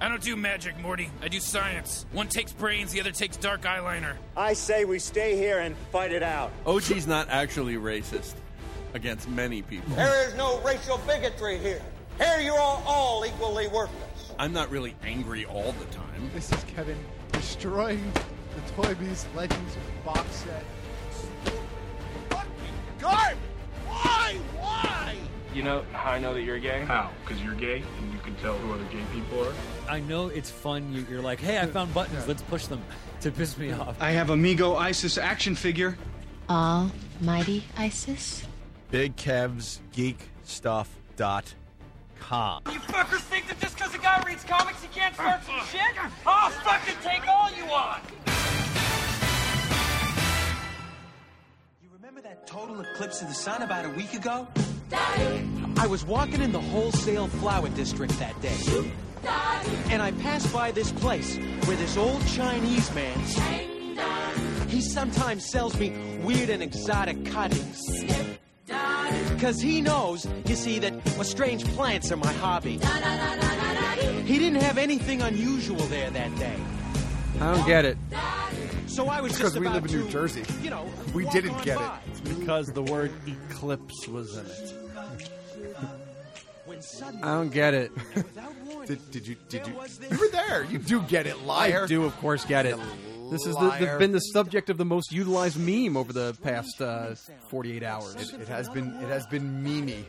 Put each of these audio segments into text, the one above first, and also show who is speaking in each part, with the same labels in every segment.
Speaker 1: I don't do magic, Morty. I do science. One takes brains, the other takes dark eyeliner.
Speaker 2: I say we stay here and fight it out.
Speaker 3: OG's not actually racist against many people.
Speaker 4: There is no racial bigotry here. Here you are all equally worthless.
Speaker 3: I'm not really angry all the time.
Speaker 5: This is Kevin destroying the Toy Biz Legends box set.
Speaker 4: Fucking garbage! Why? Why?
Speaker 6: You know how I know that you're gay?
Speaker 7: How? Because you're gay and you can tell who other gay people are?
Speaker 8: I know it's fun. You- You're like, hey, I found buttons. Let's push them to piss me off.
Speaker 9: I have Amigo ISIS action figure.
Speaker 10: Almighty ISIS?
Speaker 11: Big Kev's Geek Stuff dot com.
Speaker 12: You fuckers think that just because a guy reads comics he can't start some shit? I'll fucking take all you want!
Speaker 13: You remember that total eclipse of the sun about a week ago? I was walking in the wholesale flower district that day. And I passed by this place where this old Chinese man. He sometimes sells me weird and exotic cuttings. Cause he knows, you see, that well, strange plants are my hobby. He didn't have anything unusual there that day.
Speaker 14: I don't get it.
Speaker 13: So I was
Speaker 5: It's 'cause
Speaker 13: just
Speaker 5: we
Speaker 13: about
Speaker 5: live in New
Speaker 13: to,
Speaker 5: Jersey.
Speaker 13: You know,
Speaker 5: We
Speaker 13: walk
Speaker 5: didn't
Speaker 13: on
Speaker 5: get
Speaker 13: by.
Speaker 5: it.
Speaker 3: Because the word eclipse was in it.
Speaker 13: When suddenly,
Speaker 14: I don't get it.
Speaker 13: without warning,
Speaker 5: Did, did you? Did you?
Speaker 13: there was
Speaker 5: You
Speaker 13: this
Speaker 5: were there. You do get it, liar.
Speaker 14: I do, of course, get it. This has
Speaker 5: Liar.
Speaker 14: been the subject of the most utilized meme over the past uh, 48 hours.
Speaker 5: It has been. It has been memey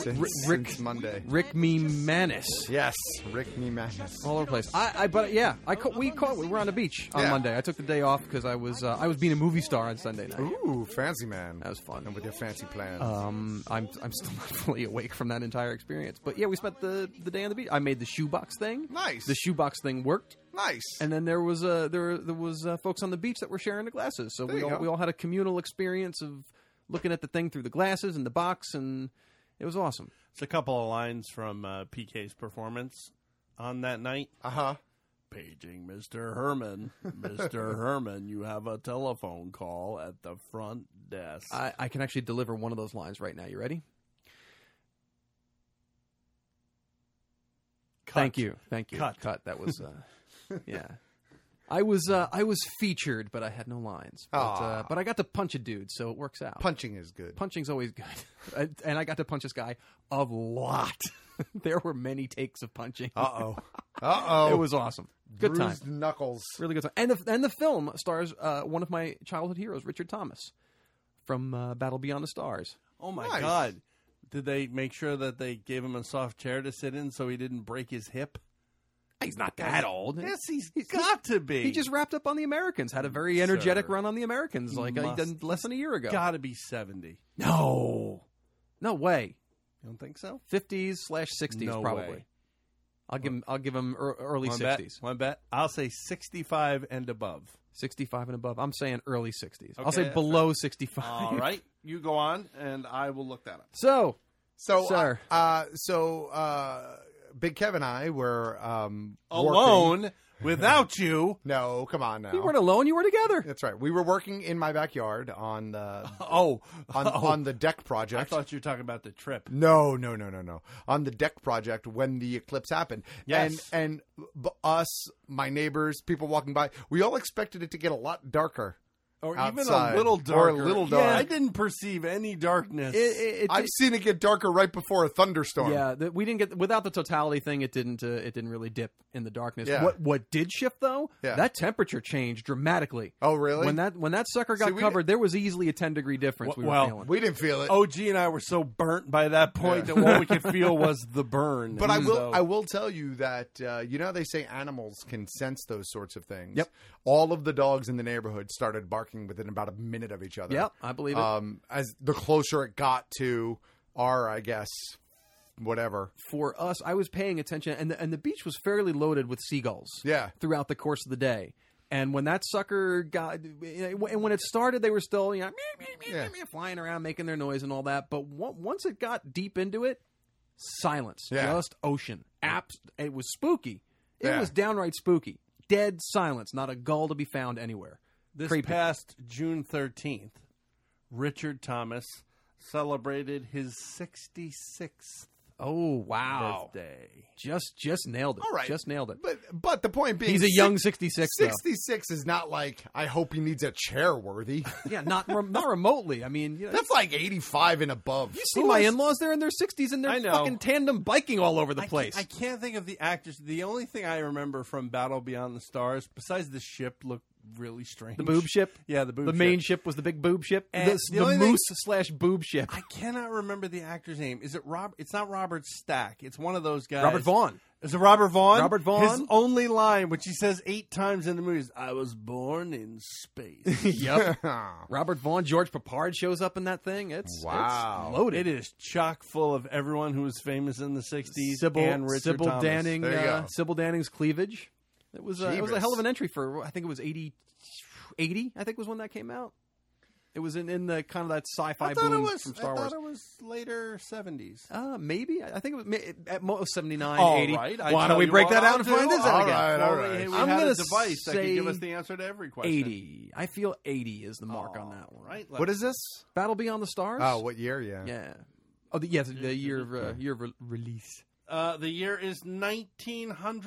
Speaker 5: since,
Speaker 14: Rick-
Speaker 5: since Monday.
Speaker 14: Rick Me Manis.
Speaker 5: Yes, Rick me madness.
Speaker 14: All over the place. I, I but yeah, I caught, we caught. We were on a beach on
Speaker 5: Yeah.
Speaker 14: Monday. I took the day off because I was uh, I was being a movie star on Sunday night.
Speaker 5: Ooh, fancy man.
Speaker 14: That was fun.
Speaker 5: And with your fancy plans.
Speaker 14: Um, I'm I'm still not fully awake from that entire experience. But yeah, we spent the the day on the beach. I made the shoebox thing.
Speaker 5: Nice.
Speaker 14: The shoebox thing worked.
Speaker 5: nice.
Speaker 14: And then there was uh, there there was uh, folks on the beach that were sharing the glasses. So
Speaker 5: There
Speaker 14: we
Speaker 5: you
Speaker 14: all
Speaker 5: go.
Speaker 14: we all had a communal experience of looking at the thing through the glasses and the box, and it was awesome.
Speaker 3: It's a couple of lines from uh, PK's performance on that night.
Speaker 5: uh huh.
Speaker 3: Paging Mr. Herman. Mr. Herman, you have a telephone call at the front desk.
Speaker 14: I, I can actually deliver one of those lines right now. You ready?
Speaker 3: Cut.
Speaker 14: Thank you, thank you.
Speaker 3: Cut.
Speaker 14: That was uh, yeah. I was uh, I was featured, but I had no lines. But, uh,
Speaker 5: Aw.
Speaker 14: but I got to punch a dude, so it works out.
Speaker 5: Punching is good.
Speaker 14: punching's always good. And- and I got to punch this guy a lot. there were many takes of punching.
Speaker 5: Uh oh. Uh oh.
Speaker 14: It was awesome. Good time.
Speaker 5: Bruised knuckles.
Speaker 14: Really good time. And the, and the film stars uh, one of my childhood heroes, Richard Thomas, from uh, Battle Beyond the Stars.
Speaker 3: oh my
Speaker 5: Nice.
Speaker 3: God. Did they make sure that they gave him a soft chair to sit in so he didn't break his hip?
Speaker 14: He's not that old.
Speaker 3: Yes, he's got to be.
Speaker 14: He just wrapped up on the Americans. Had a very energetic
Speaker 3: Sir.
Speaker 14: run on the Americans,
Speaker 3: He
Speaker 14: like uh,
Speaker 3: must-
Speaker 14: done less than a year ago.
Speaker 3: got to be 70.
Speaker 14: No, no way.
Speaker 3: You don't think so?
Speaker 14: Fifties slash sixties,
Speaker 3: No
Speaker 14: probably.
Speaker 3: way.
Speaker 14: I'll give him. I'll give him ear- early
Speaker 3: One bet.
Speaker 14: sixties.
Speaker 3: One bet. I'll say 65 and above.
Speaker 14: 65 and above. I'm saying early 60s. I'll
Speaker 3: Okay,
Speaker 14: say
Speaker 3: that's
Speaker 14: below 65.
Speaker 3: All right. You go on, and I will look that up.
Speaker 14: So,
Speaker 5: So,
Speaker 14: Sir.
Speaker 5: Uh, uh, so uh, Big Kev and I were um, working-
Speaker 3: Alone without you.
Speaker 5: No, come on now.
Speaker 14: you weren't alone, you were together.
Speaker 5: That's right. We were working in my backyard on the
Speaker 3: Oh,
Speaker 5: on, on the deck project.
Speaker 3: I thought you were talking about the trip.
Speaker 5: No, no, no, no, no. On the deck project when the eclipse happened.
Speaker 3: Yes.
Speaker 5: And and b- us, my neighbors, people walking by, we all expected it to get a lot darker.
Speaker 3: Or
Speaker 5: Outside.
Speaker 3: even a little
Speaker 5: Or a
Speaker 3: darker.
Speaker 5: little
Speaker 3: Yeah,
Speaker 5: dark.
Speaker 3: I didn't perceive any darkness.
Speaker 14: It, it, it,
Speaker 5: I've seen it get darker right before a thunderstorm.
Speaker 14: yeah, the, we didn't get without the totality thing. It didn't. Uh, it didn't really dip in the darkness.
Speaker 5: Yeah.
Speaker 14: What what did shift though?
Speaker 5: Yeah.
Speaker 14: That temperature changed dramatically.
Speaker 5: Oh, really?
Speaker 14: When that when that sucker got
Speaker 5: See, we
Speaker 14: covered, there was easily a ten degree difference.
Speaker 3: Wh-
Speaker 14: we were
Speaker 3: well,
Speaker 14: feeling.
Speaker 5: We didn't feel it.
Speaker 3: OG and I were so burnt by that point that all we could feel was the burn.
Speaker 5: But I will.
Speaker 3: So-
Speaker 5: I will tell you that uh, you know how they say animals can sense those sorts of things.
Speaker 14: Yep.
Speaker 5: All of the dogs in the neighborhood started barking within about a minute of each other.
Speaker 14: Yep, I believe it.
Speaker 5: Um, as the closer it got to our, I guess, whatever.
Speaker 14: for us, I was paying attention, and the, and the beach was fairly loaded with seagulls.
Speaker 5: Yeah.
Speaker 14: Throughout the course of the day, And when that sucker got, and when it started, they were still you know meh, meh, meh,
Speaker 5: Yeah.
Speaker 14: meh, flying around making their noise and all that. But on- once it got deep into it, silence,
Speaker 5: Yeah.
Speaker 14: just ocean. Abs- it was spooky. It
Speaker 11: Yeah.
Speaker 14: was downright spooky. Dead silence, not a gull to be found anywhere.
Speaker 3: This
Speaker 14: Creepy.
Speaker 3: past June 13th, Richard Thomas celebrated his 66th
Speaker 14: Oh wow!
Speaker 3: birthday.
Speaker 14: Just just nailed it.
Speaker 5: All right.
Speaker 14: just nailed it.
Speaker 5: But but the point being,
Speaker 14: He's a
Speaker 5: six-
Speaker 14: young 66, though.
Speaker 5: 66 is not like I hope he needs a chair worthy.
Speaker 14: yeah, not rem- not remotely. I mean, you know,
Speaker 5: that's like 85 and above.
Speaker 14: You see my in-laws? They're in their sixties and
Speaker 3: I
Speaker 14: they're
Speaker 3: know.
Speaker 14: fucking tandem biking all over the
Speaker 3: I
Speaker 14: place.
Speaker 3: Can't, I can't think of the actors. The only thing I remember from Battle Beyond the Stars, besides the ship, looked really strange.
Speaker 14: the boob ship.
Speaker 3: Yeah, the boob.
Speaker 14: The
Speaker 3: ship.
Speaker 14: main ship was the big boob ship.
Speaker 3: And
Speaker 14: This-
Speaker 3: the
Speaker 14: the
Speaker 3: only thing-
Speaker 14: moose slash boob ship.
Speaker 3: I cannot remember the actor's name. Is it Rob? It's not Robert Stack. It's one of those guys.
Speaker 14: Robert Vaughn.
Speaker 3: Is it Robert Vaughn?
Speaker 14: Robert Vaughn?
Speaker 3: His only line, which he says eight times in the movie, is "I was born in space."
Speaker 14: yep. Robert Vaughn, George Papard shows up in that thing. It's it's loaded.
Speaker 3: It is chock full of everyone who was famous in the '60s.
Speaker 14: Sybil,
Speaker 3: and Richard
Speaker 14: Sybil
Speaker 3: Thomas.
Speaker 14: Danning,
Speaker 3: There you
Speaker 14: uh,
Speaker 3: go.
Speaker 14: Sybil Danning's cleavage. It was uh, it was a
Speaker 3: Jeebus.
Speaker 14: hell of an entry for I think it was 80, 80 I think was when that came out. It was in, in the kind of that sci-fi
Speaker 3: I thought
Speaker 14: boom
Speaker 3: it was.
Speaker 14: from Star
Speaker 3: I
Speaker 14: Wars.
Speaker 3: thought it was later '70s.
Speaker 14: Uh, maybe. I I think it was ma- at most 79,
Speaker 3: All
Speaker 14: 80.
Speaker 3: right, I
Speaker 14: Why
Speaker 3: tell
Speaker 14: don't we
Speaker 3: you
Speaker 14: break
Speaker 3: what
Speaker 14: that
Speaker 3: I'll
Speaker 14: out and
Speaker 3: do.
Speaker 14: find this out
Speaker 3: All
Speaker 14: again?
Speaker 3: right, all Well, we- right. we
Speaker 14: I'm
Speaker 3: had a
Speaker 14: gonna
Speaker 3: device that could
Speaker 14: say
Speaker 3: give us the answer to every question.
Speaker 14: 80. I feel 80 is the mark on that one.
Speaker 3: Right.
Speaker 5: What is this?
Speaker 14: Battle Beyond the Stars?
Speaker 5: Oh, what year? Yeah.
Speaker 14: Yeah. Oh, the, yes, the year of, uh, year of re- release.
Speaker 3: Uh, the year is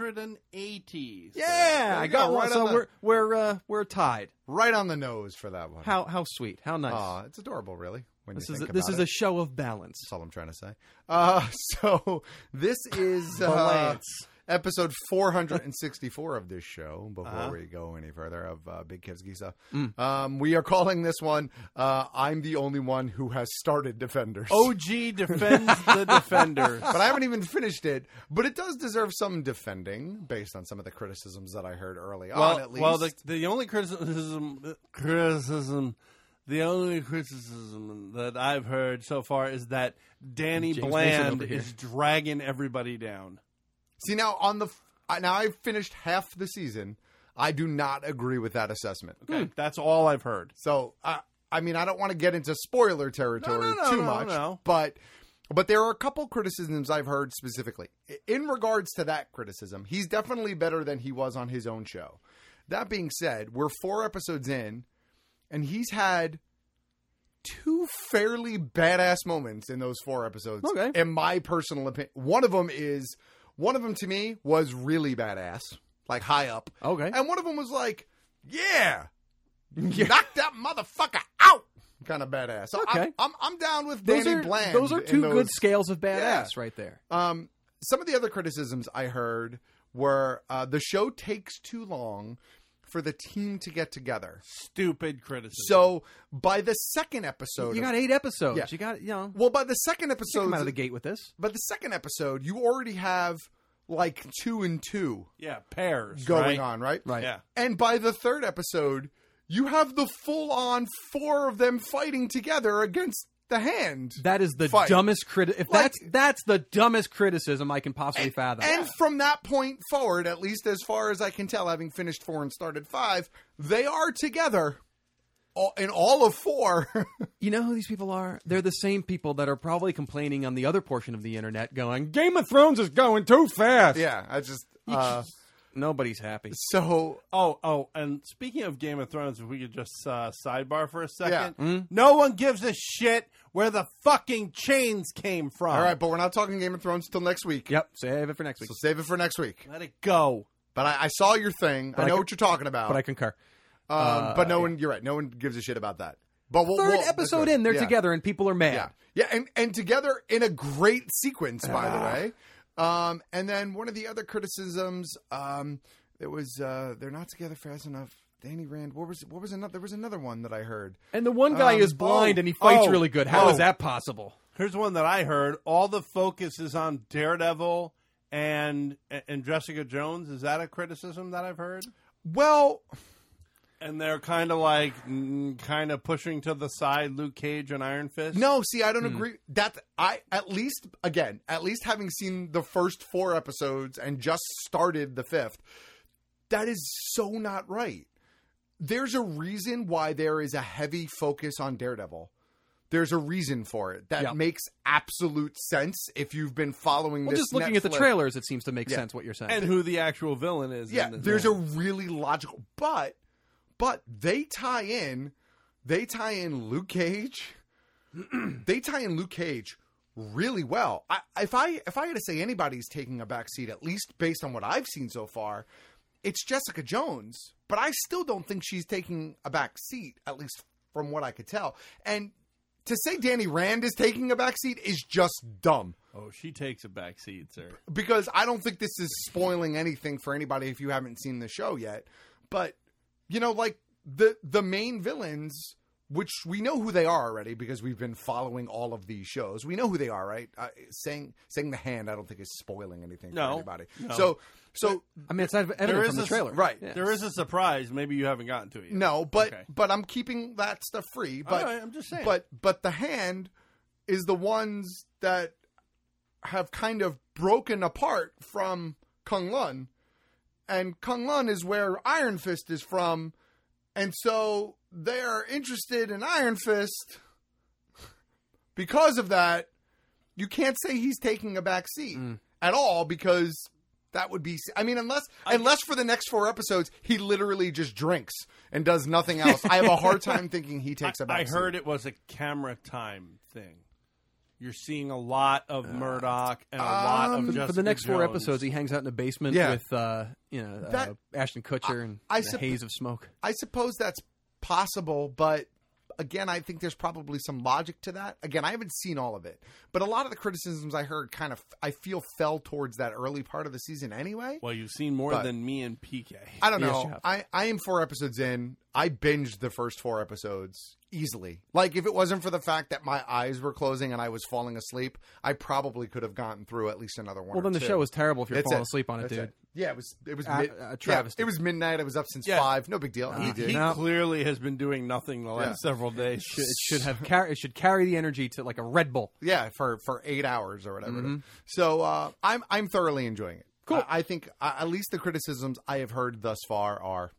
Speaker 3: 1980. So
Speaker 14: Yeah,
Speaker 3: there
Speaker 14: I
Speaker 3: you
Speaker 14: got
Speaker 3: go,
Speaker 14: one.
Speaker 3: right
Speaker 14: so
Speaker 3: on the-
Speaker 14: we're we're uh, we're tied.
Speaker 5: Right on the nose for that one.
Speaker 14: How how sweet. How nice.
Speaker 5: Aw, it's adorable, really. When
Speaker 14: This
Speaker 5: you
Speaker 14: is
Speaker 5: think
Speaker 14: a, this
Speaker 5: about
Speaker 14: is
Speaker 5: it.
Speaker 14: a show of balance.
Speaker 5: That's all I'm trying to say. Uh, so this is uh,
Speaker 14: Balance.
Speaker 5: episode 464 of this show. Before
Speaker 3: Uh-huh. Mm.
Speaker 5: we go any further, of uh, Big Kev's Geese Up. um, we are calling this one. Uh, I'm the only one who has started Defenders.
Speaker 3: OG defends the defenders.
Speaker 5: but I haven't even finished it. But it does deserve some defending based on some of the criticisms that I heard early on. At least,
Speaker 3: well, the, the only criticism, criticism, the only criticism that I've heard so far is that Danny
Speaker 5: James Mason
Speaker 3: Bland
Speaker 5: over here.
Speaker 3: is dragging everybody down.
Speaker 5: See now on the I- now I've finished half the season. I do not agree with that assessment.
Speaker 3: Okay, that's all I've heard.
Speaker 5: So I I mean I don't want to get into spoiler territory
Speaker 3: No, no, no,
Speaker 5: too
Speaker 3: no,
Speaker 5: much,
Speaker 3: no.
Speaker 5: but but there are a couple criticisms I've heard specifically I- in regards to that criticism. He's definitely better than he was on his own show. That being said, we're four episodes in, and he's had two fairly badass moments in those four episodes.
Speaker 14: Okay.
Speaker 5: In my personal opinion, one of them is one of them to me was really badass, like high up.
Speaker 14: Okay.
Speaker 5: And one of them was like, yeah, knock that motherfucker out. Kind of badass. So
Speaker 14: Okay.
Speaker 5: I'm, I'm, I'm down with
Speaker 14: Those
Speaker 5: Danny
Speaker 14: are
Speaker 5: Bland.
Speaker 14: those are
Speaker 5: in
Speaker 14: two good
Speaker 5: those-
Speaker 14: scales of badass
Speaker 5: Yeah.
Speaker 14: right there.
Speaker 3: Uh,
Speaker 5: Um, some of the other criticisms I heard were uh, the show takes too long for the team to get together.
Speaker 3: Stupid criticism.
Speaker 5: So by the second episode,
Speaker 14: You
Speaker 5: of-
Speaker 14: got eight episodes.
Speaker 5: Yeah.
Speaker 14: You got you know.
Speaker 5: Well, by the second
Speaker 14: you
Speaker 5: episode,
Speaker 14: come out of the gate with this.
Speaker 5: By the second episode, you already have like two and two
Speaker 3: yeah, pairs
Speaker 5: going
Speaker 3: right?
Speaker 5: on, right?
Speaker 14: Right.
Speaker 3: Yeah.
Speaker 5: And by the third episode, you have the full on four of them fighting together against the hand.
Speaker 14: That is the
Speaker 5: Fight.
Speaker 14: dumbest criti- If
Speaker 5: Like-
Speaker 14: that's that's the dumbest criticism I can possibly fathom.
Speaker 5: And from that point forward, at least as far as I can tell, having finished four and started five, they are together all- in all of four.
Speaker 14: you know who these people are? They're the same people that are probably complaining on the other portion of the internet, going, "Game of Thrones is going too fast."
Speaker 5: yeah, I just.
Speaker 14: You
Speaker 5: Uh,
Speaker 14: just- nobody's happy.
Speaker 5: so
Speaker 3: Oh, oh, and speaking of Game of Thrones, if we could just uh, sidebar for a second,
Speaker 5: Yeah.
Speaker 3: no one gives a shit where the fucking chains came from.
Speaker 5: All right, but we're not talking Game of Thrones till next week.
Speaker 14: Yep, save it for next week.
Speaker 5: So save it for next week.
Speaker 3: let it go.
Speaker 5: But I, I saw your thing.
Speaker 14: But
Speaker 5: I
Speaker 14: I
Speaker 5: know
Speaker 14: can-
Speaker 5: what you're talking about.
Speaker 14: but I concur.
Speaker 5: um,
Speaker 14: uh,
Speaker 5: but no one, you're right. No one gives a shit about that. But we'll,
Speaker 14: 3rd
Speaker 5: we'll-
Speaker 14: episode
Speaker 5: that's right.
Speaker 14: in, they're
Speaker 5: Yeah.
Speaker 14: together and people are mad.
Speaker 5: Yeah, yeah, and and together in a great sequence, by the way. Um, and then one of the other criticisms, um, there was uh, they're not together fast enough. Danny Rand, what was what was another? There was another one that I heard.
Speaker 14: And the one guy
Speaker 5: Um,
Speaker 14: is blind
Speaker 5: oh,
Speaker 14: and he fights
Speaker 3: oh,
Speaker 14: really good. How is
Speaker 3: oh.
Speaker 14: that possible?
Speaker 3: Here's one that I heard. All the focus is on Daredevil and and Jessica Jones. Is that a criticism that I've heard?
Speaker 5: Well,
Speaker 3: And they're kind of like mm, kind of pushing to the side Luke Cage and Iron Fist.
Speaker 5: No, see, I don't
Speaker 14: Hmm.
Speaker 5: agree. That I at least again, at least having seen the first four episodes and just started the fifth, that is so not right. there's a reason why there is a heavy focus on Daredevil. There's a reason for it that
Speaker 14: Yeah.
Speaker 5: makes absolute sense if you've been following
Speaker 14: Well,
Speaker 5: this.
Speaker 14: just looking at the
Speaker 5: Netflix-
Speaker 14: trailers, it seems to make
Speaker 5: Yeah.
Speaker 14: sense what you're saying.
Speaker 3: and who the actual villain is.
Speaker 5: Yeah,
Speaker 3: in this
Speaker 5: there's
Speaker 3: thing.
Speaker 5: a really logical, but but they tie in, they tie in Luke Cage, they tie in Luke Cage really well. I, if I if I had to say anybody's taking a backseat, at least based on what I've seen so far, it's Jessica Jones. But I still don't think she's taking a back seat, at least from what I could tell. And to say Danny Rand is taking a backseat is just dumb
Speaker 3: oh, she takes a back seat, sir.
Speaker 5: because I don't think this is spoiling anything for anybody if you haven't seen the show yet. But you know, like the the main villains, which we know who they are already because we've been following all of these shows. We know who they are, right? Uh, saying saying the hand, I don't think is spoiling anything
Speaker 3: No,
Speaker 5: for anybody.
Speaker 3: no.
Speaker 5: So so
Speaker 14: I mean, it's not
Speaker 3: There
Speaker 14: evident
Speaker 3: is
Speaker 14: from the
Speaker 3: a s-
Speaker 14: trailer,
Speaker 5: right?
Speaker 3: There is a surprise. Maybe you haven't gotten to it. Yet.
Speaker 5: No, but
Speaker 3: Okay.
Speaker 5: but I'm keeping that stuff free. But
Speaker 3: All right, I'm just saying.
Speaker 5: But but the hand is the ones that have kind of broken apart from Kung Lun, and Kung Lun is where Iron Fist is from, and so they are interested in Iron Fist. Because of that, you can't say he's taking a back seat
Speaker 3: Mm.
Speaker 5: at all because that would be. I mean, unless unless for the next four episodes he literally just drinks and does nothing else. I have a hard time thinking he takes a
Speaker 3: I
Speaker 5: back.
Speaker 3: heard it was a camera time thing. You're seeing a lot of Murdoch and a lot of
Speaker 14: Uh, um, For-
Speaker 3: Jessica
Speaker 14: for the next four
Speaker 3: Jones.
Speaker 14: episodes, he hangs out in a basement
Speaker 3: Yeah.
Speaker 14: with uh, you know uh,
Speaker 5: That-
Speaker 14: Ashton Kutcher and
Speaker 5: I
Speaker 14: the
Speaker 5: supp-
Speaker 14: haze of smoke.
Speaker 5: I suppose that's possible, but again, I think there's probably some logic to that. Again, I haven't seen all of it, but a lot of the criticisms I heard kind of I feel fell towards that early part of the season anyway.
Speaker 3: Well, you've seen more
Speaker 5: But-
Speaker 3: than me and PK.
Speaker 5: I don't
Speaker 3: Yes,
Speaker 5: know.
Speaker 3: you have.
Speaker 5: I, I am four episodes in. I binged the first four episodes easily. Like, if it wasn't for the fact that my eyes were closing and I was falling asleep, I probably could have gotten through at least another one.
Speaker 14: Well,
Speaker 5: or
Speaker 14: then the
Speaker 5: two.
Speaker 14: show was terrible if you're
Speaker 5: That's
Speaker 14: falling
Speaker 5: it.
Speaker 14: asleep on it,
Speaker 5: That's
Speaker 14: dude.
Speaker 5: Yeah, it was. It was
Speaker 14: A-
Speaker 5: mid-
Speaker 14: a
Speaker 5: yeah,
Speaker 14: travesty. Uh,
Speaker 5: it was midnight. I was up since
Speaker 3: Yeah.
Speaker 5: five. No big deal.
Speaker 3: he,
Speaker 5: did.
Speaker 3: he clearly has been doing nothing the last
Speaker 5: Yeah.
Speaker 3: several days.
Speaker 14: Should- It should have car- it should carry the energy to like a Red Bull.
Speaker 5: yeah for for eight hours or whatever
Speaker 14: Mm-hmm.
Speaker 5: so uh i'm i'm thoroughly enjoying it cool i, I think uh, at least the criticisms i have heard thus far are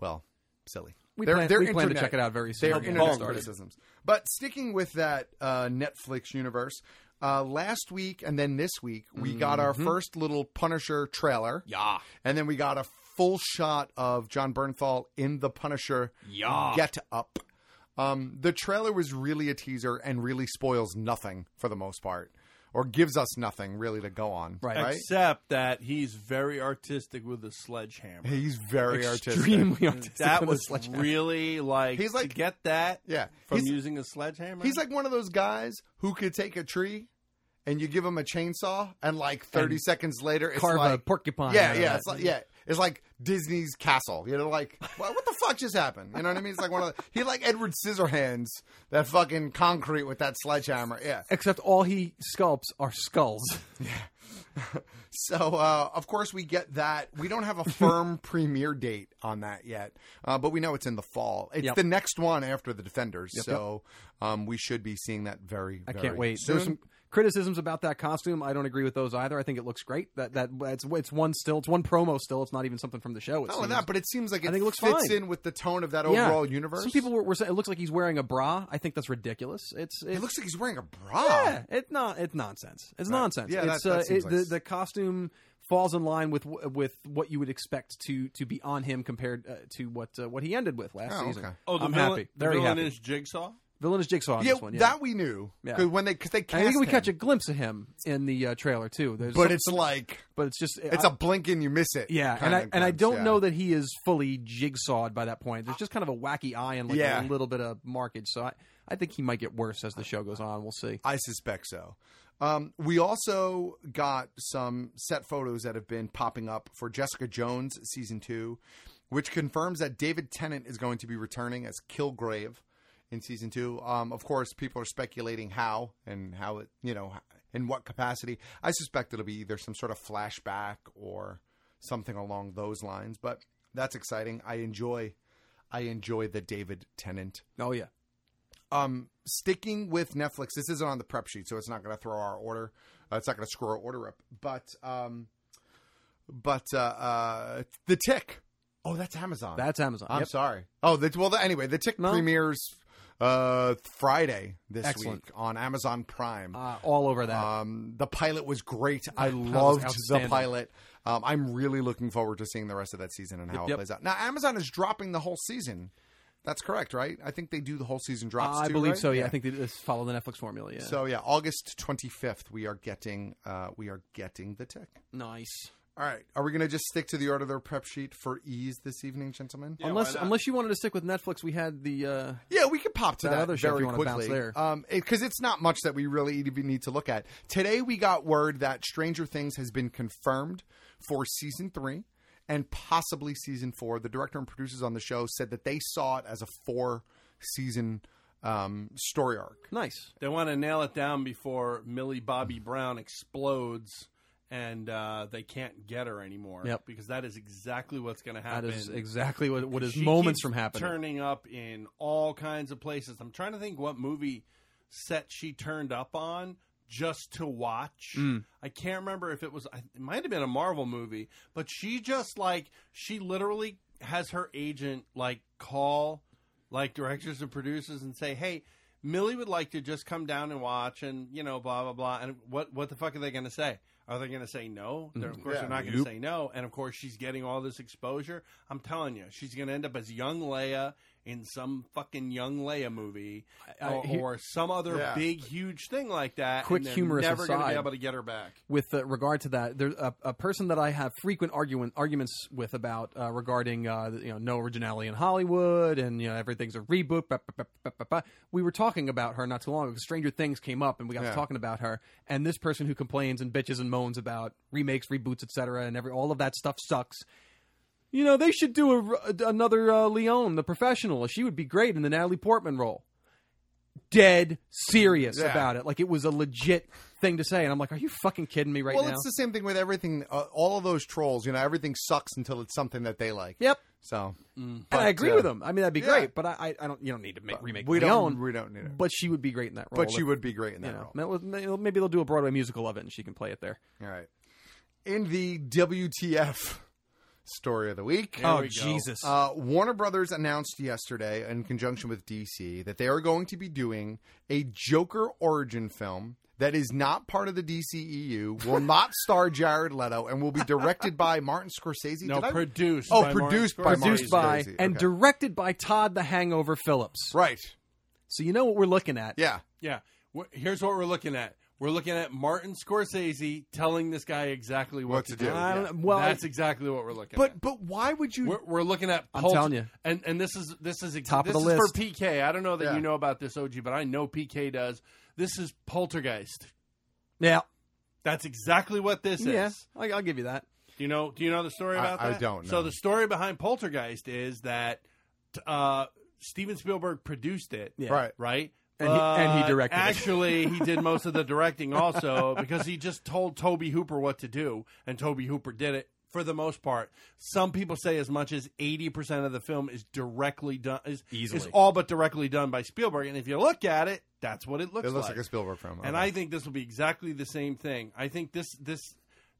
Speaker 5: well silly
Speaker 14: We plan- we plan to check it out very soon.
Speaker 5: They're
Speaker 14: Okay.
Speaker 5: internet
Speaker 14: Bong.
Speaker 5: criticisms. But sticking with that uh, Netflix universe, uh, last week and then this week, we got our
Speaker 14: Mhm.
Speaker 5: first little Punisher trailer.
Speaker 14: Yeah.
Speaker 5: And then we got a full shot of John Bernthal in the Punisher
Speaker 14: Yeah.
Speaker 5: Get Up. Um, the trailer was really a teaser and really spoils nothing for the most part, or gives us nothing really to go on. Right.
Speaker 3: Except that he's very artistic with a sledgehammer.
Speaker 5: He's very
Speaker 14: Extremely
Speaker 3: And
Speaker 14: artistic
Speaker 3: That
Speaker 14: with a
Speaker 3: was
Speaker 14: sledgehammer.
Speaker 3: really like
Speaker 5: He's
Speaker 3: he's
Speaker 5: like-
Speaker 3: like to get that
Speaker 5: Yeah.
Speaker 3: from
Speaker 5: He's-
Speaker 3: using a sledgehammer.
Speaker 5: He's like one of those guys who could take a tree and you give him a chainsaw, and like 30
Speaker 14: And
Speaker 5: seconds later, it's
Speaker 14: carve a
Speaker 5: like
Speaker 14: porcupine
Speaker 5: Yeah,
Speaker 14: out of
Speaker 5: yeah,
Speaker 14: that.
Speaker 5: it's like, yeah. It's like Disney's castle. You know, like what, what the fuck just happened? You know what I mean? It's like one of the, he like Edward Scissorhands that fucking concrete with that sledgehammer. Yeah.
Speaker 14: Except all he sculpts are skulls.
Speaker 5: So uh, of course we get that. We don't have a firm premiere date on that yet, uh, but we know it's in the fall. It's
Speaker 14: Yep.
Speaker 5: the next one after the Defenders,
Speaker 14: Yep, yep.
Speaker 5: so um, we should be seeing that very.
Speaker 14: I
Speaker 5: very
Speaker 14: can't wait.
Speaker 5: Soon.
Speaker 14: There's some criticisms about that costume. I don't agree with those either. I think it looks great. That that it's it's one still. It's one promo still. It's not even something from the show. It
Speaker 5: Not
Speaker 14: seems.
Speaker 5: only that, but it seems like it,
Speaker 14: I think it looks
Speaker 5: fits
Speaker 14: fine.
Speaker 5: in with the tone of that
Speaker 14: Yeah.
Speaker 5: overall universe.
Speaker 14: Some people were, were saying it looks like he's wearing a bra. I think that's ridiculous. It's
Speaker 5: it looks like he's wearing a bra.
Speaker 14: Yeah, it's not. It's nonsense. It's
Speaker 5: Right.
Speaker 14: nonsense.
Speaker 5: Yeah,
Speaker 14: it's
Speaker 5: that- that
Speaker 14: uh,
Speaker 5: seems
Speaker 14: it-
Speaker 5: like-
Speaker 14: the, the costume falls in line with wh- with what you would expect to to be on him compared uh, to what uh, what he ended with last
Speaker 5: Oh,
Speaker 14: season.
Speaker 5: okay.
Speaker 3: oh, the
Speaker 14: I'm
Speaker 3: villain,
Speaker 14: happy.
Speaker 3: the
Speaker 14: Very
Speaker 3: villain
Speaker 14: happy.
Speaker 3: is Jigsaw.
Speaker 14: Villain is Jigsaw. in
Speaker 5: Yeah,
Speaker 14: this one, yeah.
Speaker 5: that we knew.
Speaker 14: Yeah.
Speaker 5: 'Cause when they because they
Speaker 14: I
Speaker 5: cast
Speaker 14: think we
Speaker 5: him.
Speaker 14: catch a glimpse of him in the uh, trailer too. There's
Speaker 5: but
Speaker 14: some-
Speaker 5: it's like
Speaker 14: but it's just
Speaker 5: it's
Speaker 14: I-
Speaker 5: a blink and you miss it.
Speaker 14: yeah, and
Speaker 5: kinda
Speaker 14: I and I
Speaker 5: glimpse,
Speaker 14: don't
Speaker 5: yeah.
Speaker 14: know that he is fully jigsawed by that point. There's just kind of a wacky eye and like
Speaker 5: Yeah.
Speaker 14: a little bit of markage. So I, I think he might get worse as the show goes on. We'll see.
Speaker 5: I suspect so. Um, we also got some set photos that have been popping up for Jessica Jones season two, which confirms that David Tennant is going to be returning as Kilgrave in season two. Um, of course, people are speculating how and how it, you know, in what capacity. I suspect it'll be either some sort of flashback or something along those lines. But that's exciting. I enjoy, I enjoy the David Tennant
Speaker 14: Oh yeah.
Speaker 5: um, sticking with Netflix, this isn't on the prep sheet, so it's not going to throw our order. Uh, it's not going to screw our order up. But um, but uh, uh, the Tick Oh, that's Amazon.
Speaker 14: That's Amazon.
Speaker 5: I'm
Speaker 14: Yep.
Speaker 5: sorry. Oh, that's, well, the, anyway, the Tick premieres uh, Friday this
Speaker 14: Excellent.
Speaker 5: week on Amazon Prime.
Speaker 14: Uh, all over that.
Speaker 5: Um, the pilot was great. I
Speaker 14: was
Speaker 5: loved the
Speaker 14: outstanding.
Speaker 5: pilot. Um, I'm really looking forward to seeing the rest of that season and
Speaker 14: Yep,
Speaker 5: how it
Speaker 14: yep.
Speaker 5: plays out. Now, Amazon is dropping the whole season. That's correct, right? I think they do the whole season drops.
Speaker 14: I
Speaker 5: too,
Speaker 14: believe
Speaker 5: right?
Speaker 14: so. Yeah, I think they just follow the Netflix formula. Yeah.
Speaker 5: So yeah, August 25th, we are getting uh, we are getting the tick.
Speaker 14: nice.
Speaker 5: All right, are we going to just stick to the order of their prep sheet for ease this evening, gentlemen?
Speaker 14: unless unless you wanted to stick with Netflix, we had the uh,
Speaker 5: Yeah, we could pop to
Speaker 14: that
Speaker 5: that,
Speaker 14: other show if
Speaker 5: very
Speaker 14: you wanna bounce
Speaker 5: quickly.
Speaker 14: there.
Speaker 5: because it's not much that we really even need to look at today. We got word that Stranger Things has been confirmed for season three and possibly season four. The director and producers on the show said that they saw it as a four season um, story arc.
Speaker 14: Nice.
Speaker 3: They want to nail it down before Millie Bobby Brown explodes and uh, they can't get her anymore.
Speaker 14: Yep.
Speaker 3: Because that is exactly what's going to
Speaker 14: That
Speaker 3: happen.
Speaker 14: is exactly what- what is
Speaker 3: She
Speaker 14: moments
Speaker 3: keeps
Speaker 14: from happening.
Speaker 3: Turning up in all kinds of places. I'm trying to think what movie set she turned up on just to watch.
Speaker 14: Mm.
Speaker 3: I can't remember if it was. I- It might have been a Marvel movie, but she just like she literally has her agent like call like directors and producers and say, "Hey, Millie would like to just come down and watch, and you know, blah blah blah." And what what the fuck are they going to say? Are they going to say no? They're, of
Speaker 14: Mhm.
Speaker 3: course,
Speaker 14: Yeah.
Speaker 3: they're not going to
Speaker 14: Nope.
Speaker 3: say no. And of course, she's getting all this exposure. I'm telling you, she's going to end up as young Leia in some fucking young Leia movie
Speaker 14: I-
Speaker 3: or,
Speaker 14: he-
Speaker 3: or some other
Speaker 14: Yeah.
Speaker 3: big huge thing like that. Uh,
Speaker 14: Quick
Speaker 3: and they're
Speaker 14: humorous
Speaker 3: never going to
Speaker 14: aside.
Speaker 3: be able to get her back.
Speaker 14: with uh, regard to that, there's a, a person that I have frequent argument arguments with about uh, regarding uh, you know no originality in Hollywood and you know everything's a reboot. Bah, bah, bah, bah, bah, bah. We were talking about her not too long ago. 'cause Stranger Things came up and we got
Speaker 8: Yeah.
Speaker 14: to talking about her. And this person who complains and bitches and moans about remakes, reboots, etc., and every all of that stuff sucks. You know they should do a r another uh, Leon, the professional. She would be great in the Natalie Portman role dead serious
Speaker 5: Yeah.
Speaker 14: about it. Like it was a legit thing to say, and I'm like, are you fucking kidding me right
Speaker 5: well,
Speaker 14: now?
Speaker 5: it's the same thing with everything. Uh, all of those trolls, you know, everything sucks until it's something that they like.
Speaker 14: Yep.
Speaker 5: So,
Speaker 14: and I
Speaker 5: but,
Speaker 14: agree
Speaker 5: uh,
Speaker 14: with him. I mean, that'd be
Speaker 5: yeah.
Speaker 14: great, but I, I, I don't. You don't need to make remake.
Speaker 5: we
Speaker 14: Leon,
Speaker 5: don't. We don't need it.
Speaker 14: But she would be great in that role.
Speaker 5: But she would be great in that
Speaker 14: role. Maybe they'll do a Broadway musical of it, and she can play it there.
Speaker 5: All right. In the WTF story of the week.
Speaker 14: There Oh, we go. Jesus.
Speaker 5: Uh, Warner Brothers announced yesterday, in conjunction with DC, that they are going to be doing a Joker origin film that is not part of the DCEU, will not star Jared Leto, and will be directed by Martin Scorsese.
Speaker 3: No,
Speaker 5: Did I-
Speaker 3: produced
Speaker 5: Oh,
Speaker 3: by Martin
Speaker 5: produced by
Speaker 3: Scorsese.
Speaker 5: Martin
Speaker 14: Produced by
Speaker 5: Scorsese.
Speaker 14: and
Speaker 5: Okay.
Speaker 14: directed by Todd the Hangover Phillips.
Speaker 5: Right.
Speaker 14: So you know what we're looking at.
Speaker 5: Yeah.
Speaker 3: Yeah. Wh- Here's what we're looking at. We're looking at Martin Scorsese telling this guy exactly what,
Speaker 5: What to do, I don't
Speaker 3: Yeah.
Speaker 5: know. Well,
Speaker 3: that's
Speaker 5: I-
Speaker 3: exactly what we're looking at.
Speaker 5: But but why would you?
Speaker 3: We're, we're looking at.
Speaker 14: I'm
Speaker 3: Pulp-
Speaker 14: telling you.
Speaker 3: and and this is this is ex-
Speaker 14: Top of
Speaker 3: this
Speaker 14: the
Speaker 3: is
Speaker 14: list.
Speaker 3: for PK. I don't know that
Speaker 14: Yeah.
Speaker 3: you know about this OG, but I know PK does. This is Poltergeist.
Speaker 14: Yeah.
Speaker 3: That's exactly what this
Speaker 14: yeah,
Speaker 3: is.
Speaker 14: I, I'll give you that.
Speaker 3: Do you know? Do you know the story
Speaker 14: I-
Speaker 3: about
Speaker 14: I
Speaker 3: that?
Speaker 14: don't know.
Speaker 3: So the story behind Poltergeist is that t- uh, Steven Spielberg produced it.
Speaker 14: Yeah. Right.
Speaker 3: Right.
Speaker 14: And he- and he
Speaker 5: Uh,
Speaker 3: But
Speaker 14: directed it.
Speaker 3: Actually, he did most of the directing also because he just told Toby Hooper what to do, and Toby Hooper did it for the most part. Some people say as much as eighty percent of the film is directly done is is
Speaker 14: Easily.
Speaker 3: all but directly done by Spielberg. And if you look at it, that's what it looks
Speaker 5: It looks
Speaker 3: like.
Speaker 5: like a Spielberg film.
Speaker 3: And
Speaker 5: Okay.
Speaker 3: I think this will be exactly the same thing. I think this this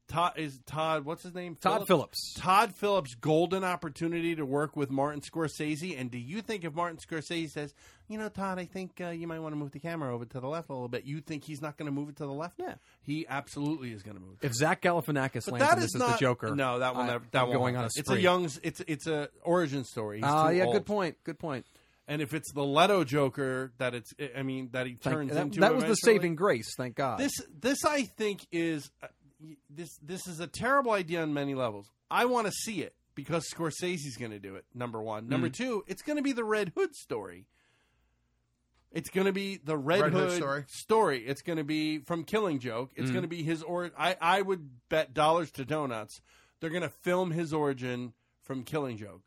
Speaker 3: Todd is Todd. What's his name?
Speaker 14: Todd Phillips.
Speaker 3: Todd Phillips' golden opportunity to work with Martin Scorsese. And do you think if Martin Scorsese says, you know, Todd, I think uh, you might want to move the camera over to the left a little bit, you think he's not going to move it to the left? Yeah, he absolutely is going to move. it.
Speaker 14: If Zach Galifianakis
Speaker 3: But
Speaker 14: lands
Speaker 3: that
Speaker 14: in
Speaker 3: is
Speaker 14: this as
Speaker 3: not
Speaker 14: the Joker,
Speaker 3: No, that will
Speaker 14: I-
Speaker 3: never. That
Speaker 14: I'm
Speaker 3: won't
Speaker 14: going on a
Speaker 3: happen. It's
Speaker 14: spree.
Speaker 3: a Young's. It's it's a origin story. He's
Speaker 14: Ah,
Speaker 3: too
Speaker 14: yeah,
Speaker 3: old.
Speaker 14: good point. Good point.
Speaker 3: And if it's the Leto Joker that it's, I mean, that he
Speaker 14: Thank-
Speaker 3: turns
Speaker 14: that,
Speaker 3: into
Speaker 14: that was the
Speaker 3: eventually-
Speaker 14: saving grace. Thank God.
Speaker 3: this this I think is uh, y- this this is a terrible idea on many levels. I want to see it because Scorsese's going to do it. Number one, number
Speaker 14: Mm.
Speaker 3: two, it's going to be the Red Hood story. It's going to be the Red,
Speaker 5: Red Hood
Speaker 3: Hood,
Speaker 5: story.
Speaker 3: story. It's going to be from Killing Joke. It's
Speaker 5: Mm.
Speaker 3: going to be his or I I would bet dollars to donuts they're going to film his origin from Killing Joke,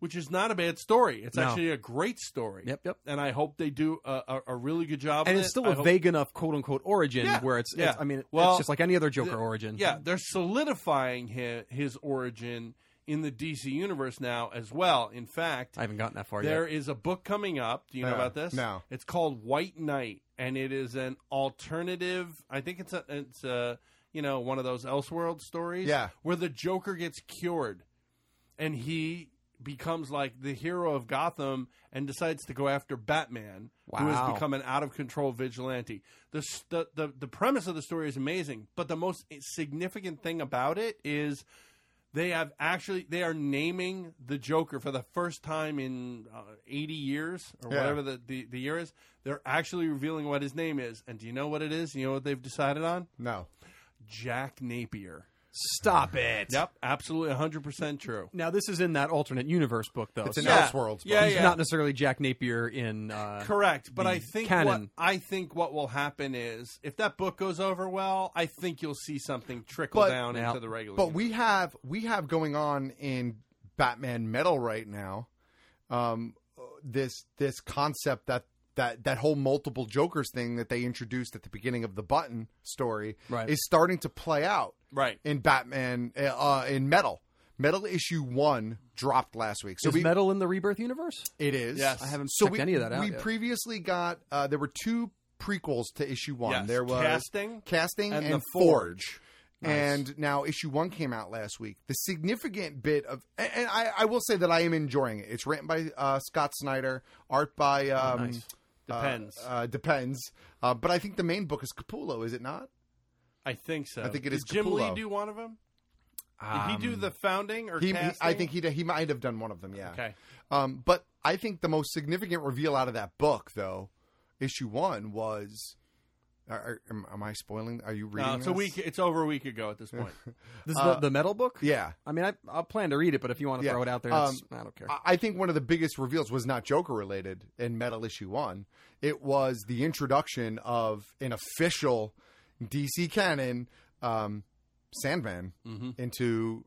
Speaker 3: which is not a bad story. It's
Speaker 14: No.
Speaker 3: actually a great story. Yep, yep. And I hope they do a, a, a really good job.
Speaker 14: and
Speaker 3: with
Speaker 14: it's
Speaker 3: it.
Speaker 14: still
Speaker 3: I
Speaker 14: a
Speaker 3: hope-
Speaker 14: vague enough quote unquote origin
Speaker 3: Yeah,
Speaker 14: where it's, it's-
Speaker 3: yeah.
Speaker 14: I mean
Speaker 3: Well,
Speaker 14: it's just like any other Joker
Speaker 3: the-
Speaker 14: origin.
Speaker 3: Yeah, they're solidifying his, his origin in the DC universe now as well. In fact,
Speaker 14: I haven't gotten that far
Speaker 3: there
Speaker 14: yet.
Speaker 3: is a book coming up. Do you know
Speaker 14: Yeah,
Speaker 3: about this?
Speaker 14: no.
Speaker 3: It's called White Knight, and it is an alternative. I think it's a it's a you know one of those Elseworld stories.
Speaker 5: Yeah.
Speaker 3: where the Joker gets cured, and he becomes like the hero of Gotham and decides to go after Batman, who has
Speaker 5: Wow.
Speaker 3: become an out of control vigilante. The, s- the the the premise of the story is amazing, but the most significant thing about it is they have actually they are naming the Joker for the first time in uh, eighty years or
Speaker 5: Yeah.
Speaker 3: whatever the, the the year is. They're actually revealing what his name is, and do you know what it is? You know what they've decided on?
Speaker 5: No,
Speaker 3: Jack Napier.
Speaker 14: Stop it.
Speaker 3: Yep, absolutely, hundred percent true.
Speaker 14: Now this is in that alternate universe book, though.
Speaker 3: It's in
Speaker 14: Yeah.
Speaker 3: Elseworlds book. Yeah,
Speaker 14: He's
Speaker 3: yeah.
Speaker 14: not necessarily Jack Napier in uh,
Speaker 3: Correct, but
Speaker 14: the
Speaker 3: I think
Speaker 14: canon.
Speaker 3: what I think what will happen is if that book goes over well, I think you'll see something trickle
Speaker 5: but
Speaker 3: down into the regular.
Speaker 5: But we have we have going on in Batman Metal right now. Um, this this concept that that that whole multiple Jokers thing that they introduced at the beginning of the Button story
Speaker 3: Right.
Speaker 5: is starting to play out
Speaker 3: right
Speaker 5: in Batman uh, in Metal. Metal issue one dropped last week, so
Speaker 14: is
Speaker 5: we
Speaker 14: metal in the Rebirth universe?
Speaker 5: it is.
Speaker 14: Yes. I haven't
Speaker 5: so
Speaker 14: checked
Speaker 5: we,
Speaker 14: any of that out
Speaker 5: We
Speaker 14: yet.
Speaker 5: previously got uh, there were two prequels to issue one.
Speaker 3: Yes,
Speaker 5: There was
Speaker 3: Casting
Speaker 5: casting,
Speaker 3: and
Speaker 5: and,
Speaker 3: The
Speaker 5: Forge.
Speaker 3: Forge. Nice.
Speaker 5: And now issue one came out last week. The significant bit of, and and I, I will say that I am enjoying it. It's written by uh, Scott Snyder, art by
Speaker 14: Oh,
Speaker 5: um,
Speaker 3: nice.
Speaker 5: uh,
Speaker 3: Depends.
Speaker 5: Uh, depends. Uh, but I think the main book is Capullo, is it not?
Speaker 3: I think so.
Speaker 5: I think it
Speaker 3: Did
Speaker 5: is
Speaker 3: Jim Lee
Speaker 5: Capullo.
Speaker 3: do one of them? Did he do
Speaker 5: Um,
Speaker 3: the founding or
Speaker 5: He- he-
Speaker 3: casting?
Speaker 5: I think he he might have done one of them. Yeah.
Speaker 3: Okay.
Speaker 5: Um, but I think the most significant reveal out of that book, though, issue one was. Are, are- am, am I spoiling? Are you reading?
Speaker 3: No, it's a
Speaker 5: this?
Speaker 3: week. It's over a week ago at this point.
Speaker 14: This is
Speaker 5: Uh,
Speaker 14: the, the metal book.
Speaker 5: Yeah.
Speaker 14: I mean, I, I plan to read it, but if you want to
Speaker 5: Yeah.
Speaker 14: throw it out there, that's,
Speaker 5: Um,
Speaker 14: I don't care.
Speaker 5: I- I think one of the biggest reveals was not Joker related in Metal Issue One. It was the introduction of an official DC canon um, Sandman into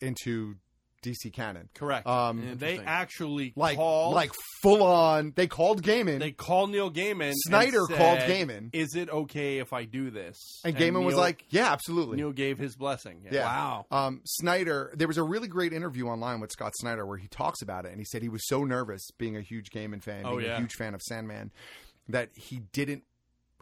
Speaker 5: into DC canon.
Speaker 3: Correct.
Speaker 5: Um,
Speaker 3: And they actually
Speaker 5: like
Speaker 3: called
Speaker 5: like full on. They called Gaiman.
Speaker 3: they called Neil Gaiman. and
Speaker 5: Snyder called
Speaker 3: said,
Speaker 5: Gaiman.
Speaker 3: Is it okay if I do this?
Speaker 5: And Gaiman was
Speaker 3: Neil-
Speaker 5: like, "Yeah, absolutely."
Speaker 3: Neil gave his blessing. Yeah.
Speaker 5: Yeah. Um, Snyder, there was a really great interview online with Scott Snyder where he talks about it, and he said he was so nervous being a huge Gaiman fan,
Speaker 3: Oh,
Speaker 5: being a
Speaker 3: yeah.
Speaker 5: huge fan of Sandman, that he didn't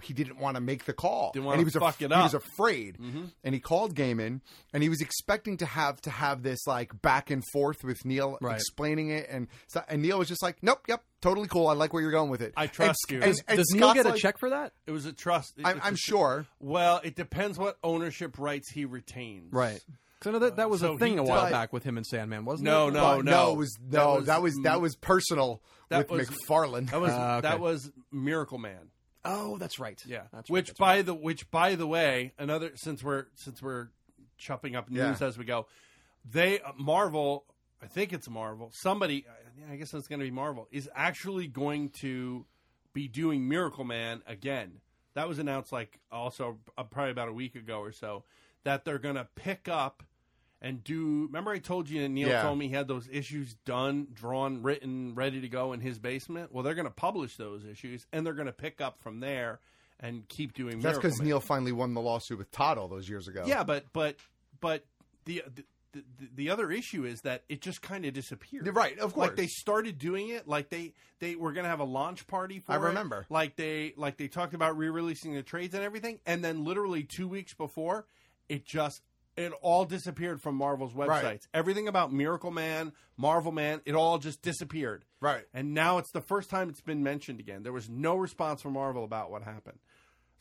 Speaker 5: he didn't want to make the call.
Speaker 3: Didn't
Speaker 5: and
Speaker 3: wanna
Speaker 5: he was af-
Speaker 3: fuck it
Speaker 5: He was
Speaker 3: up.
Speaker 5: afraid,
Speaker 3: Mhm.
Speaker 5: and he called Gaiman, and he was expecting to have to have this like back and forth with Neil
Speaker 14: Right.
Speaker 5: explaining it, and so- and Neil was just like, "Nope, yep, totally cool. I like where you're going with it.
Speaker 3: I trust
Speaker 5: and,
Speaker 3: you.
Speaker 5: And,
Speaker 3: Does-
Speaker 5: and
Speaker 14: Does Neil
Speaker 5: Scott's
Speaker 14: get a
Speaker 5: like-
Speaker 14: check for that?
Speaker 3: It was a trust. it-
Speaker 5: I'm,
Speaker 3: it's
Speaker 5: I'm
Speaker 3: a-
Speaker 5: sure.
Speaker 3: Well, it depends what ownership rights he retains.
Speaker 14: Right. So no, that, that was
Speaker 3: so
Speaker 14: a
Speaker 3: he
Speaker 14: thing a while
Speaker 3: does-
Speaker 14: back with him and Sandman, wasn't
Speaker 3: No,
Speaker 14: it?
Speaker 3: no,
Speaker 5: But
Speaker 3: no.
Speaker 5: it was no, that was that was personal
Speaker 3: that
Speaker 5: with
Speaker 3: was-
Speaker 5: McFarlane.
Speaker 3: That was
Speaker 14: Ah, okay.
Speaker 3: that was Miracle Man.
Speaker 14: Oh, that's right.
Speaker 3: Yeah.
Speaker 14: That's right,
Speaker 3: which by the which by the way, another since we're since we're chopping up news
Speaker 14: Yeah.
Speaker 3: as we go, they uh, Marvel, I think it's Marvel. Somebody, I- I guess it's going to be Marvel, is actually going to be doing Miracle Man again. That was announced like also uh, probably about a week ago or so that they're going to pick up and do. Remember, I told you and Neil
Speaker 5: Yeah.
Speaker 3: told me he had those issues done, drawn, written, ready to go in his basement. Well, they're going to publish those issues and they're going to pick up from there and keep doing.
Speaker 5: That's
Speaker 3: Miracle
Speaker 5: because
Speaker 3: Man.
Speaker 5: Neil finally won the lawsuit with Todd all those years ago.
Speaker 3: Yeah, but but but the. the the, the other issue is that it just kind of disappeared.
Speaker 5: Yeah, right, of
Speaker 3: Like
Speaker 5: course.
Speaker 3: they started doing it, like they they were gonna have a launch party for
Speaker 5: I
Speaker 3: it.
Speaker 5: remember.
Speaker 3: Like they like they talked about re-releasing the trades and everything, and then literally two weeks before, it just it all disappeared from Marvel's websites.
Speaker 5: Right.
Speaker 3: Everything about Miracle Man, Marvel Man, it all just disappeared.
Speaker 5: Right.
Speaker 3: And now it's the first time it's been mentioned again. There was no response from Marvel about what happened.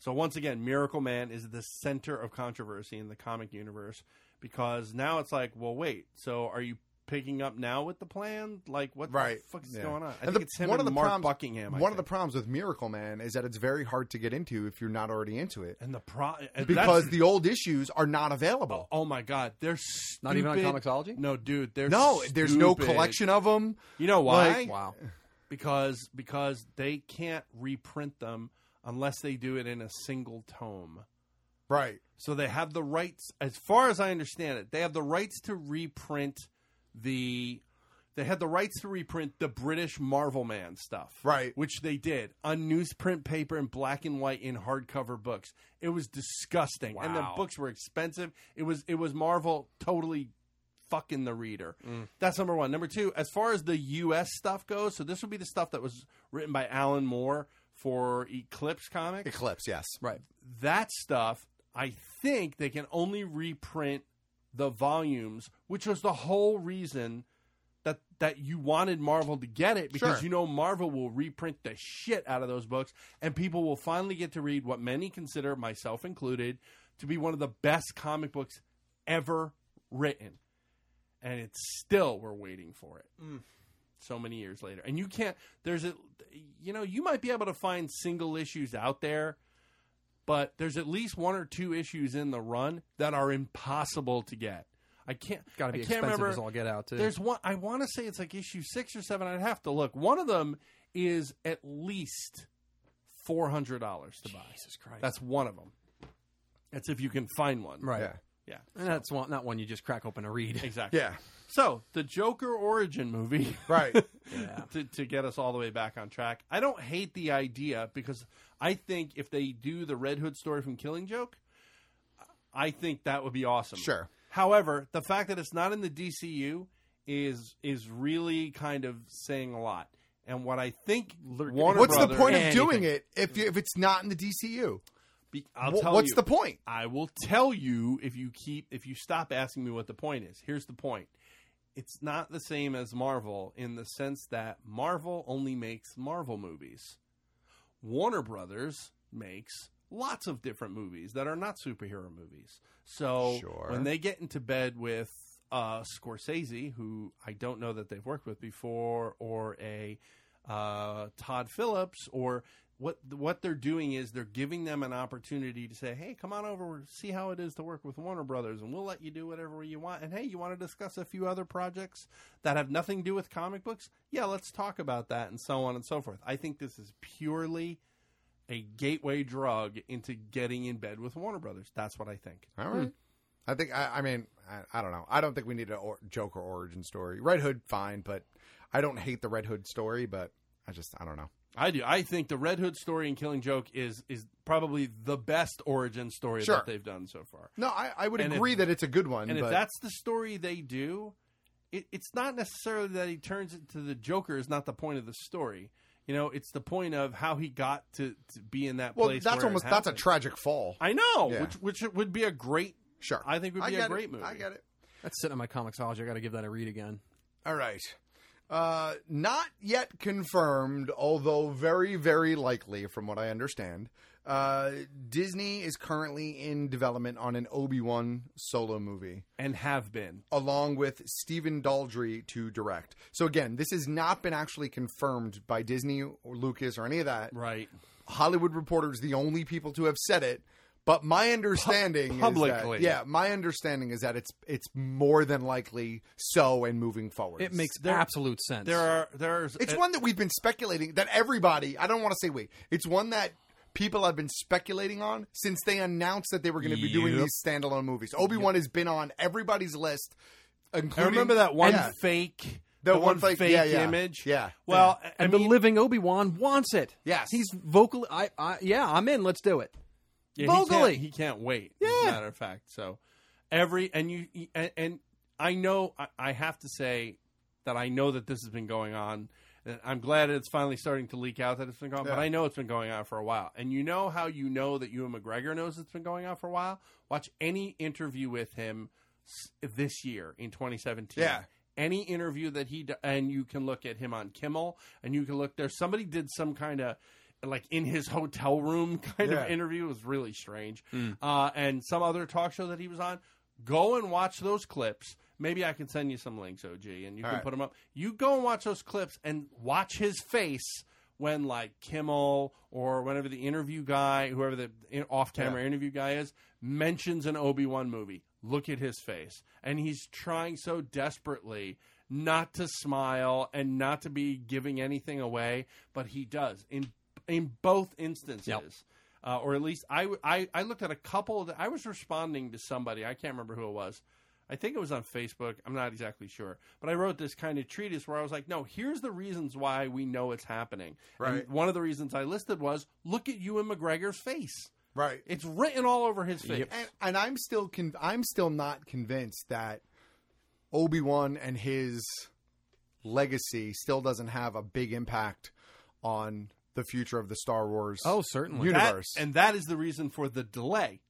Speaker 3: So once again, Miracle Man is the center of controversy in the comic universe because now it's like, well, wait. So are you picking up now with the plan? Like, what
Speaker 5: Right.
Speaker 3: the fuck is
Speaker 5: Yeah.
Speaker 3: going on? I
Speaker 5: And
Speaker 3: think
Speaker 5: the-
Speaker 3: it's him one and of the Mark Buckingham. I
Speaker 5: One of the
Speaker 3: think.
Speaker 5: problems with Miracle Man is that it's very hard to get into if you're not already into it.
Speaker 3: and the pro and
Speaker 5: because
Speaker 3: that's-
Speaker 5: the old issues are not available.
Speaker 3: oh my god, they're
Speaker 14: Not even on
Speaker 3: stupid.
Speaker 14: Comixology?
Speaker 3: No, dude, they're
Speaker 5: no, there's no
Speaker 3: stupid.
Speaker 5: collection of them.
Speaker 3: You know why?
Speaker 5: Like-
Speaker 14: wow.
Speaker 3: because because they can't reprint them unless they do it in a single tome.
Speaker 5: Right.
Speaker 3: So they have the rights, as far as I understand it, they have the rights to reprint the. They had the rights to reprint the British Marvel Man stuff,
Speaker 5: Right.
Speaker 3: Which they did on newsprint paper and black and white in hardcover books. It was disgusting, and the
Speaker 14: Wow.
Speaker 3: books were expensive. It was it was Marvel totally fucking the reader. That's number one. Number two, as far as the U.S. stuff goes, so this would be the stuff that was written by Alan Moore for Eclipse Comics
Speaker 5: Eclipse, yes.
Speaker 14: Right.
Speaker 3: that stuff, I think they can only reprint the volumes, which was the whole reason that that you wanted Marvel to get it because
Speaker 5: Sure.
Speaker 3: you know Marvel will reprint the shit out of those books, and people will finally get to read what many consider, myself included, to be one of the best comic books ever written. And it's still we're waiting for it. So many years later, and you can't. There's a, you know, you might be able to find single issues out there but there's at least one or two issues in the run that are impossible to get. I can't.
Speaker 14: Gotta
Speaker 3: I
Speaker 14: be
Speaker 3: can't
Speaker 14: expensive
Speaker 3: remember.
Speaker 14: as all get out, too.
Speaker 3: There's one. I want to say it's like issue six or seven. I'd have to look. One of them is at least four hundred dollars to buy. Jesus Christ! That's one of them. That's if you can find one.
Speaker 14: Right.
Speaker 3: Yeah.
Speaker 14: Yeah.
Speaker 3: And that's one, not one you just crack open and read. Exactly.
Speaker 14: Yeah.
Speaker 3: So the Joker origin movie, right? to, to get us all the way back on track. I don't hate the idea because I think if they do the Red Hood story from Killing Joke, I think that would be awesome. Sure. However, the fact that it's not in the DCU is is really kind of saying a lot. And what I think Warner
Speaker 5: What's the
Speaker 3: Brothers-
Speaker 5: point of
Speaker 3: Anything.
Speaker 5: doing it if you, if it's not in the DCU?
Speaker 3: Be- I'll
Speaker 5: Wh-
Speaker 3: tell
Speaker 5: what's
Speaker 3: you.
Speaker 5: the point?
Speaker 3: I will tell you if you keep if you stop asking me what the point is. Here's the point. It's not the same as Marvel in the sense that Marvel only makes Marvel movies. Warner Brothers makes lots of different movies that are not superhero movies. So when they get into bed with uh, Scorsese, who I don't know that they've worked with before, or a uh, Todd Phillips, or what what they're doing is they're giving them an opportunity to say, "Hey, come on over, see how it is to work with Warner Brothers, and we'll let you do whatever you want." And hey, you want to discuss a few other projects that have nothing to do with comic books? Yeah, let's talk about that, and so on and so forth. I think this is purely a gateway drug into getting in bed with Warner Brothers. That's what I think.
Speaker 5: All right. I think I, I mean I, I don't know. I don't think we need a or, Joker origin story. Red Hood, fine, but I don't hate the Red Hood story. But I just I don't know.
Speaker 3: I do. I think the Red Hood story and Killing Joke is is probably the best origin story
Speaker 5: Sure.
Speaker 3: that they've done so far.
Speaker 5: No, I, I would
Speaker 3: And if-
Speaker 5: agree that it's a good one.
Speaker 3: and
Speaker 5: but
Speaker 3: if that's the story they do, it, it's not necessarily that he turns into the Joker is not the point of the story. You know, it's the point of how he got to, to be in that
Speaker 5: well,
Speaker 3: place.
Speaker 5: that's
Speaker 3: where it
Speaker 5: almost that's a
Speaker 3: happened.
Speaker 5: tragic fall.
Speaker 3: I know,
Speaker 5: Yeah.
Speaker 3: which which would be a great.
Speaker 5: Sure,
Speaker 3: I think would
Speaker 5: I
Speaker 3: be a
Speaker 5: get it.
Speaker 3: great movie.
Speaker 5: I get it.
Speaker 14: That's sitting on my comicsology. I got to give that a read again.
Speaker 5: All right. Uh, not yet confirmed, although very, very likely, from what I understand. Uh, Disney is currently in development on an Obi Wan solo movie,
Speaker 3: and have been,
Speaker 5: along with Stephen Daldry to direct. So again, this has not been actually confirmed by Disney or Lucas or any of that.
Speaker 3: Right.
Speaker 5: Hollywood Reporter's the only people to have said it, but my understanding is that-
Speaker 14: publicly.
Speaker 5: yeah, my understanding is that it's it's more than likely so and moving forward.
Speaker 14: It makes absolute sense.
Speaker 3: There are there's
Speaker 5: It's
Speaker 3: uh,
Speaker 5: one that we've been speculating that everybody. I don't want to say we. It's one that people have been speculating on since they announced that they were going to be doing
Speaker 3: Yep.
Speaker 5: these standalone movies. Obi Wan has been on everybody's list. Including,
Speaker 3: I remember that one
Speaker 5: Yeah.
Speaker 3: fake,
Speaker 5: The
Speaker 3: the,
Speaker 5: one
Speaker 3: one,
Speaker 5: fake-
Speaker 3: fake,
Speaker 5: yeah, yeah.
Speaker 3: image.
Speaker 5: Yeah.
Speaker 3: Well, I-
Speaker 14: and the living Obi Wan wants it. Yes, he's vocal. I, I, yeah, I'm in. Let's do it.
Speaker 3: Yeah,
Speaker 14: vocally,
Speaker 3: he can't, he can't wait. As a matter of fact, so every and you and, and I know I, I have to say that I know that this has been going on. And I'm glad it's finally starting to leak out that it's been going on, but
Speaker 14: Yeah.
Speaker 3: I know it's been going on for a while. And you know how you know that Ewan McGregor knows it's been going on for a while? Watch any interview with him s- this year in 2017.
Speaker 5: Yeah.
Speaker 3: Any interview that he d- and you can look at him on Kimmel, and you can look there. Somebody did some kind of like in his hotel room kind
Speaker 14: Yeah.
Speaker 3: of interview. It was really strange. Uh, and some other talk show that he was on. Go and watch those clips. Maybe I can send you some links, OG, and you
Speaker 14: All
Speaker 3: can
Speaker 14: right.
Speaker 3: put them up. You go and watch those clips and watch his face when, like Kimmel or whenever the interview guy, whoever the in- off-camera interview guy is, mentions an Obi Wan movie. Look at his face, and he's trying so desperately not to smile and not to be giving anything away, but he does in in both instances uh, or at least I, w- I- I looked at a couple that I was responding to somebody. I can't remember who it was. I think it was on Facebook. I'm not exactly sure. But I wrote this kind of treatise where I was like, no, here's the reasons why we know it's happening. And
Speaker 5: Right.
Speaker 3: one of the reasons I listed was look at Ewan McGregor's face.
Speaker 5: Right.
Speaker 3: It's written all over his face.
Speaker 5: And, and I'm still con- I'm still not convinced that Obi Wan and his legacy still doesn't have a big impact on the future of the Star Wars.
Speaker 14: Oh, certainly.
Speaker 3: That-
Speaker 5: universe.
Speaker 3: and that is the reason for the delay.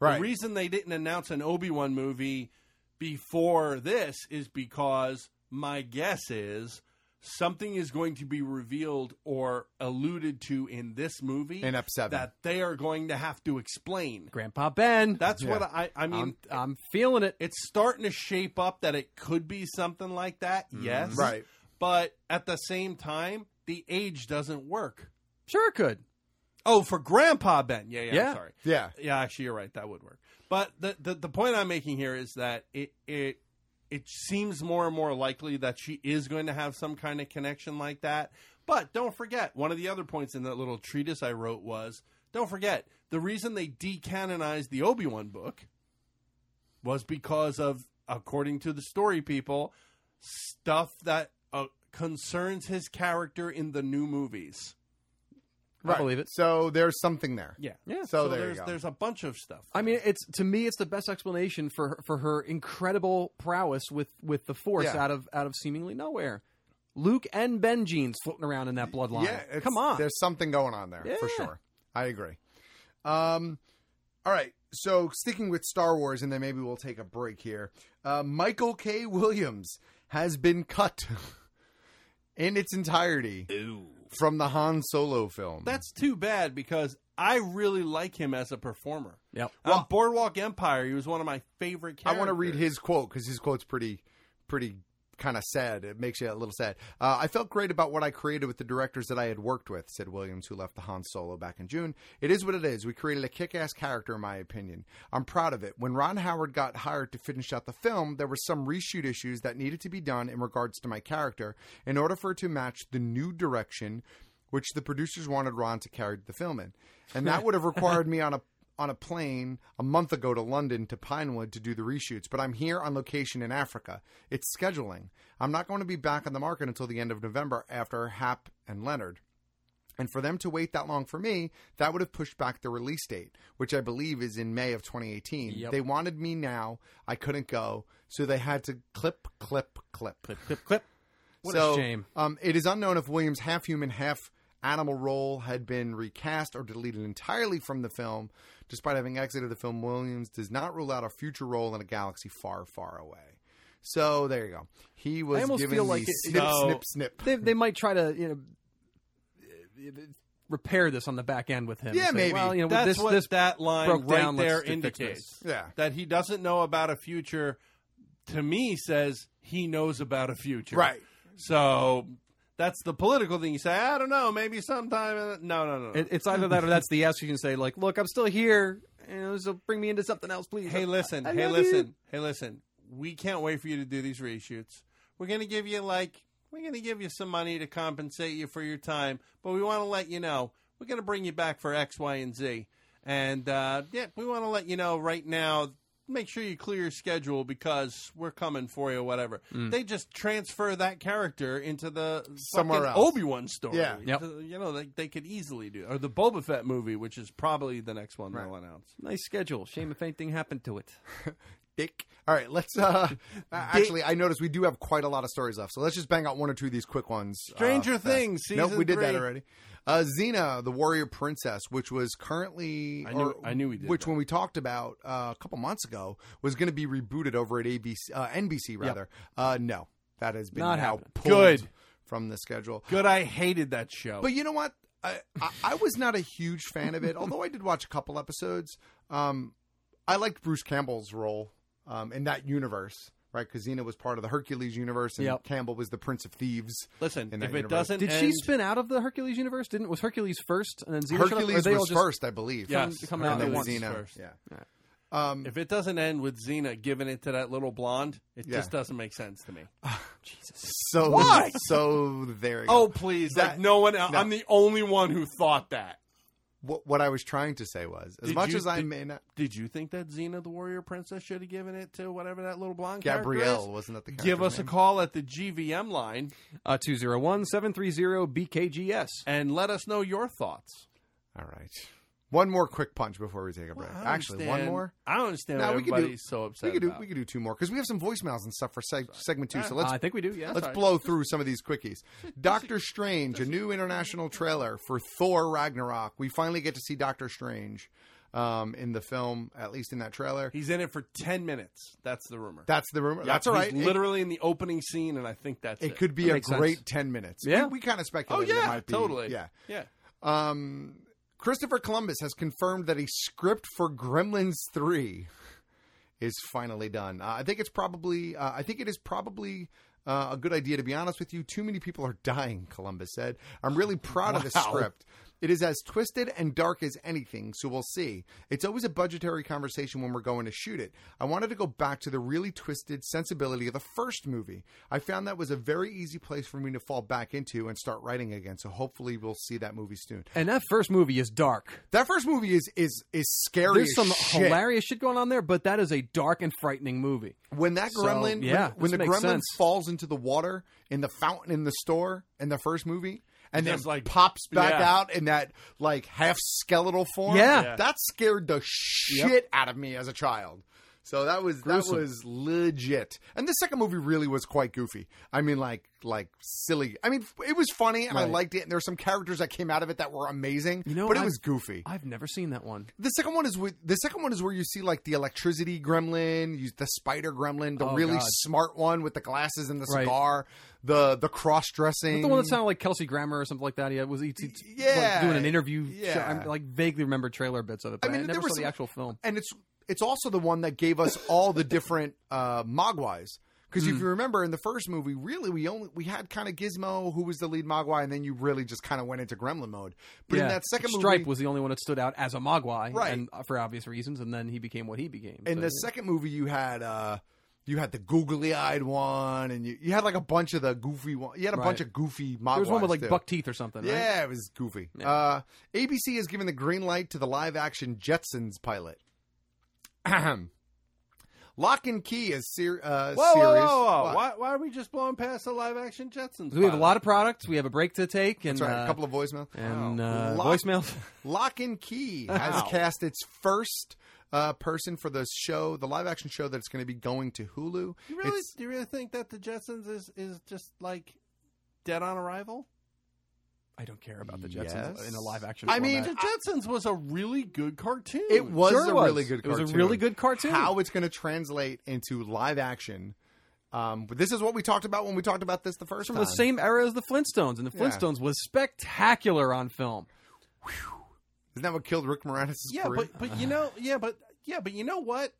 Speaker 5: Right.
Speaker 3: The reason they didn't announce an Obi Wan movie before this is because my guess is something is going to be revealed or alluded to in this movie
Speaker 5: In Ep7.
Speaker 3: that they are going to have to explain.
Speaker 14: Grandpa Ben.
Speaker 3: That's what I I mean
Speaker 14: I'm, I'm feeling it.
Speaker 3: It's starting to shape up that it could be something like that. Yes.
Speaker 5: Mm-hmm. Right.
Speaker 3: But at the same time, the age doesn't work.
Speaker 14: Sure, it could.
Speaker 3: Oh, for Grandpa Ben. Yeah, yeah, I'm
Speaker 5: Yeah.
Speaker 3: sorry.
Speaker 5: Yeah.
Speaker 3: Yeah, actually you're right. That would work. But the, the the point I'm making here is that it it it seems more and more likely that she is going to have some kind of connection like that. But don't forget, one of the other points in that little treatise I wrote was don't forget, the reason they decanonized the Obi-Wan book was because of, according to the story people, stuff that uh, concerns his character in the new movies.
Speaker 5: Right.
Speaker 14: believe it.
Speaker 5: So there's something there.
Speaker 3: Yeah.
Speaker 14: Yeah.
Speaker 5: So, Oh, there
Speaker 3: there's
Speaker 5: you go.
Speaker 3: there's a bunch of stuff.
Speaker 14: I mean, it's to me, it's the best explanation for her, for her incredible prowess with with the force
Speaker 5: Yeah.
Speaker 14: out of out of seemingly nowhere. Luke and Ben jeans floating around in that bloodline.
Speaker 5: Yeah, it's-
Speaker 14: come on.
Speaker 5: There's something going on there for
Speaker 14: Yeah.
Speaker 5: sure. I agree. Um, all right. So sticking with Star Wars, and then maybe we'll take a break here. Uh, Michael K. Williams has been cut in its entirety from the Han Solo film.
Speaker 3: That's too bad because I really like him as a performer.
Speaker 14: Yep.
Speaker 3: On Boardwalk Empire, he was one of my favorite characters.
Speaker 5: I want to read his quote because his quote's pretty, pretty kind of sad. It makes you a little sad. Uh, I felt great about what I created with the directors that I had worked with, said Williams, who left the Han Solo back in June. It is what it is. We created a kick ass character, in my opinion. I'm proud of it. When Ron Howard got hired to finish out the film, there were some reshoot issues that needed to be done in regards to my character in order for it to match the new direction which the producers wanted Ron to carry the film in. And that would have required me on a on a plane a month ago to London to Pinewood to do the reshoots, but I'm here on location in Africa. It's scheduling. I'm not going to be back on the market until the end of November after Hap and Leonard. And for them to wait that long for me, that would have pushed back the release date, which I believe is in May of 2018.
Speaker 14: Yep.
Speaker 5: They wanted me now. I couldn't go. So they had to clip, clip, clip. Clip,
Speaker 14: clip, clip. What a
Speaker 5: so,
Speaker 14: shame.
Speaker 5: Um, it is unknown if Williams' half human, half animal role had been recast or deleted entirely from the film. Despite having exited the film, Williams does not rule out a future role in a galaxy far, far away. So there you go. He was
Speaker 14: I almost
Speaker 5: given
Speaker 14: feel
Speaker 5: the
Speaker 14: like it,
Speaker 5: snip,
Speaker 14: no.
Speaker 5: snip, snip.
Speaker 14: They, they might try to you know repair this on the back end with him.
Speaker 5: Yeah,
Speaker 14: Say,
Speaker 5: maybe.
Speaker 14: Well, you know,
Speaker 3: That's
Speaker 14: this,
Speaker 3: what
Speaker 14: this
Speaker 3: that line
Speaker 14: broke
Speaker 3: right
Speaker 14: down, let's
Speaker 3: there
Speaker 14: fix
Speaker 3: indicates.
Speaker 14: this.
Speaker 3: That he doesn't know about a future, to me, says he knows about a future.
Speaker 5: Right.
Speaker 3: So that's the political thing. You say, I don't know, maybe sometime. in- No, no, no. no.
Speaker 14: It, it's either that or that's the yes. You can say like, look, I'm still here. You know, so bring me into something else, please.
Speaker 3: hey, listen.
Speaker 14: I
Speaker 3: hey,
Speaker 14: love you.
Speaker 3: listen. Hey, listen. We can't wait for you to do these reshoots. We're going to give you, like, we're going to give you some money to compensate you for your time, but we want to let you know we're going to bring you back for X, Y, and Z. And uh, yeah, we want to let you know right now. Make sure you clear your schedule because we're coming for you. Whatever
Speaker 14: Mm.
Speaker 3: they just transfer that character into the
Speaker 5: Somewhere else.
Speaker 3: Obi Wan story.
Speaker 5: Yeah.
Speaker 14: Yep.
Speaker 3: you know they, they could easily do, or the Boba Fett movie, which is probably the next one they'll announce.
Speaker 14: Nice schedule. Shame if anything happened to it.
Speaker 5: Dick. All right, let's. Uh, actually, I noticed we do have quite a lot of stories left, so let's just bang out one or two of these quick ones. uh,
Speaker 3: Stranger
Speaker 5: fast.
Speaker 3: Things,
Speaker 5: Nope,
Speaker 3: season
Speaker 5: we did that
Speaker 3: three.
Speaker 5: already. Uh, Xena, the warrior princess, which was currently,
Speaker 3: I knew-
Speaker 5: or-
Speaker 3: I knew we did
Speaker 5: Which, when we talked about uh, a couple months ago, was going to be rebooted over at ABC, uh, NBC rather. Uh, no, that has been
Speaker 14: Not
Speaker 5: now
Speaker 14: happening.
Speaker 5: pulled
Speaker 3: Good.
Speaker 5: from the schedule.
Speaker 3: Good. I hated that show.
Speaker 5: But you know what? I, I, I was not a huge fan of it, although I did watch a couple episodes. Um, I liked Bruce Campbell's role um, in that universe, right? Because Xena was part of the Hercules universe, and
Speaker 14: Yep.
Speaker 5: Campbell was the Prince of Thieves.
Speaker 3: Listen,
Speaker 5: in that
Speaker 3: if it
Speaker 5: universe.
Speaker 3: doesn't,
Speaker 14: Did she
Speaker 3: end-
Speaker 14: spin out of the Hercules universe? Didn't was Hercules first and then Xena? showed up, or
Speaker 5: Hercules
Speaker 14: they all
Speaker 5: was
Speaker 14: just-
Speaker 5: first, I believe.
Speaker 14: come-
Speaker 3: Yes,
Speaker 14: come
Speaker 3: I
Speaker 14: out
Speaker 3: think
Speaker 14: at
Speaker 3: it
Speaker 14: once.
Speaker 3: was
Speaker 5: Xena.
Speaker 3: first.
Speaker 5: Yeah.
Speaker 14: All right.
Speaker 5: Um,
Speaker 3: If it doesn't end with Xena giving it to that little blonde, it
Speaker 5: Yeah.
Speaker 3: just doesn't make sense to me.
Speaker 5: so
Speaker 3: Why?
Speaker 5: So there. You
Speaker 3: Oh
Speaker 5: go.
Speaker 3: please! like
Speaker 5: That-
Speaker 3: no one. Else,
Speaker 5: no.
Speaker 3: I'm the only one who thought that.
Speaker 5: What, what I was trying to say was, as
Speaker 3: Did
Speaker 5: much
Speaker 3: you-
Speaker 5: as I
Speaker 3: did-
Speaker 5: may not,
Speaker 3: Did you think that Xena the Warrior Princess should have given it to whatever that little blonde character
Speaker 5: Gabrielle
Speaker 3: is?
Speaker 5: wasn't that the
Speaker 3: Give
Speaker 5: character's
Speaker 3: us
Speaker 5: name?
Speaker 3: a call at the GVM line
Speaker 14: Uh, 201-730-BKGS.
Speaker 3: and let us know your thoughts.
Speaker 5: All right. One more quick punch before we take a break.
Speaker 3: I don't
Speaker 5: Uh, Actually, one
Speaker 3: understand-
Speaker 5: more.
Speaker 3: I don't understand
Speaker 5: No,
Speaker 3: what
Speaker 5: we could do-
Speaker 3: everybody's so upset
Speaker 5: we could do
Speaker 3: about. Ah,
Speaker 5: we could do two more because we have some voicemails and stuff for seg- segment two. So
Speaker 14: Uh,
Speaker 5: let's
Speaker 14: I think we do, yeah.
Speaker 5: let's
Speaker 14: Sorry.
Speaker 5: blow through some of these quickies. Doctor Strange, a new international trailer for Thor Ragnarok. We finally get to see Doctor Strange. um, in the film, at least in that trailer.
Speaker 3: He's in it for 10 minutes. That's the rumor.
Speaker 5: That's the rumor.
Speaker 3: Yeah,
Speaker 5: That's all
Speaker 3: he's
Speaker 5: right. It-
Speaker 3: literally in the opening scene, and I think that's it.
Speaker 5: it could be
Speaker 3: That
Speaker 5: a
Speaker 3: makes sense.
Speaker 5: great 10 minutes.
Speaker 3: Yeah.
Speaker 5: We, kind of
Speaker 3: Oh,
Speaker 5: speculated it
Speaker 3: yeah.
Speaker 5: might be.
Speaker 3: Totally.
Speaker 5: Yeah.
Speaker 3: Yeah.
Speaker 5: Um, Christopher Columbus has confirmed that a script for Gremlins 3 is finally done. Uh, I think it's probably, uh, I think it is probably. Uh, a good idea, to be honest with you. Too many people are dying, Columbus said. I'm really proud of the
Speaker 15: Wow.
Speaker 5: script. It is as twisted and dark as anything, so we'll see. It's always a budgetary conversation when we're going to shoot it. I wanted to go back to the really twisted sensibility of the first movie. I found that was a very easy place for me to fall back into and start writing again, so hopefully we'll see that movie soon.
Speaker 14: And that first movie is dark.
Speaker 5: That first movie is is is scary.
Speaker 14: There's
Speaker 5: as
Speaker 14: some
Speaker 5: shit.
Speaker 14: hilarious shit going on there, but that is a dark and frightening movie.
Speaker 5: When that
Speaker 14: So,
Speaker 5: gremlin,
Speaker 14: yeah,
Speaker 5: when,
Speaker 14: this
Speaker 5: when the
Speaker 14: makes
Speaker 5: gremlin
Speaker 14: sense.
Speaker 5: falls into the water in the fountain in the store in the first movie, and then
Speaker 3: There's, like,
Speaker 5: pops back
Speaker 3: yeah.
Speaker 5: out in that like half skeletal form.
Speaker 14: Yeah. Yeah.
Speaker 5: that scared the shit out of me as a child. So that was
Speaker 14: Gruesome.
Speaker 5: that was legit. And the second movie really was quite goofy. I mean, like like silly. I mean, it was funny and I
Speaker 14: Right.
Speaker 5: liked it. And there were some characters that came out of it that were amazing. You
Speaker 14: No,
Speaker 5: but it
Speaker 14: I've-
Speaker 5: was goofy.
Speaker 14: I've never seen that one.
Speaker 5: The second one is with the second one is where you see like the electricity gremlin, you, the spider gremlin, the
Speaker 14: Oh,
Speaker 5: really
Speaker 14: God.
Speaker 5: smart one with the glasses and the
Speaker 14: Right.
Speaker 5: cigar, the the cross
Speaker 14: Is
Speaker 5: dressing.
Speaker 14: that the one that sounded like Kelsey Grammer or something like that. Yeah, was he, he-
Speaker 5: Mm. Yeah.
Speaker 14: like, doing an interview?
Speaker 5: Yeah.
Speaker 14: show? I like vaguely remember trailer bits of it. But I
Speaker 5: mean, there
Speaker 14: never
Speaker 5: were
Speaker 14: saw
Speaker 5: some-
Speaker 14: the actual film.
Speaker 5: and it's it's also the one that gave us all the different uh, Mogwais. Because
Speaker 14: Hmm.
Speaker 5: if you remember in the first movie, really we only we had kind of Gizmo who was the lead Mogwai, and then you really just kind of went into Gremlin mode. But in
Speaker 14: Yeah.
Speaker 5: that second
Speaker 14: Stripe
Speaker 5: movie,
Speaker 14: was the only one that stood out as a Mogwai,
Speaker 5: Right.
Speaker 14: And uh, for obvious reasons, and then he became what he became.
Speaker 5: in
Speaker 14: So,
Speaker 5: the
Speaker 14: yeah.
Speaker 5: second movie you had uh you had the googly eyed one and you, you had like a bunch of the goofy one you had a
Speaker 14: Right.
Speaker 5: bunch of goofy
Speaker 14: there was one with
Speaker 5: Mogwais,
Speaker 14: like
Speaker 5: too.
Speaker 14: buck teeth or something. right?
Speaker 5: yeah it was goofy uh abc has given the green light to the live action jetsons pilot Ahem. lock and key is ser- uh
Speaker 3: Whoa, whoa,
Speaker 5: serious
Speaker 3: whoa, whoa.
Speaker 5: What?
Speaker 3: Why, why are we just blowing past the live action Jetsons?
Speaker 14: So we have a
Speaker 3: pilot?
Speaker 14: lot of products. We have a break to take, and
Speaker 5: That's right,
Speaker 14: uh,
Speaker 5: a couple of voicemails
Speaker 14: and uh,
Speaker 5: Lock-
Speaker 14: voicemails.
Speaker 5: Lock and Key has
Speaker 14: Wow.
Speaker 5: cast its first uh, person for the show, the live action show that's going to be going to Hulu.
Speaker 3: You really,
Speaker 5: It's-
Speaker 3: do you really think that the Jetsons is, is just like dead on arrival?
Speaker 14: I don't care about the Jetsons
Speaker 5: Yes.
Speaker 14: in a live action.
Speaker 5: I mean,
Speaker 3: The Jetsons was a really good cartoon.
Speaker 5: It was
Speaker 14: Sure
Speaker 5: a
Speaker 14: was.
Speaker 5: really good
Speaker 14: It was
Speaker 5: cartoon.
Speaker 14: a really good cartoon.
Speaker 5: How it's going to translate into live action. Um, but this is what we talked about when we talked about this the first
Speaker 14: from
Speaker 5: time.
Speaker 14: the same era as the Flintstones, and the
Speaker 5: Yeah.
Speaker 14: Flintstones was spectacular on film.
Speaker 5: Isn't that what killed Rick Moranis'
Speaker 3: yeah,
Speaker 5: career?
Speaker 3: but but you know, yeah, but yeah, but you know what?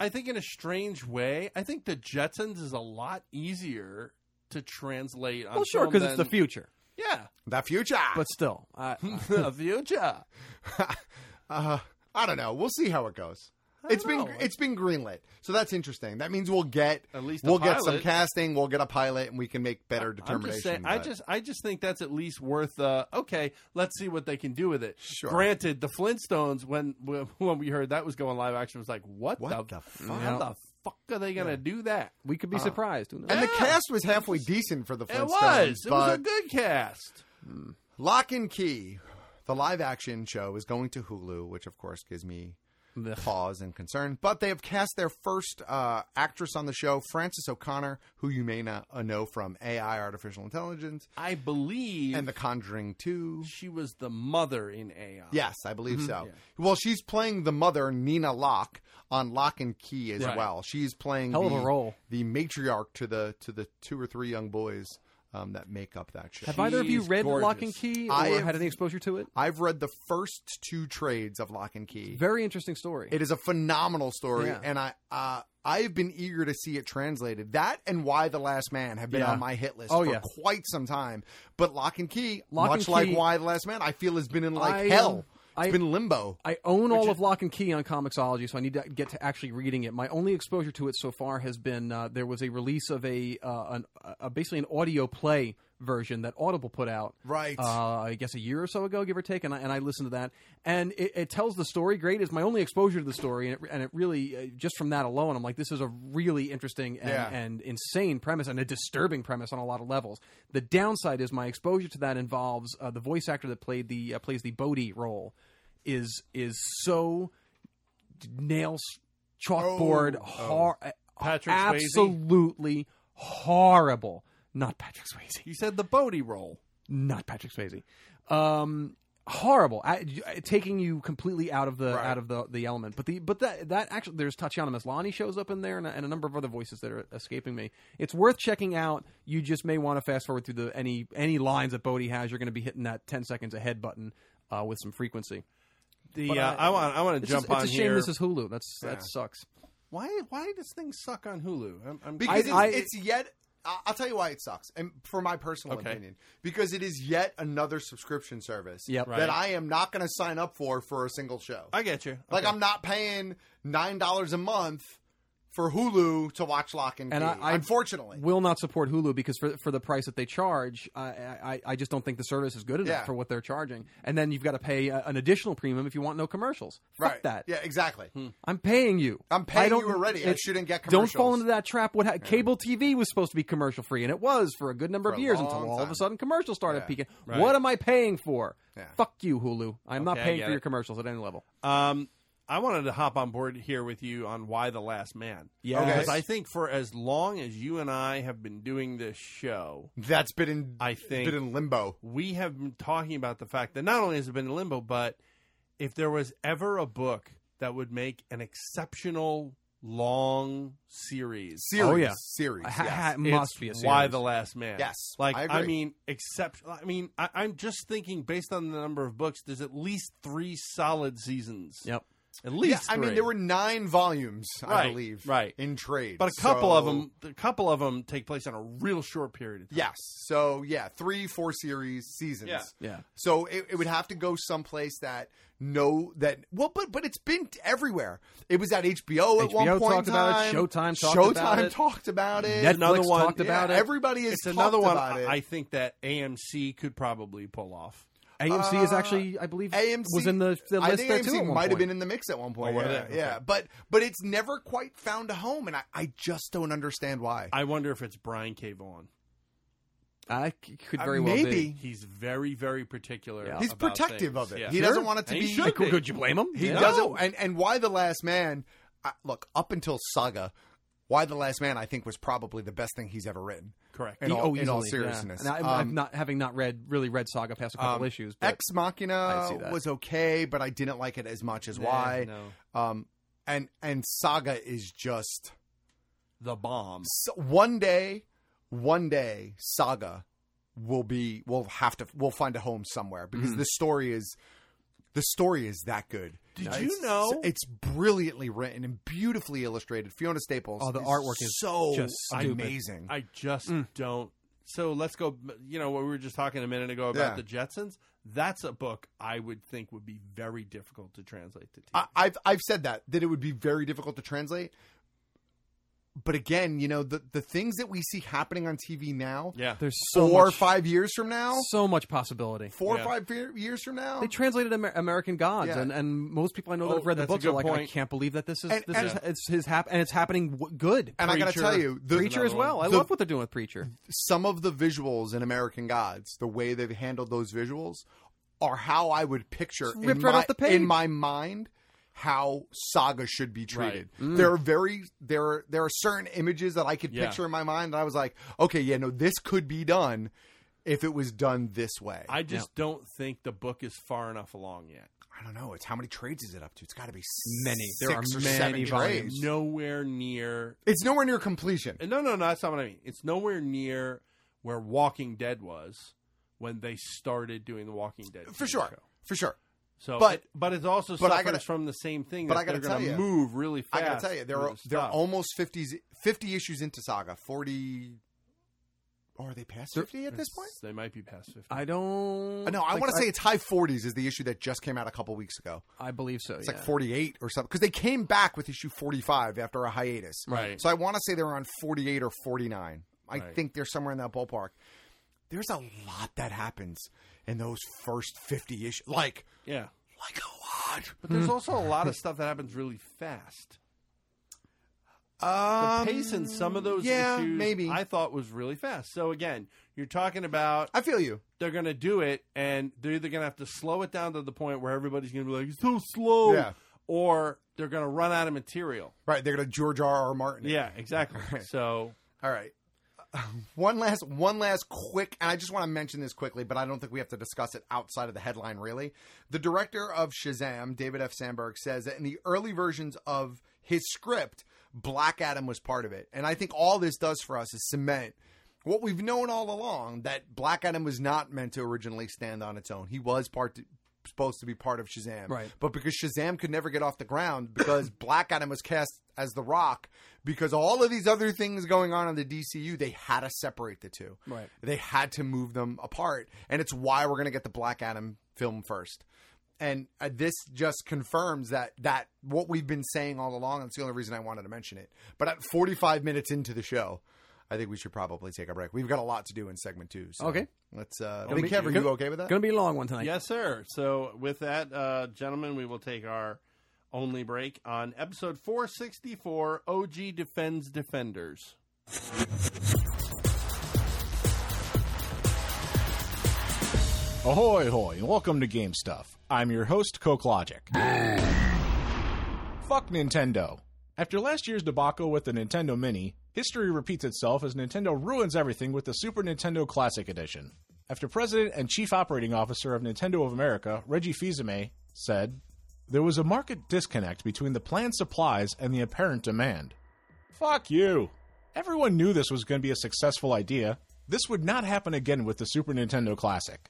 Speaker 3: I think in a strange way, I think the Jetsons is a lot easier to translate. On
Speaker 14: Well, sure, because
Speaker 3: because
Speaker 14: it's the future,
Speaker 3: Yeah,
Speaker 5: the future.
Speaker 14: but still, I,
Speaker 5: Hmm.
Speaker 3: the future.
Speaker 5: uh, I don't know. We'll see how it goes. It's been
Speaker 3: know.
Speaker 5: it's been greenlit, so that's interesting. That means we'll get
Speaker 3: At least a
Speaker 5: we'll get some
Speaker 3: pilot.
Speaker 5: casting, we'll get a pilot, and we can make better
Speaker 3: I'm
Speaker 5: determination.
Speaker 3: just saying. I
Speaker 5: but-
Speaker 3: just, I just think that's at least worth. Uh, okay, let's see what they can do with it.
Speaker 5: Sure.
Speaker 3: Granted, the Flintstones, when when we heard that was going live action, was like, what,
Speaker 5: What
Speaker 3: the,
Speaker 5: the
Speaker 3: fuck?
Speaker 5: fuck?
Speaker 3: How the fuck are they gonna do that?
Speaker 14: we could be surprised. Who knows?
Speaker 5: Uh-huh. and the cast was halfway decent for the Flintstones.
Speaker 3: It was. It was a
Speaker 5: but-
Speaker 3: good cast.
Speaker 5: Lock and Key, the live action show, is going to Hulu, which of course gives me pause and concern. But they have cast their first uh, actress on the show, Frances O'Connor, who you may not uh, know from AI, artificial intelligence,
Speaker 3: I believe
Speaker 5: and The Conjuring 2.
Speaker 3: she was the mother in AI.
Speaker 5: Yes, I believe
Speaker 14: Mm-hmm.
Speaker 3: Mhm.
Speaker 5: so.
Speaker 3: Yeah.
Speaker 5: Well, she's playing the mother, Nina Locke, on Lock and Key as
Speaker 3: Right.
Speaker 5: well. She's playing
Speaker 14: Hell of
Speaker 5: the,
Speaker 14: a role.
Speaker 5: the matriarch to the to the two or three young boys um, that make up that show.
Speaker 14: Have either of you
Speaker 3: She's
Speaker 14: read
Speaker 3: gorgeous.
Speaker 14: Lock and Key or
Speaker 5: I have-
Speaker 14: had any exposure to it?
Speaker 5: I've read the first two trades of Lock and Key.
Speaker 14: Very interesting story.
Speaker 5: It is a phenomenal story,
Speaker 14: Yeah.
Speaker 5: and I uh, I've been eager to see it translated. That and Why the Last Man have been
Speaker 14: Yeah.
Speaker 5: on my hit list
Speaker 14: Oh,
Speaker 5: for
Speaker 14: yeah.
Speaker 5: quite some time. But Lock and Key,
Speaker 14: Lock
Speaker 5: much
Speaker 14: and
Speaker 5: like
Speaker 14: Key-
Speaker 5: Why the Last Man, I feel has been in like
Speaker 14: I, um,
Speaker 5: hell. It's
Speaker 14: I-
Speaker 5: been limbo.
Speaker 14: I own all of Lock and Key on Comixology, so I need to get to actually reading it. My only exposure to it so far has been uh, there was a release of a, uh, an, uh, basically an audio play version that Audible put out,
Speaker 5: Right.
Speaker 14: Uh, I guess a year or so ago, give or take, and I, and I listened to that, and it, it tells the story great. It's my only exposure to the story, and it, and it really uh, just from that alone, I'm like, this is a really interesting and,
Speaker 5: Yeah.
Speaker 14: and insane premise and a disturbing premise on a lot of levels. The downside is my exposure to that involves uh, the voice actor that played the uh, plays the Bodhi role is is so nails chalkboard hor-
Speaker 3: Oh, Patrick Swayze?
Speaker 14: absolutely horrible. Not Patrick Swayze.
Speaker 3: You said the Bodie role.
Speaker 14: Not Patrick Swayze. Um, horrible, I, I- taking you completely out of the out of the, the element. But the but that that actually there's Tatiana Maslany shows up in there, and a, and a number of other voices that are escaping me. It's worth checking out. You just may want to fast forward through the any any lines that Bodhi has. You're going to be hitting that 10 seconds ahead button uh, with some frequency.
Speaker 3: The,
Speaker 14: But
Speaker 3: uh, I want- I wanna
Speaker 14: it's
Speaker 3: jump
Speaker 14: a,
Speaker 3: on
Speaker 14: It's a shame
Speaker 3: here.
Speaker 14: this is Hulu. That's
Speaker 3: Yeah.
Speaker 14: that sucks.
Speaker 3: Why? Why does things suck on Hulu? I'm, I'm
Speaker 5: Because
Speaker 3: I-
Speaker 5: it's, it's yet. I- I'll tell you why it sucks, and for my personal
Speaker 3: Okay.
Speaker 5: opinion, because it is yet another subscription service
Speaker 3: Yep. Right.
Speaker 5: that I am not going to sign up for for a single show.
Speaker 3: I get you.
Speaker 5: Like
Speaker 3: Okay.
Speaker 5: I'm not paying nine dollars a month for Hulu to watch Lock and,
Speaker 14: and
Speaker 5: Key.
Speaker 14: I, I
Speaker 5: unfortunately,
Speaker 14: will not support Hulu because for for the price that they charge, I I, I just don't think the service is good enough
Speaker 5: Yeah.
Speaker 14: for what they're charging. And then you've got to pay a, an additional premium if you want no commercials. Fuck
Speaker 5: right?
Speaker 14: that.
Speaker 5: Yeah, exactly.
Speaker 3: Hmm.
Speaker 14: I'm paying you.
Speaker 5: I'm
Speaker 14: I
Speaker 5: paying
Speaker 14: don't,
Speaker 5: you already. I
Speaker 14: it's-
Speaker 5: shouldn't get
Speaker 14: Don't fall
Speaker 5: commercials.
Speaker 14: into that trap. What ha- cable TV was supposed to be commercial free, and it was for a good number of
Speaker 5: For a
Speaker 14: years until
Speaker 5: long
Speaker 14: all of
Speaker 5: time.
Speaker 14: a sudden commercials started
Speaker 5: Yeah.
Speaker 14: peaking.
Speaker 5: Right.
Speaker 14: What am I paying for?
Speaker 5: Yeah.
Speaker 14: Fuck you, Hulu. I'm not
Speaker 3: Okay, I
Speaker 14: paying
Speaker 3: get
Speaker 14: for
Speaker 3: it.
Speaker 14: your commercials at any level.
Speaker 3: Um, I wanted to hop on board here with you on why the Last Man.
Speaker 14: Yes. Okay.
Speaker 3: because I think for as long as you and I have been doing this show,
Speaker 5: that's been in
Speaker 3: I think
Speaker 5: been in limbo.
Speaker 3: We have been talking about the fact that not only has it been in limbo, but if there was ever a book that would make an exceptional long series,
Speaker 5: Series. Oh, yeah. Series, Ha- yes. ha-
Speaker 3: It's
Speaker 5: must be a
Speaker 3: Why
Speaker 5: series.
Speaker 3: the Last Man?
Speaker 5: Yes,
Speaker 3: like
Speaker 5: I
Speaker 3: I,
Speaker 5: agree.
Speaker 3: mean, exceptional. I mean, I, I'm just thinking based on the number of books, there's at least three solid seasons.
Speaker 14: Yep.
Speaker 3: At least,
Speaker 5: Yeah, I mean,
Speaker 3: three.
Speaker 5: there were nine volumes, I
Speaker 3: Right,
Speaker 5: believe,
Speaker 3: right.
Speaker 5: in trade,
Speaker 3: but a couple of
Speaker 5: So-
Speaker 3: 'em of them, a couple of them take place on a real short period of time.
Speaker 5: Yes. So yeah, three, four series seasons.
Speaker 3: Yeah. Yeah.
Speaker 5: So it, it would have to go someplace that no that well, but but it's been everywhere. It was at HBO at one
Speaker 14: HBO
Speaker 5: point.
Speaker 14: talked
Speaker 5: in
Speaker 14: about it.
Speaker 5: time.
Speaker 14: Showtime talked
Speaker 5: Showtime
Speaker 14: about it.
Speaker 5: talked about it.
Speaker 14: Netflix Another one- talked
Speaker 5: Yeah,
Speaker 14: about it.
Speaker 5: Everybody has
Speaker 3: it's
Speaker 5: talked
Speaker 3: another one
Speaker 5: about
Speaker 3: I-
Speaker 5: it.
Speaker 3: I think that AMC could probably pull off.
Speaker 14: AMC
Speaker 5: Uh,
Speaker 14: is actually, I believe,
Speaker 5: AMC
Speaker 14: was in the, the list
Speaker 5: I think
Speaker 14: there
Speaker 5: AMC
Speaker 14: too. at one
Speaker 5: might have
Speaker 14: point.
Speaker 5: been in the mix at one point.
Speaker 3: Oh, were
Speaker 5: yeah,
Speaker 3: they?
Speaker 5: yeah.
Speaker 3: Okay.
Speaker 5: but but it's never quite found a home, and I, I just don't understand why.
Speaker 3: I wonder if it's Brian K. Vaughan.
Speaker 14: I c- could
Speaker 5: Uh,
Speaker 14: very well
Speaker 5: maybe.
Speaker 14: be.
Speaker 3: He's very, very particular.
Speaker 5: He's
Speaker 3: about
Speaker 5: protective
Speaker 3: things.
Speaker 5: of it.
Speaker 3: Yeah.
Speaker 5: He doesn't want it to
Speaker 3: And
Speaker 5: be.
Speaker 3: he should be.
Speaker 14: Could you blame him?
Speaker 5: He
Speaker 14: Yeah.
Speaker 5: doesn't. And and why the Last Man? I, look, up until Saga, why the Last Man? I think was probably the best thing he's ever written.
Speaker 3: Correct.
Speaker 5: In,
Speaker 14: Oh,
Speaker 5: all, in all
Speaker 14: easily, yeah.
Speaker 5: seriousness,
Speaker 14: And I,
Speaker 5: Um,
Speaker 14: I've not having not read really read Saga past a couple
Speaker 5: um,
Speaker 14: issues. But
Speaker 5: Ex
Speaker 14: I see
Speaker 5: Machina
Speaker 14: that.
Speaker 5: was okay, but I didn't like it as much as
Speaker 14: Nah,
Speaker 5: Why.
Speaker 14: no.
Speaker 5: Um, and and Saga is just
Speaker 3: the bomb.
Speaker 5: So one day, one day, Saga will be will have to will find a home somewhere because
Speaker 14: Mm-hmm.
Speaker 3: Mhm.
Speaker 5: the story is the story is that good.
Speaker 3: Did
Speaker 5: It's-
Speaker 3: you know-
Speaker 5: it's brilliantly written and beautifully illustrated? Fiona Staples.
Speaker 14: Oh, the artwork is
Speaker 5: so
Speaker 14: just stupid.
Speaker 5: amazing.
Speaker 3: I just
Speaker 14: Mm.
Speaker 3: don't. So let's go. You know what we were just talking a minute ago
Speaker 5: Yeah.
Speaker 3: about the Jetsons. That's a book I would think would be very difficult to translate to. TV.
Speaker 5: I, I've I've said that that it would be very difficult to translate. But again, you know the the things that we see happening on TV now,
Speaker 3: Yeah.
Speaker 14: there's so
Speaker 5: four or
Speaker 14: much,
Speaker 5: five years from now,
Speaker 14: so much possibility.
Speaker 5: four
Speaker 14: Yeah.
Speaker 5: or five year- years from now,
Speaker 14: They translated Amer- American Gods,
Speaker 5: Yeah.
Speaker 14: and, and most people I know that
Speaker 5: Oh,
Speaker 14: have read the
Speaker 5: that's a
Speaker 14: books are
Speaker 5: good
Speaker 14: like, I
Speaker 5: point.
Speaker 14: can't believe that this is
Speaker 5: And-
Speaker 14: this
Speaker 5: and-
Speaker 14: is it's his hap- and it's happening w- good.
Speaker 5: And I gotta
Speaker 14: Preacher.
Speaker 5: tell you, the-
Speaker 14: Preacher as well. I
Speaker 5: the-
Speaker 14: love what they're doing with Preacher.
Speaker 5: some of the visuals in American Gods, the way they've handled those visuals, are how I would picture
Speaker 14: Just
Speaker 5: in,
Speaker 14: ripped
Speaker 5: my,
Speaker 14: right off the page.
Speaker 5: in my mind how saga should be treated.
Speaker 14: Mm.
Speaker 5: There are very there are, there are certain images that I could
Speaker 3: Yeah.
Speaker 5: picture in my mind that I was like, okay, yeah, no, this could be done if it was done this way.
Speaker 3: I just don't think the book is far enough along yet.
Speaker 5: I don't know. It's how many trades is it up to? It's got to be
Speaker 14: Many.
Speaker 5: Six
Speaker 14: There are
Speaker 5: or
Speaker 14: many
Speaker 5: seven
Speaker 14: volumes.
Speaker 5: trades.
Speaker 3: Nowhere near.
Speaker 5: It's nowhere near completion.
Speaker 3: No, no, no. That's not what I mean. It's nowhere near where Walking Dead was when they started doing the Walking Dead
Speaker 5: For
Speaker 3: TV
Speaker 5: sure.
Speaker 3: show.
Speaker 5: For sure.
Speaker 3: So,
Speaker 5: But-
Speaker 3: but but it's also
Speaker 5: but I
Speaker 3: suffers
Speaker 5: gotta-
Speaker 3: from the same thing.
Speaker 5: but
Speaker 3: that
Speaker 5: I gotta
Speaker 3: they're gonna
Speaker 5: tell you-
Speaker 3: move really fast.
Speaker 5: I gotta tell you, there
Speaker 3: with
Speaker 5: are
Speaker 3: the
Speaker 5: there are
Speaker 3: stuff.
Speaker 5: almost 50, 50 issues into Saga. Forty, or are they past fifty at this point?
Speaker 3: They might be past fifty.
Speaker 14: I don't.
Speaker 3: Mm,
Speaker 5: Uh, No, I
Speaker 14: think
Speaker 5: want to say it's high forties is the issue that just came out a couple weeks ago.
Speaker 14: I believe so.
Speaker 5: It's
Speaker 14: yeah.
Speaker 5: like forty eight or something because they came back with issue forty five after a hiatus.
Speaker 3: Right.
Speaker 5: So I want to say they're on forty eight or forty nine. I
Speaker 3: Right.
Speaker 5: think they're somewhere in that ballpark. There's a lot that happens in those first fifty issues. Like
Speaker 3: Yeah.
Speaker 5: Like a lot.
Speaker 3: But there's also a lot of stuff that happens really fast.
Speaker 5: um,
Speaker 3: the pace in some of those
Speaker 5: yeah,
Speaker 3: issues
Speaker 5: maybe.
Speaker 3: I thought was really fast. So again, you're talking about
Speaker 5: I feel you.
Speaker 3: they're going to do it and they're either going to have to slow it down to the point where everybody's going to be like it's so slow
Speaker 5: Yeah.
Speaker 3: or they're going to run out of material.
Speaker 5: Right, they're gonna George R. R. Martin. it.
Speaker 3: Yeah, exactly. So
Speaker 5: All right. one last one last quick and I just want to mention this quickly, but I don't think we have to discuss it outside of the headline really. The director of Shazam, David F. Sandberg, says that in the early versions of his script, Black Adam was part of it. And I think all this does for us is cement what we've known all along that Black Adam was not meant to originally stand on its own. He was part supposed to be part of Shazam.
Speaker 14: Right.
Speaker 5: But because Shazam could never get off the ground because Black Adam was cast as The Rock because all of these other things going on in the DCU, they had to separate the two.
Speaker 14: Right.
Speaker 5: They had to move them apart, and it's why we're going to get the Black Adam film first. And uh, this just confirms that that what we've been saying all along. And it's the only reason I wanted to mention it. But at 45 minutes into the show, I think we should probably take a break. We've got a lot to do in segment two. So
Speaker 14: Okay.
Speaker 5: let's. Uh, I
Speaker 3: Gonna
Speaker 5: think
Speaker 3: be-
Speaker 5: Kev, are
Speaker 3: gonna-
Speaker 5: you okay with that?
Speaker 14: Gonna be a long one tonight.
Speaker 3: Yes, sir. So, with that, uh, gentlemen, we will take our only break on episode 464 OG Defends Defenders.
Speaker 16: Ahoy, hoy, and welcome to Game Stuff. I'm your host, Coke Logic. Fuck Nintendo. After last year's debacle with the Nintendo Mini, history repeats itself as Nintendo ruins everything with the Super Nintendo Classic Edition. After President and Chief Operating Officer of Nintendo of America, Reggie Fils-Aimé, said, There was a market disconnect between the planned supplies and the apparent demand. Fuck you. Everyone knew this was going to be a successful idea. This would not happen again with the Super Nintendo Classic.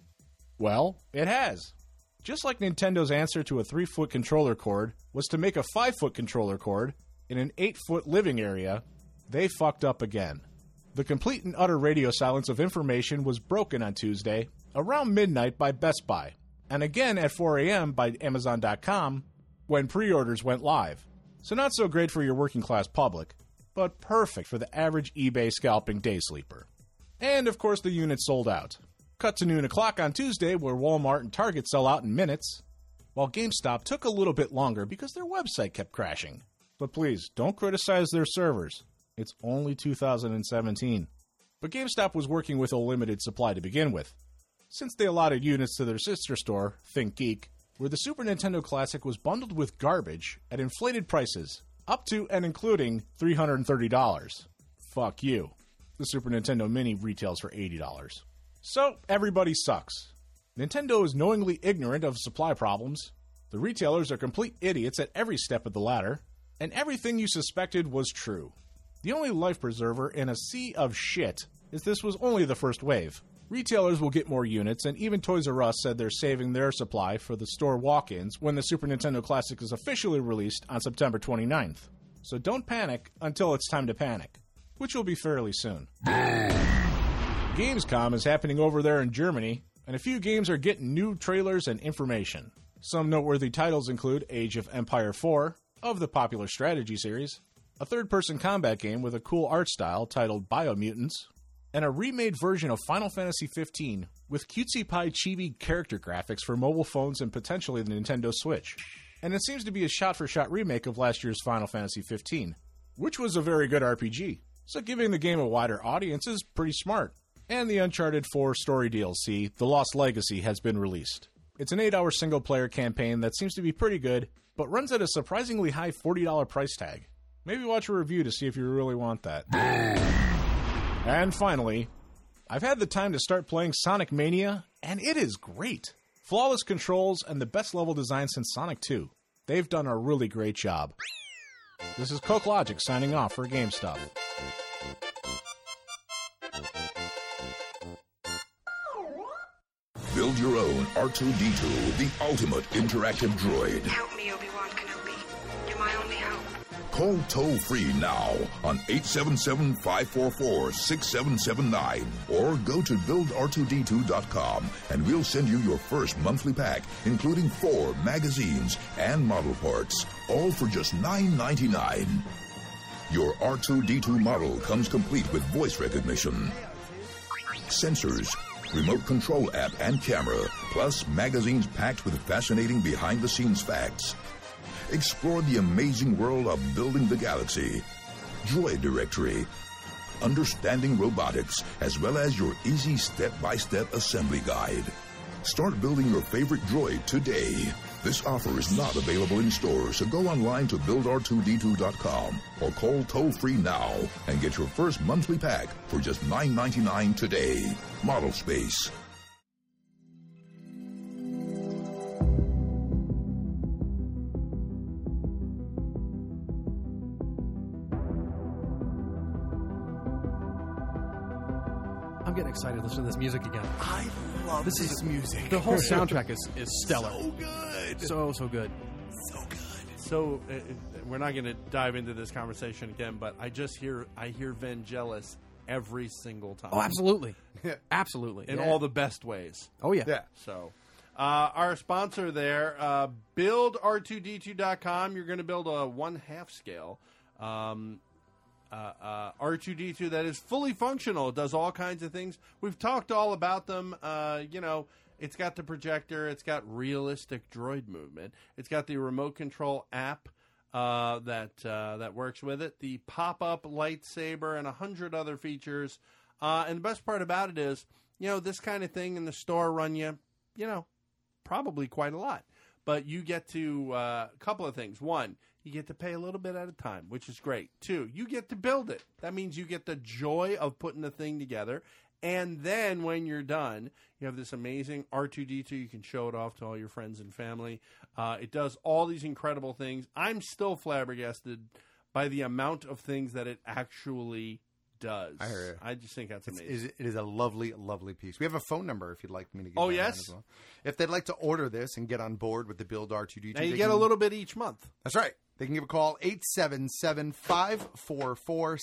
Speaker 16: Well, it has. Just like Nintendo's answer to a 3 foot controller cord was to make a 5 foot controller cord in an 8 foot living area, they fucked up again. The complete and utter radio silence of information was broken on Tuesday around midnight by Best Buy, and again at 4 a.m. by Amazon.com when pre orders went live. So, not so great for your working class public, but perfect for the average eBay scalping day sleeper. And of course, the unit sold out. Cut to noon o'clock on Tuesday, where Walmart and Target sell out in minutes, while GameStop took a little bit longer because their website kept crashing. But please, don't criticize their servers. It's only 2017. But GameStop was working with a limited supply to begin with, since they allotted units to their sister store, ThinkGeek, where the Super Nintendo Classic was bundled with garbage at inflated prices, up to and including $330. Fuck you. The Super Nintendo Mini retails for $80. So, everybody sucks. Nintendo is knowingly ignorant of supply problems, the retailers are complete idiots at every step of the ladder, and everything you suspected was true. The only life preserver in a sea of shit is this was only the first wave. Retailers will get more units, and even Toys R Us said they're saving their supply for the store walk ins when the Super Nintendo Classic is officially released on September 29th. So don't panic until it's time to panic, which will be fairly soon. Gamescom is happening over there in Germany, and a few games are getting new trailers and information. Some noteworthy titles include Age of Empire 4, of the popular strategy series, a third person combat game with a cool art style titled Biomutants, and a remade version of Final Fantasy XV with cutesy pie chibi character graphics for mobile phones and potentially the Nintendo Switch. And it seems to be a shot for shot remake of last year's Final Fantasy XV, which was a very good RPG, so giving the game a wider audience is pretty smart. And the Uncharted 4 story DLC, The Lost Legacy, has been released. It's an 8 hour single player campaign that seems to be pretty good, but runs at a surprisingly high $40 price tag. Maybe watch a review to see if you really want that. And finally, I've had the time to start playing Sonic Mania, and it is great. Flawless controls and the best level design since Sonic 2. They've done a really great job. This is Coke Logic signing off for GameStop.
Speaker 17: Build your own R2D2, the ultimate interactive droid.
Speaker 18: Help me, Obi-Wan Kenobi. You're my only hope.
Speaker 17: Call toll free now on 877 544 6779 or go to buildr2d2.com and we'll send you your first monthly pack, including four magazines and model parts, all for just $9.99. Your R2D2 model comes complete with voice recognition, sensors, remote control app and camera, plus magazines packed with fascinating behind the scenes facts. Explore the amazing world of building the galaxy, Droid Directory, understanding robotics, as well as your easy step by step assembly guide. Start building your favorite droid today. This offer is not available in stores, so go online to buildr2d2.com or call toll free now and get your first monthly pack for just $9.99 today. Model Space.
Speaker 14: I'm getting excited listening to this music again. I
Speaker 19: love this music.
Speaker 14: The whole soundtrack is, is stellar.
Speaker 19: So good.
Speaker 14: So, so good.
Speaker 3: So good. So uh, uh, we're not going to dive into this conversation again, but I just hear I hear Vangelis every single time.
Speaker 14: Oh, absolutely. absolutely.
Speaker 3: In
Speaker 14: Yeah.
Speaker 3: all the best ways.
Speaker 14: Oh, yeah.
Speaker 5: Yeah.
Speaker 3: So, uh, our sponsor there, uh, buildr2d2.com. You're going to build a one half scale um, uh, uh, R2D2 that is fully functional. It does all kinds of things. We've talked all about them. Uh, you know, it's got the projector, it's got realistic droid movement, it's got the remote control app. Uh, that uh, that works with it. The pop-up lightsaber and a hundred other features. Uh, and the best part about it is, you know, this kind of thing in the store run you, you know, probably quite a lot. But you get to uh, a couple of things. One, you get to pay a little bit at a time, which is great. Two, you get to build it. That means you get the joy of putting the thing together. And then when you're done, you have this amazing R2D2. You can show it off to all your friends and family. Uh, it does all these incredible things. I'm still flabbergasted by the amount of things that it actually does.
Speaker 5: I hear you.
Speaker 3: I just think that's
Speaker 5: It's,
Speaker 3: amazing.
Speaker 5: it is a lovely, lovely piece. We have a phone number if you'd like me to. Give
Speaker 3: Oh,
Speaker 5: that out
Speaker 3: yes?
Speaker 5: as well. If they'd like to order this and get on board with the Build R two D two,
Speaker 3: now you get a little bit each month.
Speaker 5: That's right. They can give a call 877 544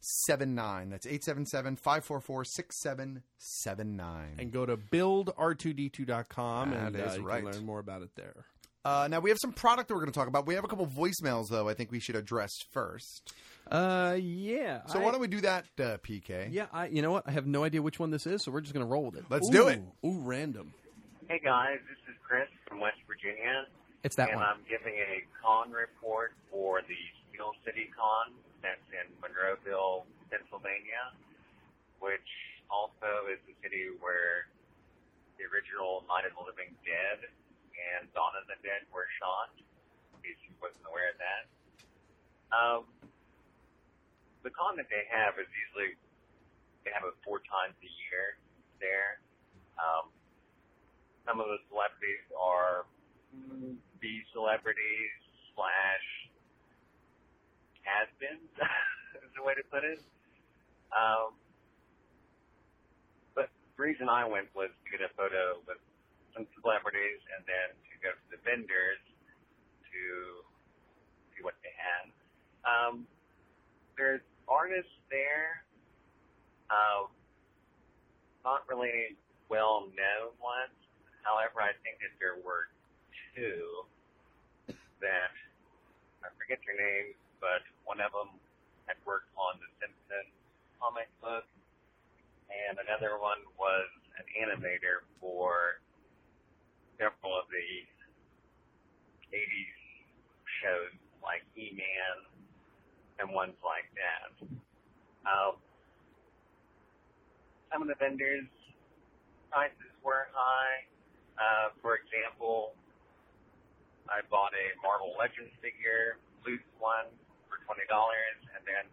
Speaker 5: 6779. That's 877 544 6779.
Speaker 3: and go to buildr2d2.com and
Speaker 5: That
Speaker 3: uh,
Speaker 5: is
Speaker 3: you
Speaker 5: right.
Speaker 3: can learn more about it there.
Speaker 5: Uh, now, we have some product that we're going to talk about. We have a couple voicemails, though, I think we should address first.
Speaker 14: Uh, yeah.
Speaker 5: So,
Speaker 14: I-
Speaker 5: why don't we do that, uh, PK?
Speaker 14: Yeah, I, you know what? I have no idea which one this is, so we're just going to roll with it.
Speaker 5: Let's do it.
Speaker 3: Ooh, random.
Speaker 20: Hey guys, this is Chris from West Virginia.
Speaker 14: It's that
Speaker 20: and
Speaker 14: one.
Speaker 20: I'm giving a con report for the Steel City Con that's in Monroeville, Pennsylvania, which also is the city where the original Night of the Living Dead and Dawn of the Dead were shot. In case you wasn't aware of that. Um, the con that they have is usually they have it four times a year there. Um, some of the celebrities are B celebrities slash has-beens, is the way to put it. Um, but the reason I went was to get a photo with some celebrities and then to go to the vendors to see what they had. Um, there's artists there, um, not really any well-known ones. However, I think that there were two that I forget their names, but one of them had worked on the Simpsons comic book, and another one was an animator for several of the 80s shows like E-Man and ones like that. Um, some of the vendors prices were high. Uh, for example, I bought a Marvel Legends figure, loose one, for twenty dollars, and then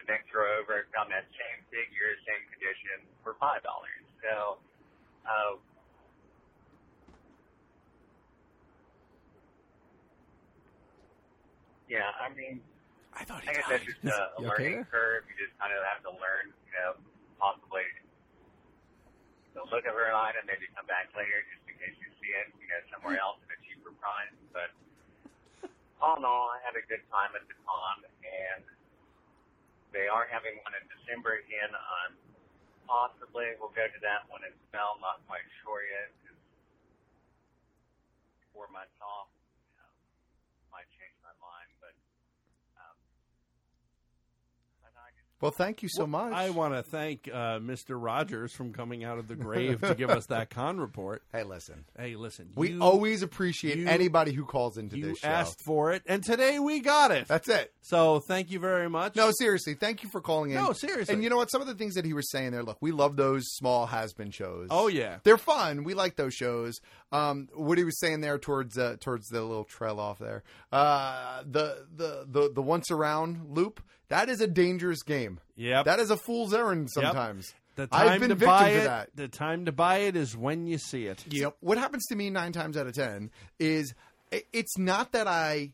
Speaker 20: the next row over found that same figure, same condition, for five dollars. So, uh, yeah, I mean,
Speaker 14: I thought
Speaker 20: I guess that's just a, a
Speaker 14: You okay
Speaker 20: learning
Speaker 14: there?
Speaker 20: curve. You just kind of have to learn, you know, possibly to look over an item, maybe come back later just in case you see it, you know, somewhere else at a cheaper price. But all in all, I had a good time at the con, and they are having one in December again. I'm possibly will go to that one as well. Not quite sure yet. 'cause Four months off. you know, Might change my mind, but um, but I just
Speaker 5: Well, thank you so much.
Speaker 3: I want to thank uh, Mr. Rogers from coming out of the grave to give us that con report.
Speaker 5: Hey, listen.
Speaker 3: Hey, listen.
Speaker 5: We
Speaker 3: you-
Speaker 5: always appreciate
Speaker 3: you-
Speaker 5: anybody who calls into
Speaker 3: you
Speaker 5: this show.
Speaker 3: asked for it, and today we got it.
Speaker 5: That's it.
Speaker 3: So thank you very much.
Speaker 5: No, seriously, thank you for calling in.
Speaker 3: No, seriously.
Speaker 5: And you know what? Some of the things that he was saying there, look, we love those small has been shows.
Speaker 3: Oh, yeah.
Speaker 5: they're fun. We like those shows. Um, what he was saying there towards uh, towards the little trail off there, uh, the the the the once around loop. That is a dangerous game.
Speaker 3: Yep.
Speaker 5: that is a fool's errand
Speaker 3: Yep.
Speaker 5: sometimes.
Speaker 3: The time
Speaker 5: I've been
Speaker 3: to
Speaker 5: victim
Speaker 3: buy
Speaker 5: to
Speaker 3: it-
Speaker 5: that.
Speaker 3: The time to buy it is when you see it.
Speaker 5: Yep. What happens to me nine times out of ten is i- it's not that I.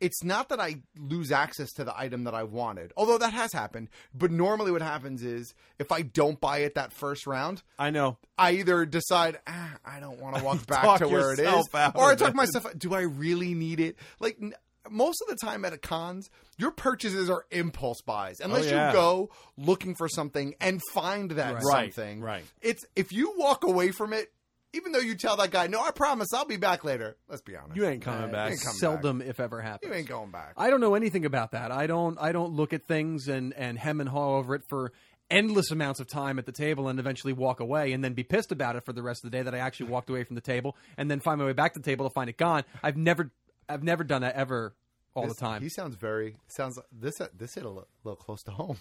Speaker 5: It's not that I lose access to the item that I wanted, although that has happened. But normally, what happens is if I don't buy it that first round,
Speaker 3: I know.
Speaker 5: I either decide ah, I don't want to walk back
Speaker 3: Talk
Speaker 5: to where it is,
Speaker 3: yourself out
Speaker 5: or I
Speaker 3: of
Speaker 5: talk
Speaker 3: it.
Speaker 5: myself. out, Do I really need it? Like n- most of the time at a cons, your purchases are impulse buys, unless
Speaker 3: Oh, yeah.
Speaker 5: you go looking for something and find that
Speaker 3: Right.
Speaker 5: something.
Speaker 3: Right.
Speaker 5: It's if you walk away from it, even though you tell that guy, "No, I promise, I'll be back later." Let's be honest,
Speaker 14: You ain't coming
Speaker 5: Yeah,
Speaker 14: back.
Speaker 5: You ain't, coming
Speaker 14: Seldom, if ever,
Speaker 5: back.
Speaker 14: happens.
Speaker 5: You ain't going back.
Speaker 14: I don't know anything about that. I don't. I don't look at things and and hem and haw over it for endless amounts of time at the table and eventually walk away and then be pissed about it for the rest of the day that I actually walked away from the table and then find my way back to the table to find it gone. I've never. I've never done that ever. All
Speaker 5: This-
Speaker 14: the time.
Speaker 5: He sounds very sounds this this hit a little, little close to home.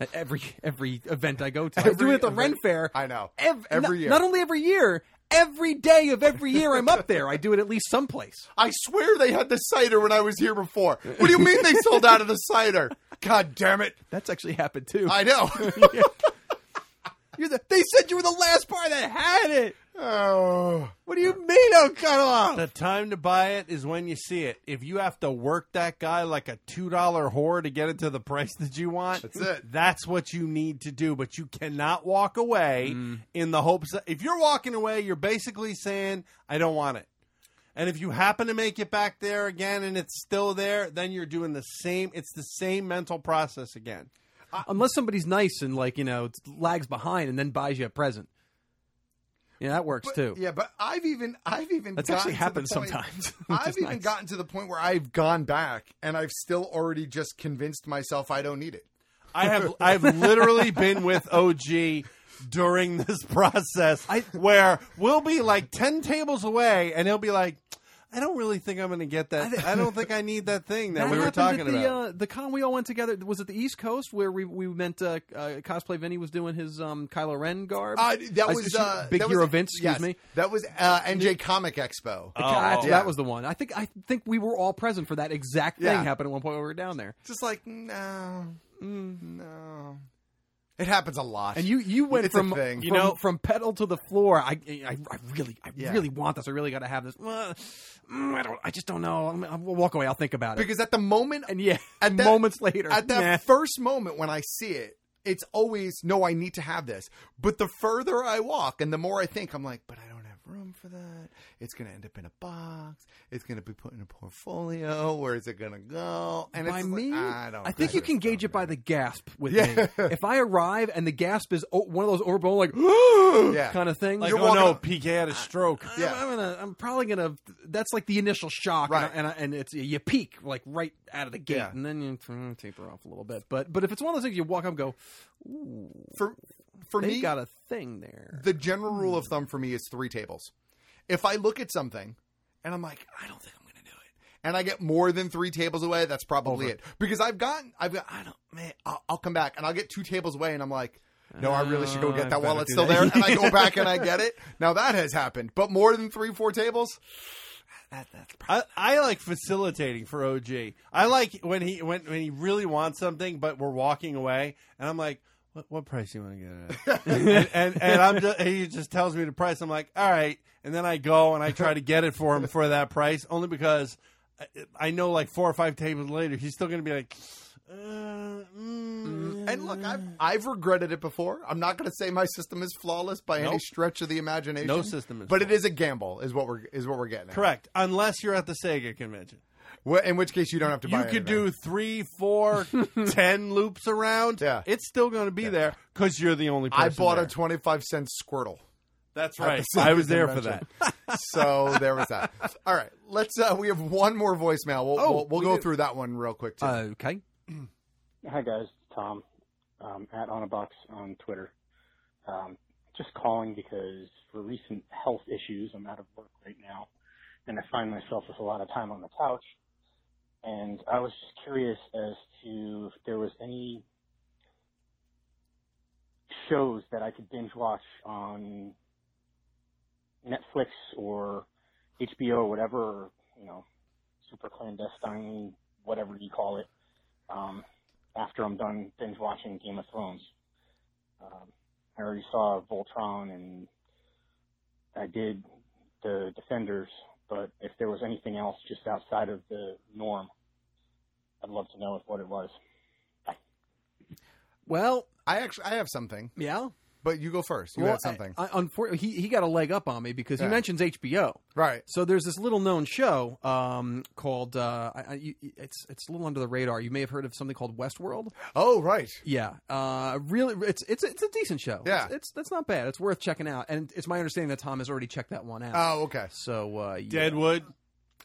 Speaker 14: At every every event I go to, I do
Speaker 5: Every
Speaker 14: it at the
Speaker 5: event-
Speaker 14: Ren Fair.
Speaker 5: I know.
Speaker 14: Ev-
Speaker 5: Every
Speaker 14: not-
Speaker 5: year.
Speaker 14: Not only every year, every day of every year I'm up there. I do it at least someplace.
Speaker 5: I swear they had the cider when I was here before. What do you mean they sold out of the cider? God damn it.
Speaker 14: That's actually happened too.
Speaker 5: I know.
Speaker 14: You're the, they said you were the last bar that had it.
Speaker 5: Oh.
Speaker 14: What do you mean? Oh, cut off.
Speaker 3: The time to buy it is when you see it. If you have to work that guy like a two dollar whore to get it to the price that you want, that's
Speaker 5: it.
Speaker 3: That's what you need to do. But you cannot walk away
Speaker 14: Mm.
Speaker 3: in the hopes that if you're walking away, you're basically saying, "I don't want it." And if you happen to make it back there again and it's still there, then you're doing the same. It's the same mental process again.
Speaker 14: Unless somebody's nice and like you know lags behind and then buys you a present. Yeah, that works too.
Speaker 5: Yeah, but I've even I've even
Speaker 14: That's
Speaker 5: gotten
Speaker 14: actually
Speaker 5: to the
Speaker 14: happened
Speaker 5: point-
Speaker 14: sometimes, which
Speaker 5: I've
Speaker 14: is
Speaker 5: even
Speaker 14: nice.
Speaker 5: gotten to the point where I've gone back and I've still already just convinced myself I don't need it.
Speaker 3: I have I've literally been with OG during this process where we'll be like ten tables away and he'll be like, I don't really think I'm gonna get that. I don't think I need that thing that, we were
Speaker 14: happened
Speaker 3: talking
Speaker 14: at the,
Speaker 3: about.
Speaker 14: Uh, the con we all went together was it the East Coast where we we went uh, uh, cosplay. Vinny was doing his um, Kylo Ren garb.
Speaker 5: Uh, that
Speaker 14: I-
Speaker 5: was
Speaker 14: shoot,
Speaker 5: uh,
Speaker 14: Big
Speaker 5: that
Speaker 14: Hero
Speaker 5: was,
Speaker 14: Vince. Excuse
Speaker 5: yes,
Speaker 14: me.
Speaker 5: That was uh, NJ Comic Expo.
Speaker 3: Oh,
Speaker 14: God,
Speaker 5: Yeah.
Speaker 14: That was the one. I think I think we were all present for that exact thing
Speaker 5: Yeah.
Speaker 14: happened at one point when we were down there.
Speaker 5: just like no, no. Mm. It happens a lot,
Speaker 14: And you you went
Speaker 5: It's a
Speaker 14: from
Speaker 5: thing.
Speaker 14: from, from pedal to the floor. I I, I really I
Speaker 5: Yeah.
Speaker 14: really want this. I really got to have this. Well, mm, I don't. I just don't know. I'm, I'm, we'll walk away. I'll think about it.
Speaker 5: because at the moment
Speaker 14: and yeah,
Speaker 5: at that-
Speaker 14: moments later,
Speaker 5: at that
Speaker 14: nah.
Speaker 5: first moment when I see it, it's always no, I need to have this. But the further I walk and the more I think, I'm like, but I don't have room for that. It's gonna end up in a box. It's gonna be put in a portfolio. Where is it gonna go? And
Speaker 14: by
Speaker 5: it's just
Speaker 14: me,
Speaker 5: like, I don't.
Speaker 14: think you
Speaker 5: this.
Speaker 14: can gauge it by the gasp with
Speaker 5: Yeah.
Speaker 14: me. If I arrive and the gasp is o- one of those overblown like
Speaker 5: Yeah.
Speaker 14: kind of things,
Speaker 3: like,
Speaker 5: you're
Speaker 3: oh
Speaker 5: walking
Speaker 3: no,
Speaker 5: up-
Speaker 3: PK had a stroke.
Speaker 14: I'm, I'm gonna, I'm probably gonna. That's like the initial shock,
Speaker 5: Right.
Speaker 14: And I, and, I, and it's you peak like right out of the gate,
Speaker 5: Yeah.
Speaker 14: and then you mm, taper off a little bit. But but if it's one of those things you walk up and go, ooh,
Speaker 5: for for
Speaker 14: they
Speaker 5: me
Speaker 14: got a thing there.
Speaker 5: the general rule
Speaker 3: Hmm.
Speaker 5: of thumb for me is three tables. If I look at something and I'm like, I don't think I'm going to do it, and I get more than three tables away, that's probably it. Because I've gotten, I've got, I don't, man, I'll, I'll come back and I'll get two tables away, and I'm like. No, I really
Speaker 3: Oh,
Speaker 5: should go
Speaker 14: I
Speaker 5: get that while
Speaker 14: better
Speaker 5: it's
Speaker 14: do
Speaker 5: still there,
Speaker 14: that.
Speaker 5: and I go back and I get it. Now that has happened, but more than three, four tables. That, that's
Speaker 3: I, I like facilitating for OG. I like when he when when he really wants something, but we're walking away, and I'm like, "What, what price do you want to get it at?" and, and and I'm just and he just tells me the price. I'm like, "All right," and then I go and I try to get it for him for that price, only because I, I know like four or five tables later, he's still going to be like, uh, mm,
Speaker 5: And look, I've I've regretted it before. I'm not going to say my system is flawless by any
Speaker 3: Nope.
Speaker 5: stretch of the imagination.
Speaker 3: No system is
Speaker 5: but it is a gamble, is what we're is what we're getting. At.
Speaker 3: "Correct," unless you're at the Sega convention.
Speaker 5: Wh- In which case, you don't have to.
Speaker 3: you
Speaker 5: buy
Speaker 3: could
Speaker 5: anything.
Speaker 3: do three, four, ten loops around.
Speaker 5: Yeah.
Speaker 3: It's still going to be there because you're the only person.
Speaker 5: I bought
Speaker 3: there.
Speaker 5: a 25 cent Squirtle.
Speaker 3: That's
Speaker 5: at
Speaker 3: right.
Speaker 5: the
Speaker 3: I was there for that.
Speaker 5: convention. so there was that. All right. Let's uh we have one more voicemail. We'll
Speaker 14: Oh,
Speaker 5: we'll, we'll
Speaker 14: we
Speaker 5: go
Speaker 14: do. Uh,
Speaker 5: through that one real quick too.
Speaker 14: okay.
Speaker 21: Hi guys, it's Tom um, at Onabox on Twitter. Um, just calling because for recent health issues, I'm out of work right now, and I find myself with a lot of time on the couch. And I was just curious as to if there was any shows that I could binge watch on Netflix or HBO or whatever, or, you know, super clandestine, whatever you call it, um, after I'm done binge watching Game of Thrones. Um, I already saw Voltron and I did the Defenders, but if there was anything else just outside of the norm, I'd love to know what it was.
Speaker 14: Well,
Speaker 5: I actually I have something.
Speaker 14: Yeah.
Speaker 5: But you go first. You
Speaker 14: Well,
Speaker 5: had something.
Speaker 14: I, I, unfor- he, he got a leg up on me because he
Speaker 5: Yeah.
Speaker 14: mentions HBO.
Speaker 5: Right.
Speaker 14: So there's this little known show um, called uh, I, I, you- it's it's a little under the radar. You may have heard of something called Westworld.
Speaker 5: Oh right.
Speaker 14: Yeah. Uh, really, it's it's it's a decent show.
Speaker 5: Yeah.
Speaker 14: It's, it's that's not bad. It's worth checking out. And it's my understanding that Tom has already checked that one out.
Speaker 5: Oh, okay.
Speaker 14: So uh, yeah.
Speaker 3: Deadwood.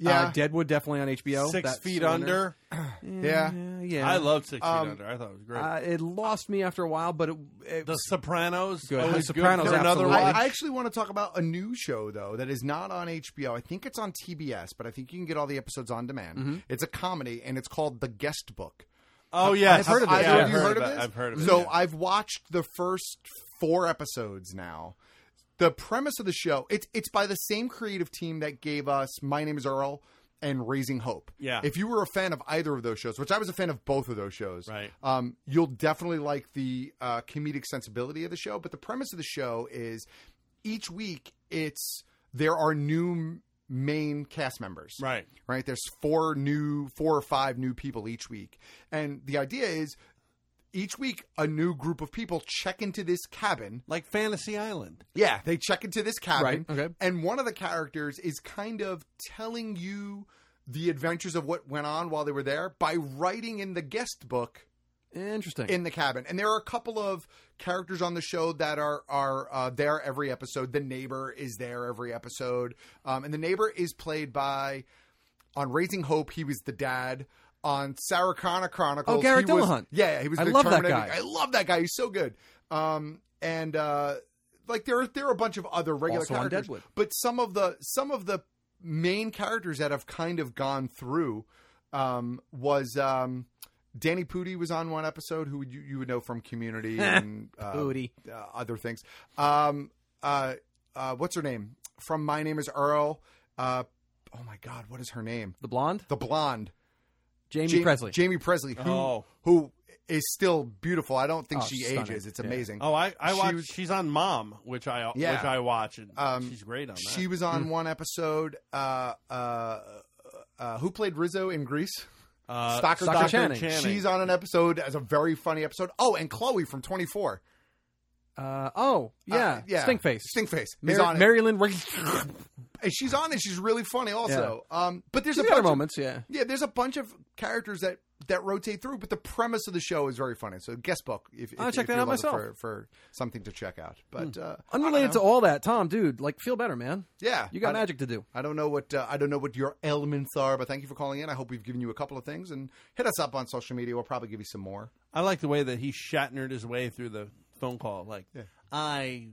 Speaker 14: Uh, Deadwood definitely on HBO.
Speaker 3: Six
Speaker 14: That's
Speaker 3: Feet
Speaker 14: one
Speaker 3: Under.
Speaker 14: Yeah, yeah, yeah.
Speaker 3: I loved Six Feet
Speaker 14: Um,
Speaker 3: Under. I thought it was great.
Speaker 14: Uh, it lost me after a while, but it, it
Speaker 3: the Sopranos.
Speaker 14: Good.
Speaker 3: Always
Speaker 14: The
Speaker 3: good
Speaker 14: Sopranos,
Speaker 3: for another
Speaker 14: absolutely.
Speaker 3: watch.
Speaker 5: I, I actually want to talk about a new show though that is not on HBO. I think it's on TBS, but I think you can get all the episodes on demand.
Speaker 14: Mm-hmm.
Speaker 3: Mhm.
Speaker 5: It's a comedy and it's called The Guest Book.
Speaker 3: Oh,
Speaker 5: I've-
Speaker 3: yes.
Speaker 5: I've heard of
Speaker 3: Yeah,
Speaker 5: it.
Speaker 3: I've
Speaker 5: Have you
Speaker 3: heard
Speaker 5: heard of
Speaker 3: of it.
Speaker 5: this?
Speaker 3: I've heard of it,
Speaker 5: So
Speaker 3: yeah.
Speaker 5: I've watched the first four episodes now. The premise of the show it's it's by the same creative team that gave us My Name Is Earl and Raising Hope.
Speaker 3: Yeah.
Speaker 5: If you were a fan of either of those shows, which I was a fan of both of those shows,
Speaker 3: Right.
Speaker 5: um, you'll definitely like the uh, comedic sensibility of the show. But the premise of the show is each week it's there are new m- main cast members.
Speaker 3: Right.
Speaker 5: Right. There's four new, four or five new people each week, and the idea is each week a new group of people check into this cabin
Speaker 3: like fantasy island
Speaker 5: yeah they check into this cabin
Speaker 14: Right, okay.
Speaker 5: and one of the characters is kind of telling you the adventures of what went on while they were there by writing in the guest book
Speaker 14: Interesting.
Speaker 5: in the cabin and there are a couple of characters on the show that are are uh, there every episode the neighbor is there every episode um, and the neighbor is played by on raising hope he was the dad on Sarah Connor Chronicles
Speaker 14: Oh, Garrett
Speaker 5: he was-
Speaker 14: Dillahunt.
Speaker 5: yeah, yeah, he was
Speaker 14: I
Speaker 5: the
Speaker 14: love that
Speaker 5: Terminator.
Speaker 14: guy.
Speaker 5: I love that guy he's so good um, and uh, like there are there are a bunch of other regular
Speaker 14: Also on
Speaker 5: characters
Speaker 14: Deadwood.
Speaker 5: but some of the some of the main characters that have kind of gone through um, was um, Danny Pudi was on one episode who you, you would know from Community and uh,
Speaker 14: Pudi.
Speaker 5: uh, other things. Um, uh, uh, what's her name from My Name Is Earl? Uh, oh my God, what is her name?
Speaker 14: The blonde,
Speaker 5: the blonde,
Speaker 14: Jamie
Speaker 5: Ja-
Speaker 14: Presley.
Speaker 5: Jamie Presley, who
Speaker 3: Oh.
Speaker 5: who is still beautiful. I don't think
Speaker 14: Oh,
Speaker 5: she
Speaker 14: stunning.
Speaker 5: ages. It's
Speaker 14: Yeah.
Speaker 5: amazing.
Speaker 3: oh i i
Speaker 5: She
Speaker 3: watch
Speaker 5: was-
Speaker 3: she's on mom which i
Speaker 5: Yeah.
Speaker 3: which i watch and
Speaker 5: Um,
Speaker 3: she's great on that
Speaker 5: She was
Speaker 14: Mm-hmm.
Speaker 5: on one episode. Uh, uh, uh, who played Rizzo in Greece?
Speaker 3: Uh,
Speaker 5: Stocker,
Speaker 14: Stocker
Speaker 5: Docker.
Speaker 14: Channing.
Speaker 5: She's on an episode as a very funny episode. Oh, and Chloe from Twenty Four.
Speaker 14: Uh, oh yeah,
Speaker 5: uh, yeah.
Speaker 14: Stinkface.
Speaker 5: Stinkface.
Speaker 14: Mar-
Speaker 5: is on it.
Speaker 14: Maryland.
Speaker 5: And she's on it. She's really funny also. Um, but there's
Speaker 14: She's
Speaker 5: a
Speaker 14: got her
Speaker 5: bunch of-
Speaker 14: moments, yeah.
Speaker 5: yeah, there's a bunch of characters that that rotate through, but the premise of the show is very funny. So guest book. If, if,
Speaker 14: I'll check
Speaker 5: if
Speaker 14: that
Speaker 5: you're
Speaker 14: out
Speaker 5: looking
Speaker 14: myself. Hmm.
Speaker 5: for, for something to check out. But uh,
Speaker 14: Unrelated to all that, Tom, dude, like feel better, man.
Speaker 5: Yeah,
Speaker 14: You got
Speaker 5: I-
Speaker 14: magic to do.
Speaker 5: I don't know what uh, I don't know what your ailments are, but thank you for calling in. I hope we've given you a couple of things, and hit us up on social media. We'll probably give you some more.
Speaker 3: i like the way that he shatnered his way through the phone call like i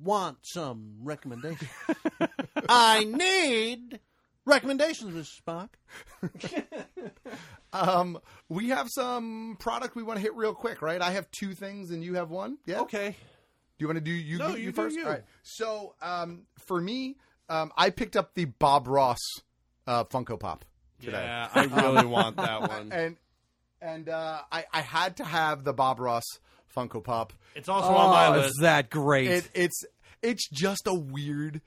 Speaker 3: want some recommendations i need recommendations mr spock
Speaker 5: Um, we have some product we want to hit real quick, right? I have two things, and you have one. Yeah.
Speaker 3: okay
Speaker 5: Do you want to do you?
Speaker 3: No,
Speaker 5: you,
Speaker 3: you do
Speaker 5: first.
Speaker 3: you.
Speaker 5: All right. So um, for me, um, I picked up the Bob Ross uh, Funko Pop today.
Speaker 3: yeah i really want that one
Speaker 5: and and uh, I I had to have the Bob Ross Funko Pop.
Speaker 3: it's also on my
Speaker 14: Oh,
Speaker 3: list
Speaker 14: is that great?
Speaker 5: It, it's it's just a weird.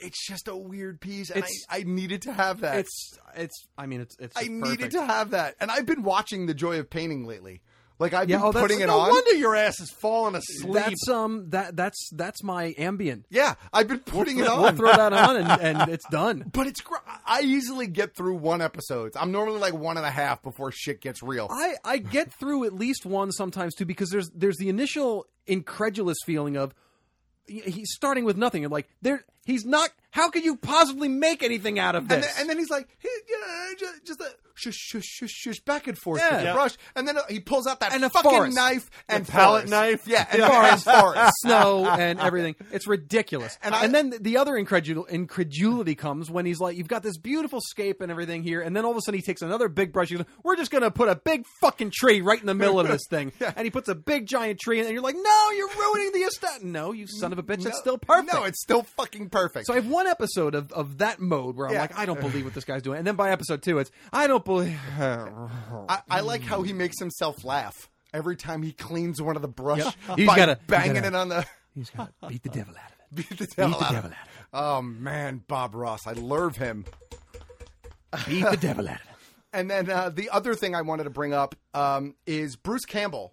Speaker 5: It's just a weird piece, and
Speaker 14: It's-
Speaker 5: I, I needed to have that.
Speaker 14: it's it's. I mean, it's it's.
Speaker 5: I
Speaker 14: perfect.
Speaker 5: needed to have that, and I've been watching The Joy of Painting lately. Like I've
Speaker 14: Yeah,
Speaker 5: been
Speaker 14: oh, that's-
Speaker 5: putting it
Speaker 3: no
Speaker 5: on.
Speaker 3: wonder your ass is falling asleep
Speaker 14: That's um that that's that's my Ambien.
Speaker 5: Yeah, I've been putting it on.
Speaker 14: We'll throw that on and, and it's done.
Speaker 5: But it's gr- I easily get through one episode. I'm normally like one and a half before shit gets real.
Speaker 14: I, I get through at least one sometimes too because there's there's the initial incredulous feeling of he- he's starting with nothing and like there He's not. How could you possibly make anything out of this?
Speaker 5: And then, and then he's like, he, yeah, just, just the shush, shush, shush, shush, back and forth with
Speaker 14: Yeah.
Speaker 5: the brush, and then uh, he pulls out that
Speaker 14: And a
Speaker 5: fucking
Speaker 14: forest.
Speaker 5: knife and
Speaker 14: palette
Speaker 5: forest.
Speaker 14: knife,
Speaker 5: yeah, and
Speaker 14: forest,
Speaker 5: forest.
Speaker 14: snow, and everything. It's ridiculous. And, then the other incredul- incredulity comes when he's like, "You've got this beautiful scape and everything here," and then all of a sudden he takes another big brush. He's like, "We're just gonna put a big fucking tree right in the middle of this thing," and he puts a big giant tree, in, and you're like, "No, you're ruining the estate." No, you son of a bitch, it's still perfect. No,
Speaker 5: it's still fucking perfect.
Speaker 14: So I have one episode of, of that mode where I'm
Speaker 5: Yeah.
Speaker 14: like, I don't believe what this guy's doing, and then by episode two, it's I don't believe. I,
Speaker 5: I, I like how he makes himself laugh every time he cleans one of the brush.
Speaker 14: He's
Speaker 5: by
Speaker 14: gotta-
Speaker 5: banging
Speaker 14: he's gotta-
Speaker 5: it on the.
Speaker 14: He's got to beat the devil out of
Speaker 5: it. Beat the devil,
Speaker 14: the
Speaker 5: out,
Speaker 14: devil
Speaker 5: of it. Oh man, Bob Ross, I love him.
Speaker 14: Beat the devil out of it.
Speaker 5: And then uh, the other thing I wanted to bring up um, is Bruce Campbell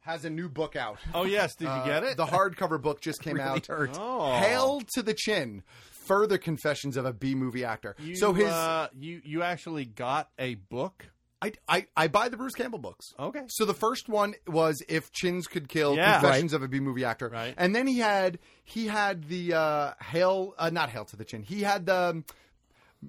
Speaker 5: has a new book out. Uh,
Speaker 3: Oh, yes. Did you get it?
Speaker 5: The hardcover book just came
Speaker 3: Really
Speaker 5: out.
Speaker 3: hurt. Oh.
Speaker 5: Hail to the Chin: Further Confessions of a B Movie Actor.
Speaker 3: You,
Speaker 5: so his
Speaker 3: uh, you you actually got a book.
Speaker 5: I, I, I buy the Bruce Campbell books.
Speaker 3: Okay.
Speaker 5: So the first one was If Chins Could Kill,
Speaker 3: Yeah.
Speaker 5: Confessions of a B Movie Actor. Right. And then he had he had the uh, Hail, uh, not Hail to the Chin. He had the um,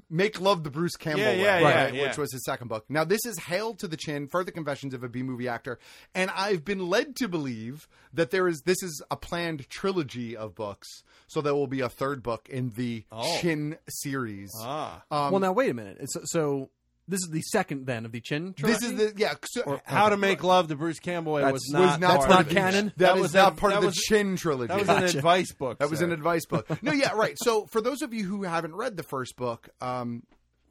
Speaker 5: Make Love the Bruce Campbell
Speaker 3: Yeah, yeah,
Speaker 5: Way,
Speaker 3: yeah,
Speaker 5: which
Speaker 3: yeah.
Speaker 5: was his second book. Now this is Hail to the Chin, Further Confessions of a B Movie Actor. And I've been led to believe that there is this is a planned trilogy of books. So there will be a third book in the
Speaker 14: Oh.
Speaker 5: Chin series.
Speaker 3: Ah.
Speaker 14: well, now wait a minute. It's, so this is the second then of the Chin.
Speaker 5: This
Speaker 14: trilogy?
Speaker 5: is the yeah. So,
Speaker 3: How to Make Love to Bruce Campbell Way
Speaker 14: That's
Speaker 3: was
Speaker 14: not-
Speaker 3: not,
Speaker 14: that's
Speaker 3: part
Speaker 14: not
Speaker 3: of it.
Speaker 14: canon?
Speaker 5: That, was, not
Speaker 3: a-
Speaker 5: part of
Speaker 3: that
Speaker 5: the
Speaker 3: was-
Speaker 5: Chin trilogy.
Speaker 3: That was an advice book.
Speaker 5: That was
Speaker 3: sir.
Speaker 5: an advice book. No, yeah, right. So for those of you who haven't read the first book, um,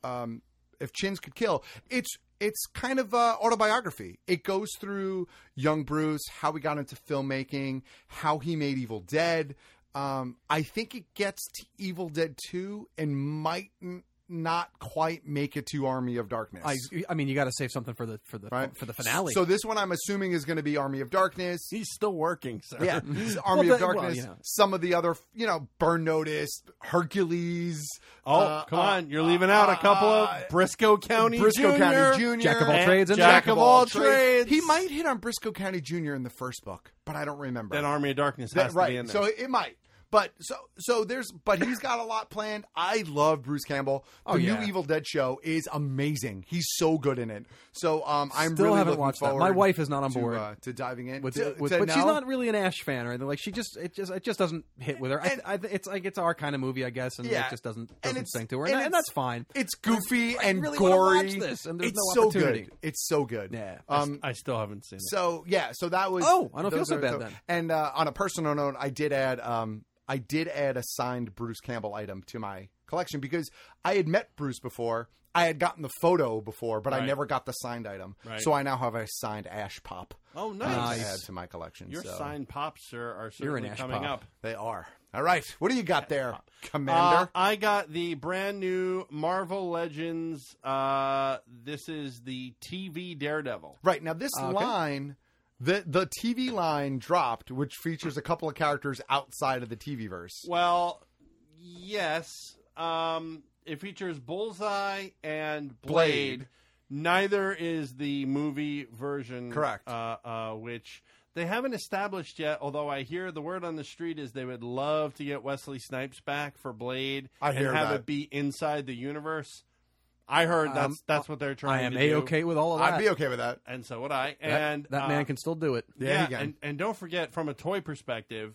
Speaker 5: um, if Chins could kill, it's it's kind of uh, autobiography. It goes through young Bruce, how he got into filmmaking, how he made Evil Dead. Um, I think it gets to Evil Dead two and might n- not quite make it to Army of Darkness.
Speaker 14: I, I mean, you got to save something for the for the for the finale.
Speaker 5: So this one I'm assuming is going to be Army of Darkness.
Speaker 3: He's still working, sir.
Speaker 5: Yeah, this is
Speaker 14: Mm-hmm.
Speaker 5: Army
Speaker 14: Well,
Speaker 5: of
Speaker 14: that- well,
Speaker 5: Darkness.
Speaker 14: you know.
Speaker 5: Some of the other, you know, Burn Notice, Hercules. uh,
Speaker 3: Oh, come on. You're leaving out a couple of uh, Briscoe County
Speaker 5: Briscoe County
Speaker 3: Jr.
Speaker 5: Jr.
Speaker 3: Jack of all
Speaker 5: and
Speaker 3: trades and Jack of all trades.
Speaker 5: He might hit on Briscoe County Jr. in the first book, but I don't remember.
Speaker 3: Then Army of Darkness
Speaker 5: That-
Speaker 3: has to
Speaker 5: right.
Speaker 3: be in there.
Speaker 5: So it might. But so so there's but he's got a lot planned. I love Bruce Campbell. The
Speaker 14: Oh, yeah.
Speaker 5: new Evil Dead show is amazing. He's so good in it. So um, I'm
Speaker 14: Still
Speaker 5: really
Speaker 14: haven't
Speaker 5: looking
Speaker 14: watched that.
Speaker 5: forward.
Speaker 14: My wife is not on
Speaker 5: to,
Speaker 14: board.
Speaker 5: uh, to diving in.
Speaker 14: with,
Speaker 5: To-
Speaker 14: with-
Speaker 5: to
Speaker 14: but she's
Speaker 5: know.
Speaker 14: not really an Ash fan or anything. Like she just it just it just doesn't hit with her. I, I, it's like it's our kind of movie, I guess, and
Speaker 5: Yeah.
Speaker 14: it just doesn't
Speaker 5: And
Speaker 14: doesn't
Speaker 5: it's-
Speaker 14: sing to her,
Speaker 5: and
Speaker 14: and, and
Speaker 5: it's-
Speaker 14: that's fine.
Speaker 5: It's goofy
Speaker 14: I
Speaker 5: and
Speaker 14: really wanna
Speaker 5: gory.
Speaker 14: watch this, and there's no
Speaker 5: it's so
Speaker 14: opportunity.
Speaker 5: good. It's so good. Yeah. Um,
Speaker 3: I still haven't seen it.
Speaker 5: so yeah. So that was.
Speaker 14: Oh, I don't feel
Speaker 5: those
Speaker 14: so
Speaker 5: are-
Speaker 14: bad then.
Speaker 5: And uh, on a personal note, I did add. Um, I did add a signed Bruce Campbell item to my collection because I had met Bruce before. I had gotten the photo before, but I
Speaker 3: Right.
Speaker 5: never got the signed item.
Speaker 3: Right.
Speaker 5: So I now have a signed Ash Pop.
Speaker 3: Oh,
Speaker 5: um,
Speaker 3: nice.
Speaker 5: To add to my collection.
Speaker 3: Your
Speaker 5: so.
Speaker 3: signed pops, sir, are
Speaker 5: You're an
Speaker 3: certainly
Speaker 5: Ash
Speaker 3: coming
Speaker 5: Pop.
Speaker 3: up.
Speaker 5: They are. All right. What do you got there, Commander?
Speaker 3: Uh, I got the brand new Marvel Legends. Uh, this is the TV Daredevil.
Speaker 5: Right now, this
Speaker 3: Ah, Okay.
Speaker 5: line, the the TV line dropped, which features a couple of characters outside of the TV verse.
Speaker 3: Well, yes. Um, it features Bullseye and Blade.
Speaker 5: Blade.
Speaker 3: Neither is the movie version.
Speaker 5: Correct.
Speaker 3: Uh, uh, which they haven't established yet, although I hear the word on the street is they would love to get Wesley Snipes back for Blade
Speaker 5: I hear
Speaker 3: and have
Speaker 5: that.
Speaker 3: it be inside the universe. I heard that's
Speaker 14: Um,
Speaker 3: that's what they're trying
Speaker 14: I am
Speaker 3: to
Speaker 14: a
Speaker 3: do.
Speaker 14: okay with all of that.
Speaker 5: I'd be okay with that.
Speaker 3: And so would I.
Speaker 14: That-
Speaker 3: And
Speaker 14: that,
Speaker 3: uh,
Speaker 14: man can still do it.
Speaker 3: yeah, and, and don't forget from a toy perspective,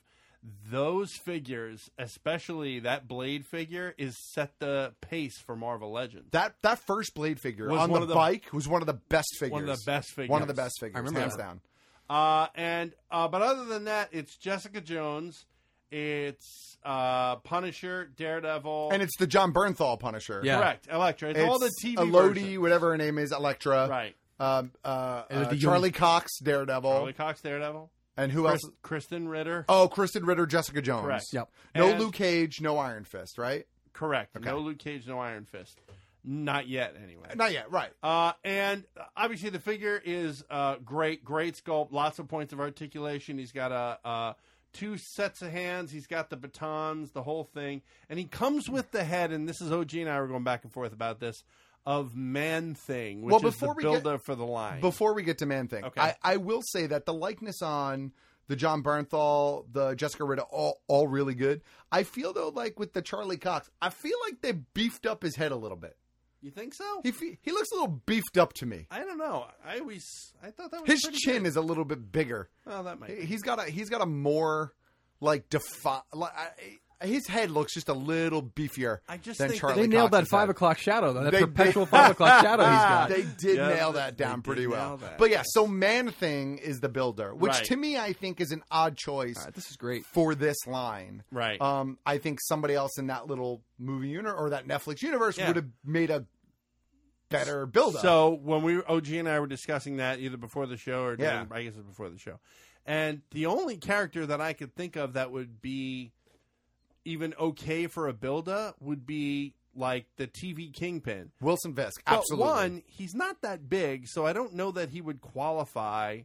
Speaker 3: those figures, especially that Blade figure, is set the pace for Marvel Legends.
Speaker 5: That that first Blade figure
Speaker 3: Was
Speaker 5: on
Speaker 3: one
Speaker 5: the,
Speaker 3: of the-
Speaker 5: bike was one of the best figures.
Speaker 3: One of the best figures.
Speaker 5: One of the best figures.
Speaker 3: I remember
Speaker 5: hands
Speaker 3: that.
Speaker 5: down.
Speaker 3: Uh, and uh, but other than that, it's Jessica Jones, it's uh, Punisher, Daredevil,
Speaker 5: And it's the John Bernthal Punisher.
Speaker 3: correct Electra. It's, all the TV
Speaker 5: Elodie,
Speaker 3: version.
Speaker 5: whatever her name is, Electra.
Speaker 3: Right.
Speaker 5: Um, uh,
Speaker 3: And
Speaker 5: uh,
Speaker 3: the
Speaker 5: Charlie
Speaker 3: young-
Speaker 5: Cox, Daredevil,
Speaker 3: Charlie Cox, Daredevil,
Speaker 5: and who
Speaker 3: Chris-
Speaker 5: else?
Speaker 3: Kristen Ritter.
Speaker 5: Oh, Kristen Ritter, Jessica Jones.
Speaker 3: Correct. Yep.
Speaker 5: No
Speaker 3: And-
Speaker 5: Luke Cage, no Iron Fist, right?
Speaker 3: Correct. No Luke Cage, no Iron Fist. Not yet, anyway.
Speaker 5: Not yet, right.
Speaker 3: Uh, and obviously, the figure is uh, great, great sculpt, lots of points of articulation. He's got a, uh, two sets of hands. He's got the batons, the whole thing, and he comes with the head. And this is OG and I were going back and forth about this of Man Thing, which
Speaker 5: Well,
Speaker 3: is the
Speaker 5: before we get-
Speaker 3: builder for the line.
Speaker 5: Before we get to Man Thing,
Speaker 3: Okay.
Speaker 5: I, I will say that the likeness on The John Bernthal, the Jessica Ritta, all, all really good. I feel though, like with the Charlie Cox, I feel like they beefed up his head a little bit.
Speaker 3: You think so?
Speaker 5: He fe- he looks a little beefed up to me.
Speaker 3: I don't know. I always I thought that was
Speaker 5: His
Speaker 3: pretty
Speaker 5: chin
Speaker 3: good.
Speaker 5: is a little bit bigger.
Speaker 3: Oh, that might
Speaker 5: He-
Speaker 3: be.
Speaker 5: He's got a he's got a more like defi. Like, I, I- his head looks just a little beefier. I
Speaker 3: just
Speaker 5: than
Speaker 3: think
Speaker 5: Charlie
Speaker 14: they nailed that
Speaker 5: Cox's
Speaker 14: five
Speaker 5: head.
Speaker 14: o'clock shadow though. That
Speaker 5: They did-
Speaker 14: perpetual five o'clock shadow he's got.
Speaker 5: They did
Speaker 14: Yeah,
Speaker 5: nail that
Speaker 14: they
Speaker 5: down
Speaker 14: did
Speaker 5: pretty well.
Speaker 14: nail that.
Speaker 5: But yeah, so Man Thing is the builder, which
Speaker 14: Right.
Speaker 5: to me I think is an odd choice.
Speaker 14: this is great
Speaker 5: for this line.
Speaker 3: Right.
Speaker 5: Um, I think somebody else in that little movie unit or that Netflix universe
Speaker 3: Yeah.
Speaker 5: would have made a better build up.
Speaker 3: So when we OG and I were discussing that either before the show or
Speaker 5: Yeah.
Speaker 3: during, I guess it was before the show, and the only character that I could think of that would be even okay for a build up would be like the TV kingpin.
Speaker 5: Wilson Fisk,
Speaker 3: But
Speaker 5: absolutely.
Speaker 3: one, he's not that big, so I don't know that he would qualify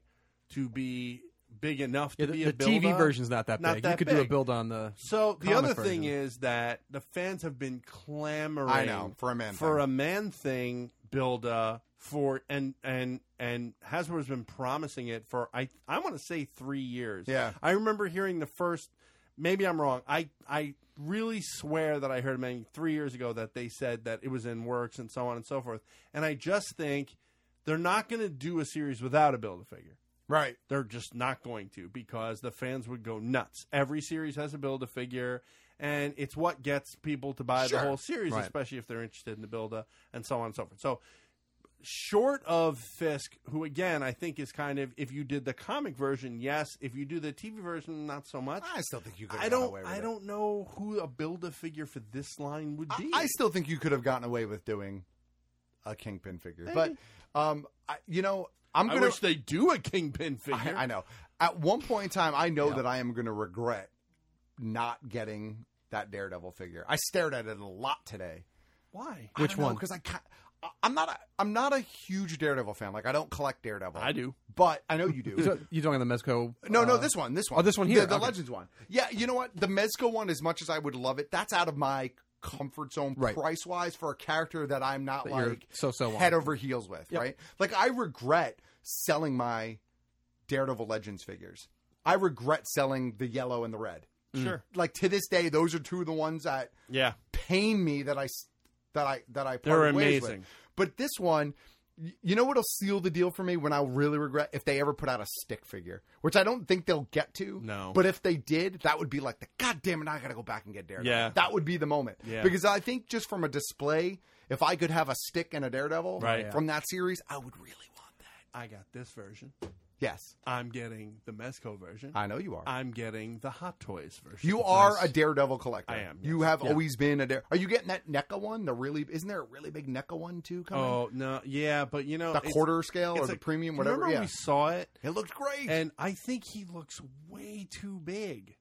Speaker 3: to be big enough to
Speaker 14: Yeah, the,
Speaker 3: be
Speaker 14: the
Speaker 3: a build
Speaker 14: TV version's not that big. you could do a build on the.
Speaker 3: so the
Speaker 14: comic
Speaker 3: other
Speaker 14: version.
Speaker 3: thing is that the fans have been clamoring.
Speaker 5: I know, for a Man
Speaker 3: for
Speaker 5: Thing.
Speaker 3: a man thing build uh, for and and and Hasbro's been promising it for I I want to say three years.
Speaker 5: Yeah.
Speaker 3: I remember hearing the first. Maybe I'm wrong. I I really swear that I heard maybe three years ago that they said that it was in works and so on and so forth. And I just think they're not going to do a series without a build a figure.
Speaker 5: Right.
Speaker 3: They're just not going to because the fans would go nuts. Every series has a build a figure, and it's what gets people to buy
Speaker 5: Sure.
Speaker 3: the whole series,
Speaker 5: Right.
Speaker 3: especially if they're interested in the build a and so on and so forth. So, short of Fisk, who again I think is kind of if you did the comic version, yes. If you do the TV version, not so much.
Speaker 5: I still think you could.
Speaker 3: I don't. I don't know who a build a figure for this line would be.
Speaker 5: I still think you could have gotten away with doing a kingpin figure, but um, I, you know, I'm
Speaker 3: I
Speaker 5: gonna.
Speaker 3: wish they do a kingpin
Speaker 5: I,
Speaker 3: figure.
Speaker 5: I know. At one point in time, I know that I am going to regret not getting that Daredevil figure. I stared at it a lot today.
Speaker 3: Why?
Speaker 5: Because I can't. I- I'm not. A, I'm not a huge Daredevil fan. Like I don't collect Daredevil.
Speaker 14: I do.
Speaker 5: but I know you do.
Speaker 14: So You're talking the Mezco?
Speaker 5: No, no,
Speaker 14: uh,
Speaker 5: this one, this one.
Speaker 14: Oh, this one here.
Speaker 5: The, the
Speaker 14: Okay.
Speaker 5: Legends one. Yeah, you know what? The Mezco one, as much as I would love it, that's out of my comfort zone
Speaker 14: Right.
Speaker 5: price wise for a character that I'm not
Speaker 14: That you're
Speaker 5: like
Speaker 14: so-so on.
Speaker 5: head over heels with,
Speaker 14: Yep.
Speaker 5: right? Like I regret selling my Daredevil Legends figures. I regret selling the yellow and the red.
Speaker 14: Mm.
Speaker 3: Sure.
Speaker 5: Like to this day, those are two of the ones that
Speaker 3: Yeah.
Speaker 5: pain me that I s- that I that I
Speaker 3: They're
Speaker 5: parted ways with.
Speaker 3: amazing.
Speaker 5: But this one, y- you know what'll seal the deal for me when I'll really regret if they ever put out a stick figure, which I don't think they'll get to.
Speaker 3: No.
Speaker 5: But if they did, that would be like the God damn it, I gotta go back and get Daredevil.
Speaker 3: Yeah.
Speaker 5: That would be the moment.
Speaker 3: Yeah.
Speaker 5: Because I think just from a display, if I could have a stick and a Daredevil
Speaker 3: Right.
Speaker 5: from that series, I would really
Speaker 3: I got this version.
Speaker 5: Yes.
Speaker 3: I'm getting the Mezco version.
Speaker 5: I know you are.
Speaker 3: I'm getting the Hot Toys version.
Speaker 5: You are a Daredevil collector.
Speaker 3: I am,
Speaker 5: You
Speaker 3: yes.
Speaker 5: have
Speaker 3: Yeah.
Speaker 5: always been a dare. Are you getting that NECA one? The really isn't there a really big NECA one too coming?
Speaker 3: Oh no, yeah, but you know
Speaker 5: The
Speaker 3: it's-
Speaker 5: quarter scale or
Speaker 3: it's
Speaker 5: the
Speaker 3: a-
Speaker 5: premium, whatever,
Speaker 3: Remember
Speaker 5: yeah.
Speaker 3: we saw it.
Speaker 5: It looked great,
Speaker 3: and I think he looks way too big.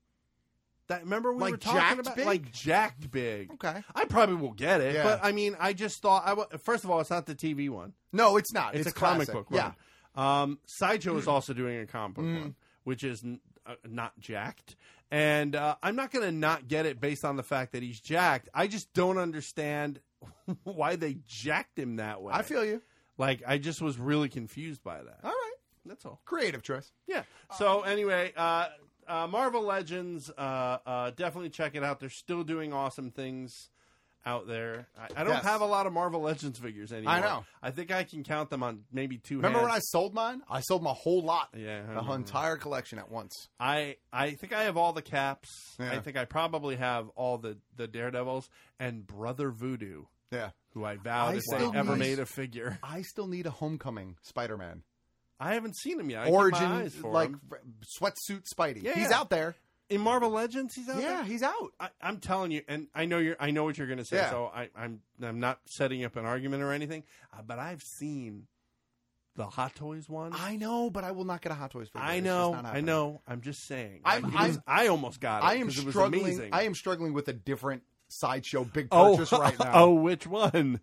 Speaker 3: That remember we
Speaker 5: Like
Speaker 3: were talking
Speaker 5: jacked
Speaker 3: about
Speaker 5: big?
Speaker 3: like jacked big.
Speaker 5: Okay,
Speaker 3: I probably will get it,
Speaker 5: Yeah.
Speaker 3: but I mean, I just thought I w- first of all, it's not the TV one.
Speaker 5: No, it's not.
Speaker 3: It's,
Speaker 5: It's
Speaker 3: a comic
Speaker 5: classic.
Speaker 3: book.
Speaker 5: Yeah.
Speaker 3: One. Um, Sideshow is also doing a comic book
Speaker 5: Mm.
Speaker 3: one, which is n- uh, not jacked. And uh, I'm not going to not get it based on the fact that he's jacked. I just don't understand why they jacked him that way.
Speaker 5: I feel you.
Speaker 3: Like I just was really confused by that.
Speaker 5: All right,
Speaker 3: that's all.
Speaker 5: Creative choice.
Speaker 3: Yeah. So anyway, uh, uh, Marvel Legends, uh, uh, definitely check it out. They're still doing awesome things out there. I, I don't
Speaker 5: Yes.
Speaker 3: have a lot of Marvel Legends figures anymore.
Speaker 5: know.
Speaker 3: I think I can count them on maybe two.
Speaker 5: Remember when I
Speaker 3: hands.
Speaker 5: sold mine? I sold my whole lot,
Speaker 3: Yeah, I
Speaker 5: the
Speaker 3: remember.
Speaker 5: whole entire collection at once.
Speaker 3: I I think I have all the caps.
Speaker 5: Yeah.
Speaker 3: I think I probably have all the the Daredevils and Brother Voodoo.
Speaker 5: Yeah,
Speaker 3: who I vowed if they
Speaker 5: still
Speaker 3: ever
Speaker 5: need-
Speaker 3: made a figure.
Speaker 5: I still need a Homecoming Spider-Man
Speaker 3: I haven't seen him yet. I keep my
Speaker 5: origin,
Speaker 3: eyes for
Speaker 5: like
Speaker 3: him.
Speaker 5: r- sweatsuit Spidey.
Speaker 3: Yeah,
Speaker 5: he's
Speaker 3: yeah.
Speaker 5: out there.
Speaker 3: in Marvel Legends. He's out.
Speaker 5: Yeah,
Speaker 3: there?
Speaker 5: he's out.
Speaker 3: I, I'm telling you, and I know you're. I know what you're going to say.
Speaker 5: Yeah.
Speaker 3: So I, I'm. I'm not setting up an argument or anything. Uh, but I've seen the Hot Toys one.
Speaker 5: I know, but I will not get a Hot Toys figure.
Speaker 3: I
Speaker 5: It's just
Speaker 3: know.
Speaker 5: not
Speaker 3: I
Speaker 5: happening.
Speaker 3: know. I'm just saying.
Speaker 5: I'm-
Speaker 3: Like, it was- I almost got it.
Speaker 5: I am
Speaker 3: 'cause it was
Speaker 5: struggling.
Speaker 3: amazing.
Speaker 5: I am struggling with a different sideshow big
Speaker 3: Oh,
Speaker 5: purchase right now.
Speaker 3: oh, which one?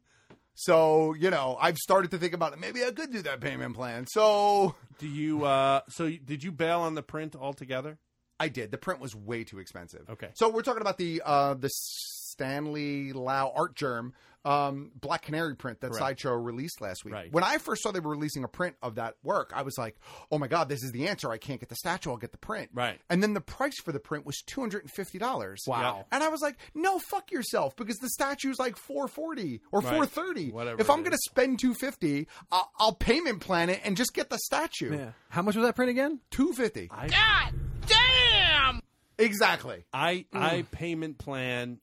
Speaker 5: So you know, I've started to think about it. Maybe I could do that payment plan. So
Speaker 3: Do you? Uh, so you- did you bail on the print altogether?
Speaker 5: I did. The print was way too expensive.
Speaker 3: Okay.
Speaker 5: So we're talking about the uh the Stanley Lau art germ um, Black Canary print that
Speaker 14: Correct.
Speaker 5: Sideshow released last week.
Speaker 14: Right.
Speaker 5: When I first saw they were releasing a print of that work, I was like, oh my God, this is the answer. I can't get the statue. I'll get the print.
Speaker 3: Right.
Speaker 5: And then the price for the print was $250.
Speaker 3: Wow. Yeah.
Speaker 5: And I was like, no, fuck yourself because the statue's like 440 or
Speaker 3: Right.
Speaker 5: 430
Speaker 3: Whatever
Speaker 5: If
Speaker 3: it
Speaker 5: I'm going to spend 250 I'll, I'll payment plan it and just get the statue.
Speaker 14: Yeah. How much was that print again?
Speaker 5: 250
Speaker 12: God damn!
Speaker 5: Exactly.
Speaker 3: I I
Speaker 5: Mm.
Speaker 3: payment plan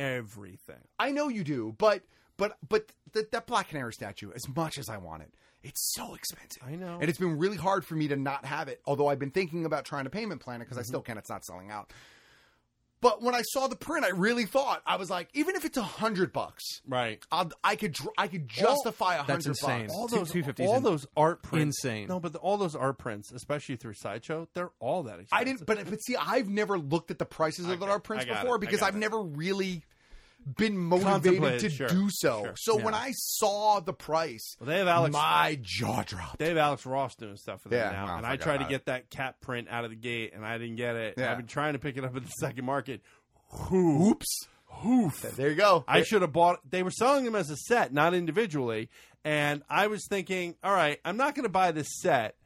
Speaker 3: everything.
Speaker 5: I know you do, but but but th- that Black Canary statue, as much as I want it, it's so expensive. I
Speaker 3: know,
Speaker 5: and it's been really hard for me to not have it. Although I've been thinking about trying to payment plan it
Speaker 3: Mm-hmm.
Speaker 5: because I still can. It's not selling out. But when I saw the print, I really thought I was like, even if it's a hundred bucks,
Speaker 3: right?
Speaker 5: I'll, I could dr- I could justify a
Speaker 3: All-
Speaker 5: hundred bucks.
Speaker 3: All those, all those art prints, No, but the, all those art prints, especially through Sideshow, they're all that. Expensive.
Speaker 5: I didn't, but but see, I've never looked at the prices of our prints
Speaker 3: I got
Speaker 5: before
Speaker 3: it, I
Speaker 5: because
Speaker 3: got
Speaker 5: I've
Speaker 3: it.
Speaker 5: never really been
Speaker 3: Contemplated,
Speaker 5: motivated to
Speaker 3: sure,
Speaker 5: do so.
Speaker 3: sure.
Speaker 5: So when
Speaker 3: Yeah.
Speaker 5: I saw the price,
Speaker 3: Well, they have Alex.
Speaker 5: my jaw dropped.
Speaker 3: They have Alex Ross doing stuff for them
Speaker 5: Yeah,
Speaker 3: now,
Speaker 5: well, I
Speaker 3: and Oh, I
Speaker 5: forgot
Speaker 3: tried to
Speaker 5: about
Speaker 3: get that cat print out of the gate, and I didn't get it.
Speaker 5: Yeah.
Speaker 3: I've been trying to pick it up at the second market. Oops. Hoof.
Speaker 5: There you go.
Speaker 3: I
Speaker 5: There-
Speaker 3: should have bought. They were selling them as a set, not individually. And I was thinking, all right, I'm not going to buy this set.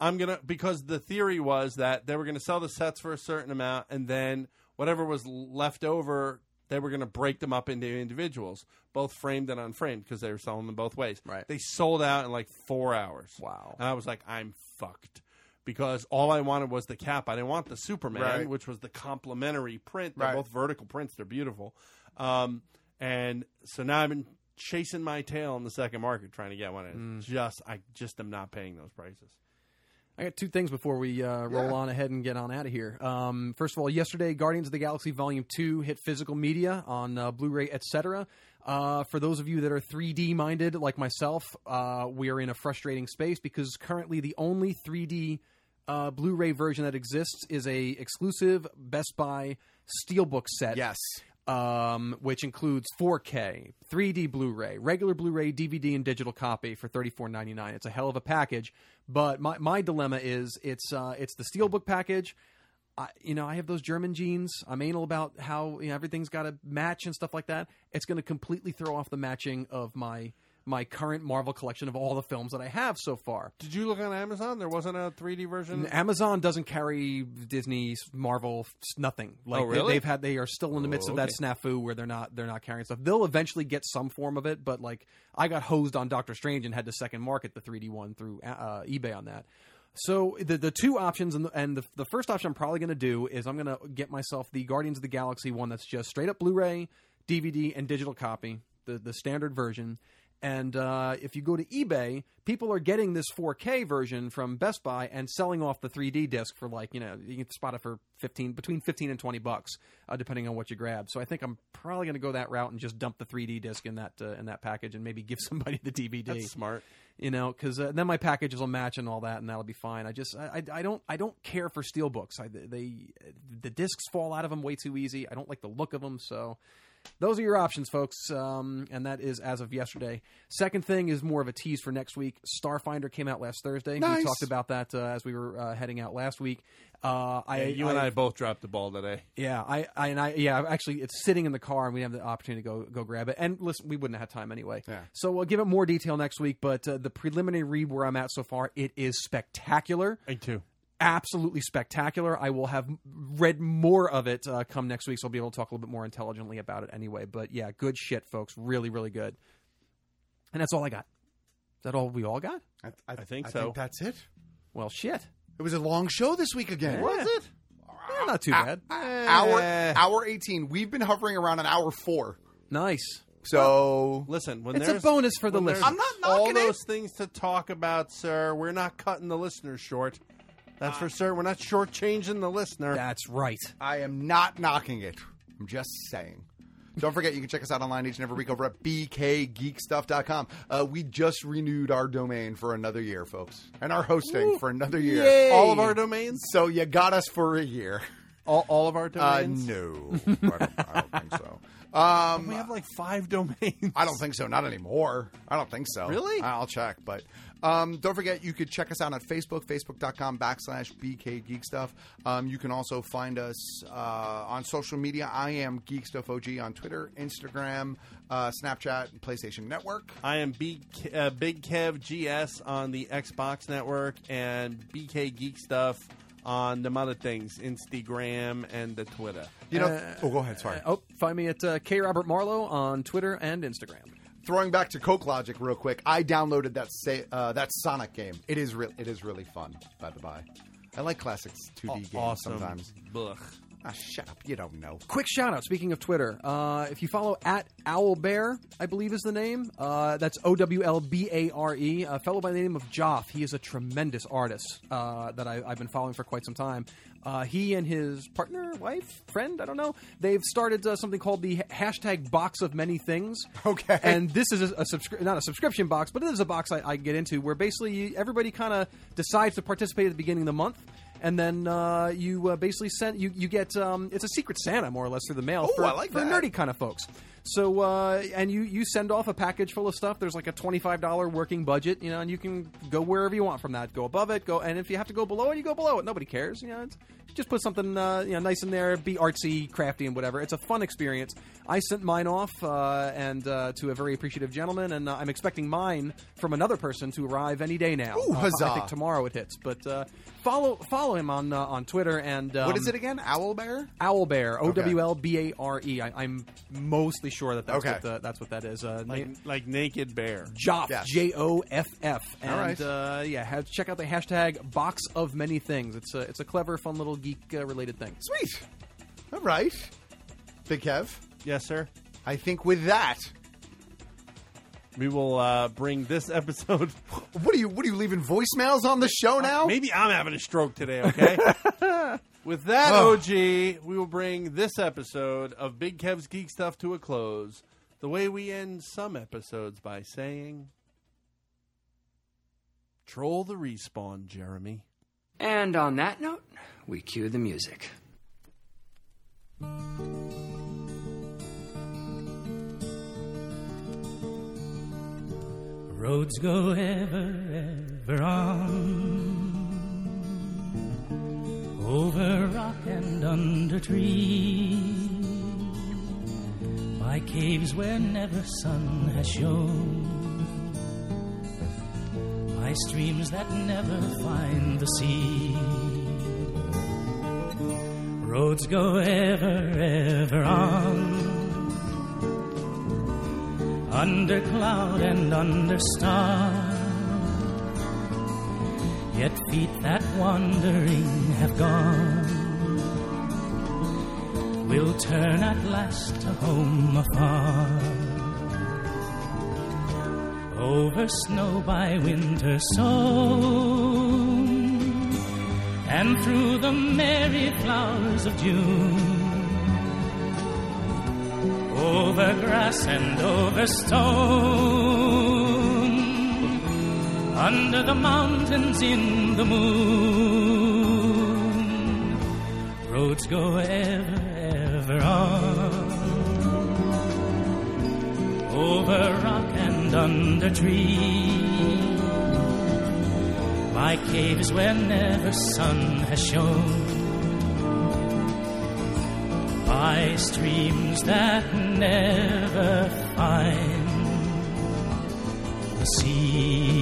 Speaker 3: I'm gonna because the theory was that they were going to sell the sets for a certain amount, and then whatever was left over, they were going to break them up into individuals, both framed and unframed, because they were selling them both ways. Right. They sold out in like four hours. Wow. And I was like, I'm fucked. Because all I wanted was the cap. I didn't want the Superman,
Speaker 5: Right.
Speaker 3: which was the complementary print. They're
Speaker 5: Right.
Speaker 3: both vertical prints. They're beautiful. Um, and so now I've been chasing my tail in the second market trying to get one. And it's Just I just am not paying those prices.
Speaker 14: I got two things before we uh, roll
Speaker 3: Yeah.
Speaker 14: on ahead and get on out of here. Um, first of all, yesterday, Guardians of the Galaxy Volume 2 hit physical media on uh, Blu ray, etc. Uh, for those of you that are 3D minded, like myself, uh, we are in a frustrating space because currently the only 3D uh, Blu ray version that exists is a exclusive Best Buy Steelbook set. Yes. Um, which includes 4K, 3D Blu-ray, regular Blu-ray, DVD, and digital copy for $34.99. It's a hell of a package, but my, my dilemma is it's uh, it's the steelbook package. I, you know, I have those German genes. I'm anal about how you know, everything's got to match and stuff like that. It's going to completely throw off the matching of my my current Marvel collection of all the films that I have so far.
Speaker 3: Did you look on Amazon? There wasn't a 3D version.
Speaker 14: Amazon doesn't carry Disney, Marvel, s- nothing. Like
Speaker 3: Oh, really?
Speaker 14: they, have had, they are still in the midst
Speaker 3: Oh,
Speaker 14: of that
Speaker 3: okay.
Speaker 14: snafu where they're not, they're not carrying stuff. They'll eventually get some form of it, but like I got hosed on Doctor Strange and had to second market the 3D one through uh, eBay on that. So the the two options and the, and the, the first option I'm probably going to do is I'm going to get myself the Guardians of the Galaxy one that's just straight up Blu-ray, DVD, and digital copy, the the standard version. And uh, if you go to eBay, people are getting this 4K version from Best Buy and selling off the 3D disc for like you know you can spot it for 15 between 15 and 20 bucks uh, depending on what you grab. So I think I'm probably going to go that route and just dump the 3D disc in that uh, in that package and maybe give somebody the DVD.
Speaker 3: That's smart.
Speaker 14: You know, because uh, then my packages will match and all that, and that'll be fine. I just I, I I don't I don't care for steelbooks. I they the discs fall out of them way too easy. I don't like the look of them, so those are your options, folks. Um, and that is as of yesterday. Second thing is more of a tease for next week. Starfinder came out last Thursday.
Speaker 3: Nice.
Speaker 14: We talked about that uh, as we were uh, heading out last week. Uh, I,
Speaker 3: Yeah, you and I
Speaker 14: I've-
Speaker 3: both dropped the ball today.
Speaker 14: yeah, I, I and I yeah, actually it's sitting in the car and we have the opportunity to go go grab it. And listen, we wouldn't have had time anyway. So we'll give it more detail next week, but uh, the preliminary read where I'm at so far, it is spectacular.
Speaker 3: Me too.
Speaker 14: Absolutely spectacular. I will have read more of it uh, come next week, so I'll be able to talk a little bit more intelligently about it anyway. But yeah, good shit, folks. Really, really good. And that's all I got. Is that all we all got?
Speaker 5: I, I
Speaker 14: think
Speaker 5: so. that's it.
Speaker 14: Well, shit.
Speaker 5: It was a long show this week again.
Speaker 14: Was
Speaker 5: it?
Speaker 14: not too bad.
Speaker 5: Hour hour eighteen. We've been hovering around an hour four.
Speaker 14: Nice.
Speaker 5: So
Speaker 3: listen, when
Speaker 5: it's a
Speaker 3: there's-
Speaker 5: bonus for the
Speaker 3: when
Speaker 5: listener.
Speaker 3: there's
Speaker 5: I'm not
Speaker 3: all
Speaker 5: knocking it.
Speaker 3: those things to talk about, sir. We're not cutting the listener short. That's
Speaker 5: Ah.
Speaker 3: for certain. We're not shortchanging the listener.
Speaker 14: That's right.
Speaker 5: I am not knocking it. I'm just saying. Don't forget, you can check us out online each and every week over at bkgeekstuff.com. Uh, we just renewed our domain for another year, folks, and our hosting for another year.
Speaker 3: Yay. All of our domains?
Speaker 5: So you got us for a year.
Speaker 3: All, all of our
Speaker 5: Uh,
Speaker 3: domains?
Speaker 5: no, I don't, I don't think so. Um,
Speaker 3: we have like five domains.
Speaker 5: I don't think so. Not anymore. I don't think so.
Speaker 3: Really?
Speaker 5: I'll check. But um, don't forget, you could check us out on Facebook, facebook.com backslash BK Geek Stuff. Um, you can also find us uh, on social media. I am Geek Stuff OG on Twitter, Instagram, uh, Snapchat, and PlayStation Network.
Speaker 3: I am B- uh, Big Kev GS on the Xbox Network and BK Geek Stuff on them other things, Instagram and the Twitter.
Speaker 5: You know, oh, go ahead. Sorry.
Speaker 14: oh, find me at uh, K Robert Marlowe on Twitter and Instagram.
Speaker 5: Throwing back to Coke Logic real quick, I downloaded that sa- uh, that Sonic game. It is re- it is really fun. By the by, I like classic 2D games
Speaker 14: awesome.
Speaker 5: sometimes.
Speaker 3: Blech.
Speaker 5: Ah, shut up! You don't know.
Speaker 14: Quick shout out. Speaking of Twitter, uh, if you follow at Owl Bear, I believe is the name. Uh, that's O W L B A R E. A fellow by the name of Joff. He is a tremendous artist uh, that I, I've been following for quite some time. Uh, he and his partner, wife, friend, I don't know. They've started uh, something called the ha- hashtag Box of Many Things. Okay. And this is a, a subscri- not a subscription box, but it is a box I, I get into where basically everybody kind of decides to participate at the beginning of the month and then uh, you uh, basically send you you get um, it's a secret Santa more or less through the mail for,
Speaker 5: I like
Speaker 14: for
Speaker 5: that.
Speaker 14: nerdy kind of folks. So uh, and you you send off a package full of stuff. There's like a twenty five dollar working budget, you know, and you can go wherever you want from that. Go above it, go, and if you have to go below it, you go below it. Nobody cares, you know. It's, just put something uh, you know nice in there, be artsy, crafty, and whatever. It's a fun experience. I sent mine off uh, and uh, to a very appreciative gentleman, and uh, I'm expecting mine from another person to arrive any day now.
Speaker 5: Ooh,
Speaker 14: Uh, I
Speaker 5: huzzah.
Speaker 14: think tomorrow it hits, but uh, follow follow him on uh, on Twitter and um,
Speaker 5: what is it again? Owl Bear.
Speaker 14: Owl Bear, O W L B A R E. I- I'm mostly sure that that's
Speaker 5: Okay.
Speaker 14: what the, that's what that is. Uh,
Speaker 3: Like,
Speaker 14: na-
Speaker 3: like Naked Bear.
Speaker 14: Joff,
Speaker 3: Yes.
Speaker 14: J O F F,
Speaker 3: All
Speaker 14: and
Speaker 3: right.
Speaker 14: uh, yeah, have, check out the hashtag Box of Many Things. It's a it's a clever, fun little geek uh, related thing.
Speaker 5: Sweet. All right. Big Kev.
Speaker 3: Yes, sir.
Speaker 5: I think with that,
Speaker 3: We will uh, bring this episode.
Speaker 5: what are you what are you leaving voicemails on the show now?
Speaker 3: Maybe I'm having a stroke today, okay? With that,
Speaker 5: Oh.
Speaker 3: OG, we will bring this episode of Big Kev's Geek Stuff to a close the way we end some episodes by saying, Troll the respawn, Jeremy.
Speaker 22: And on that note, we cue the music.
Speaker 1: Roads go ever, ever on Over rock and under tree By caves where never sun has shone By streams that never find the sea Roads go ever, ever on under cloud and under star. Yet feet that wandering have gone will turn at last to home afar. Over snow by winter sown, and through the merry flowers of June over grass and over stone, under the mountains in the moon. Roads go ever, ever on, over rock and under tree, by caves where never sun has shone by streams that never find the sea.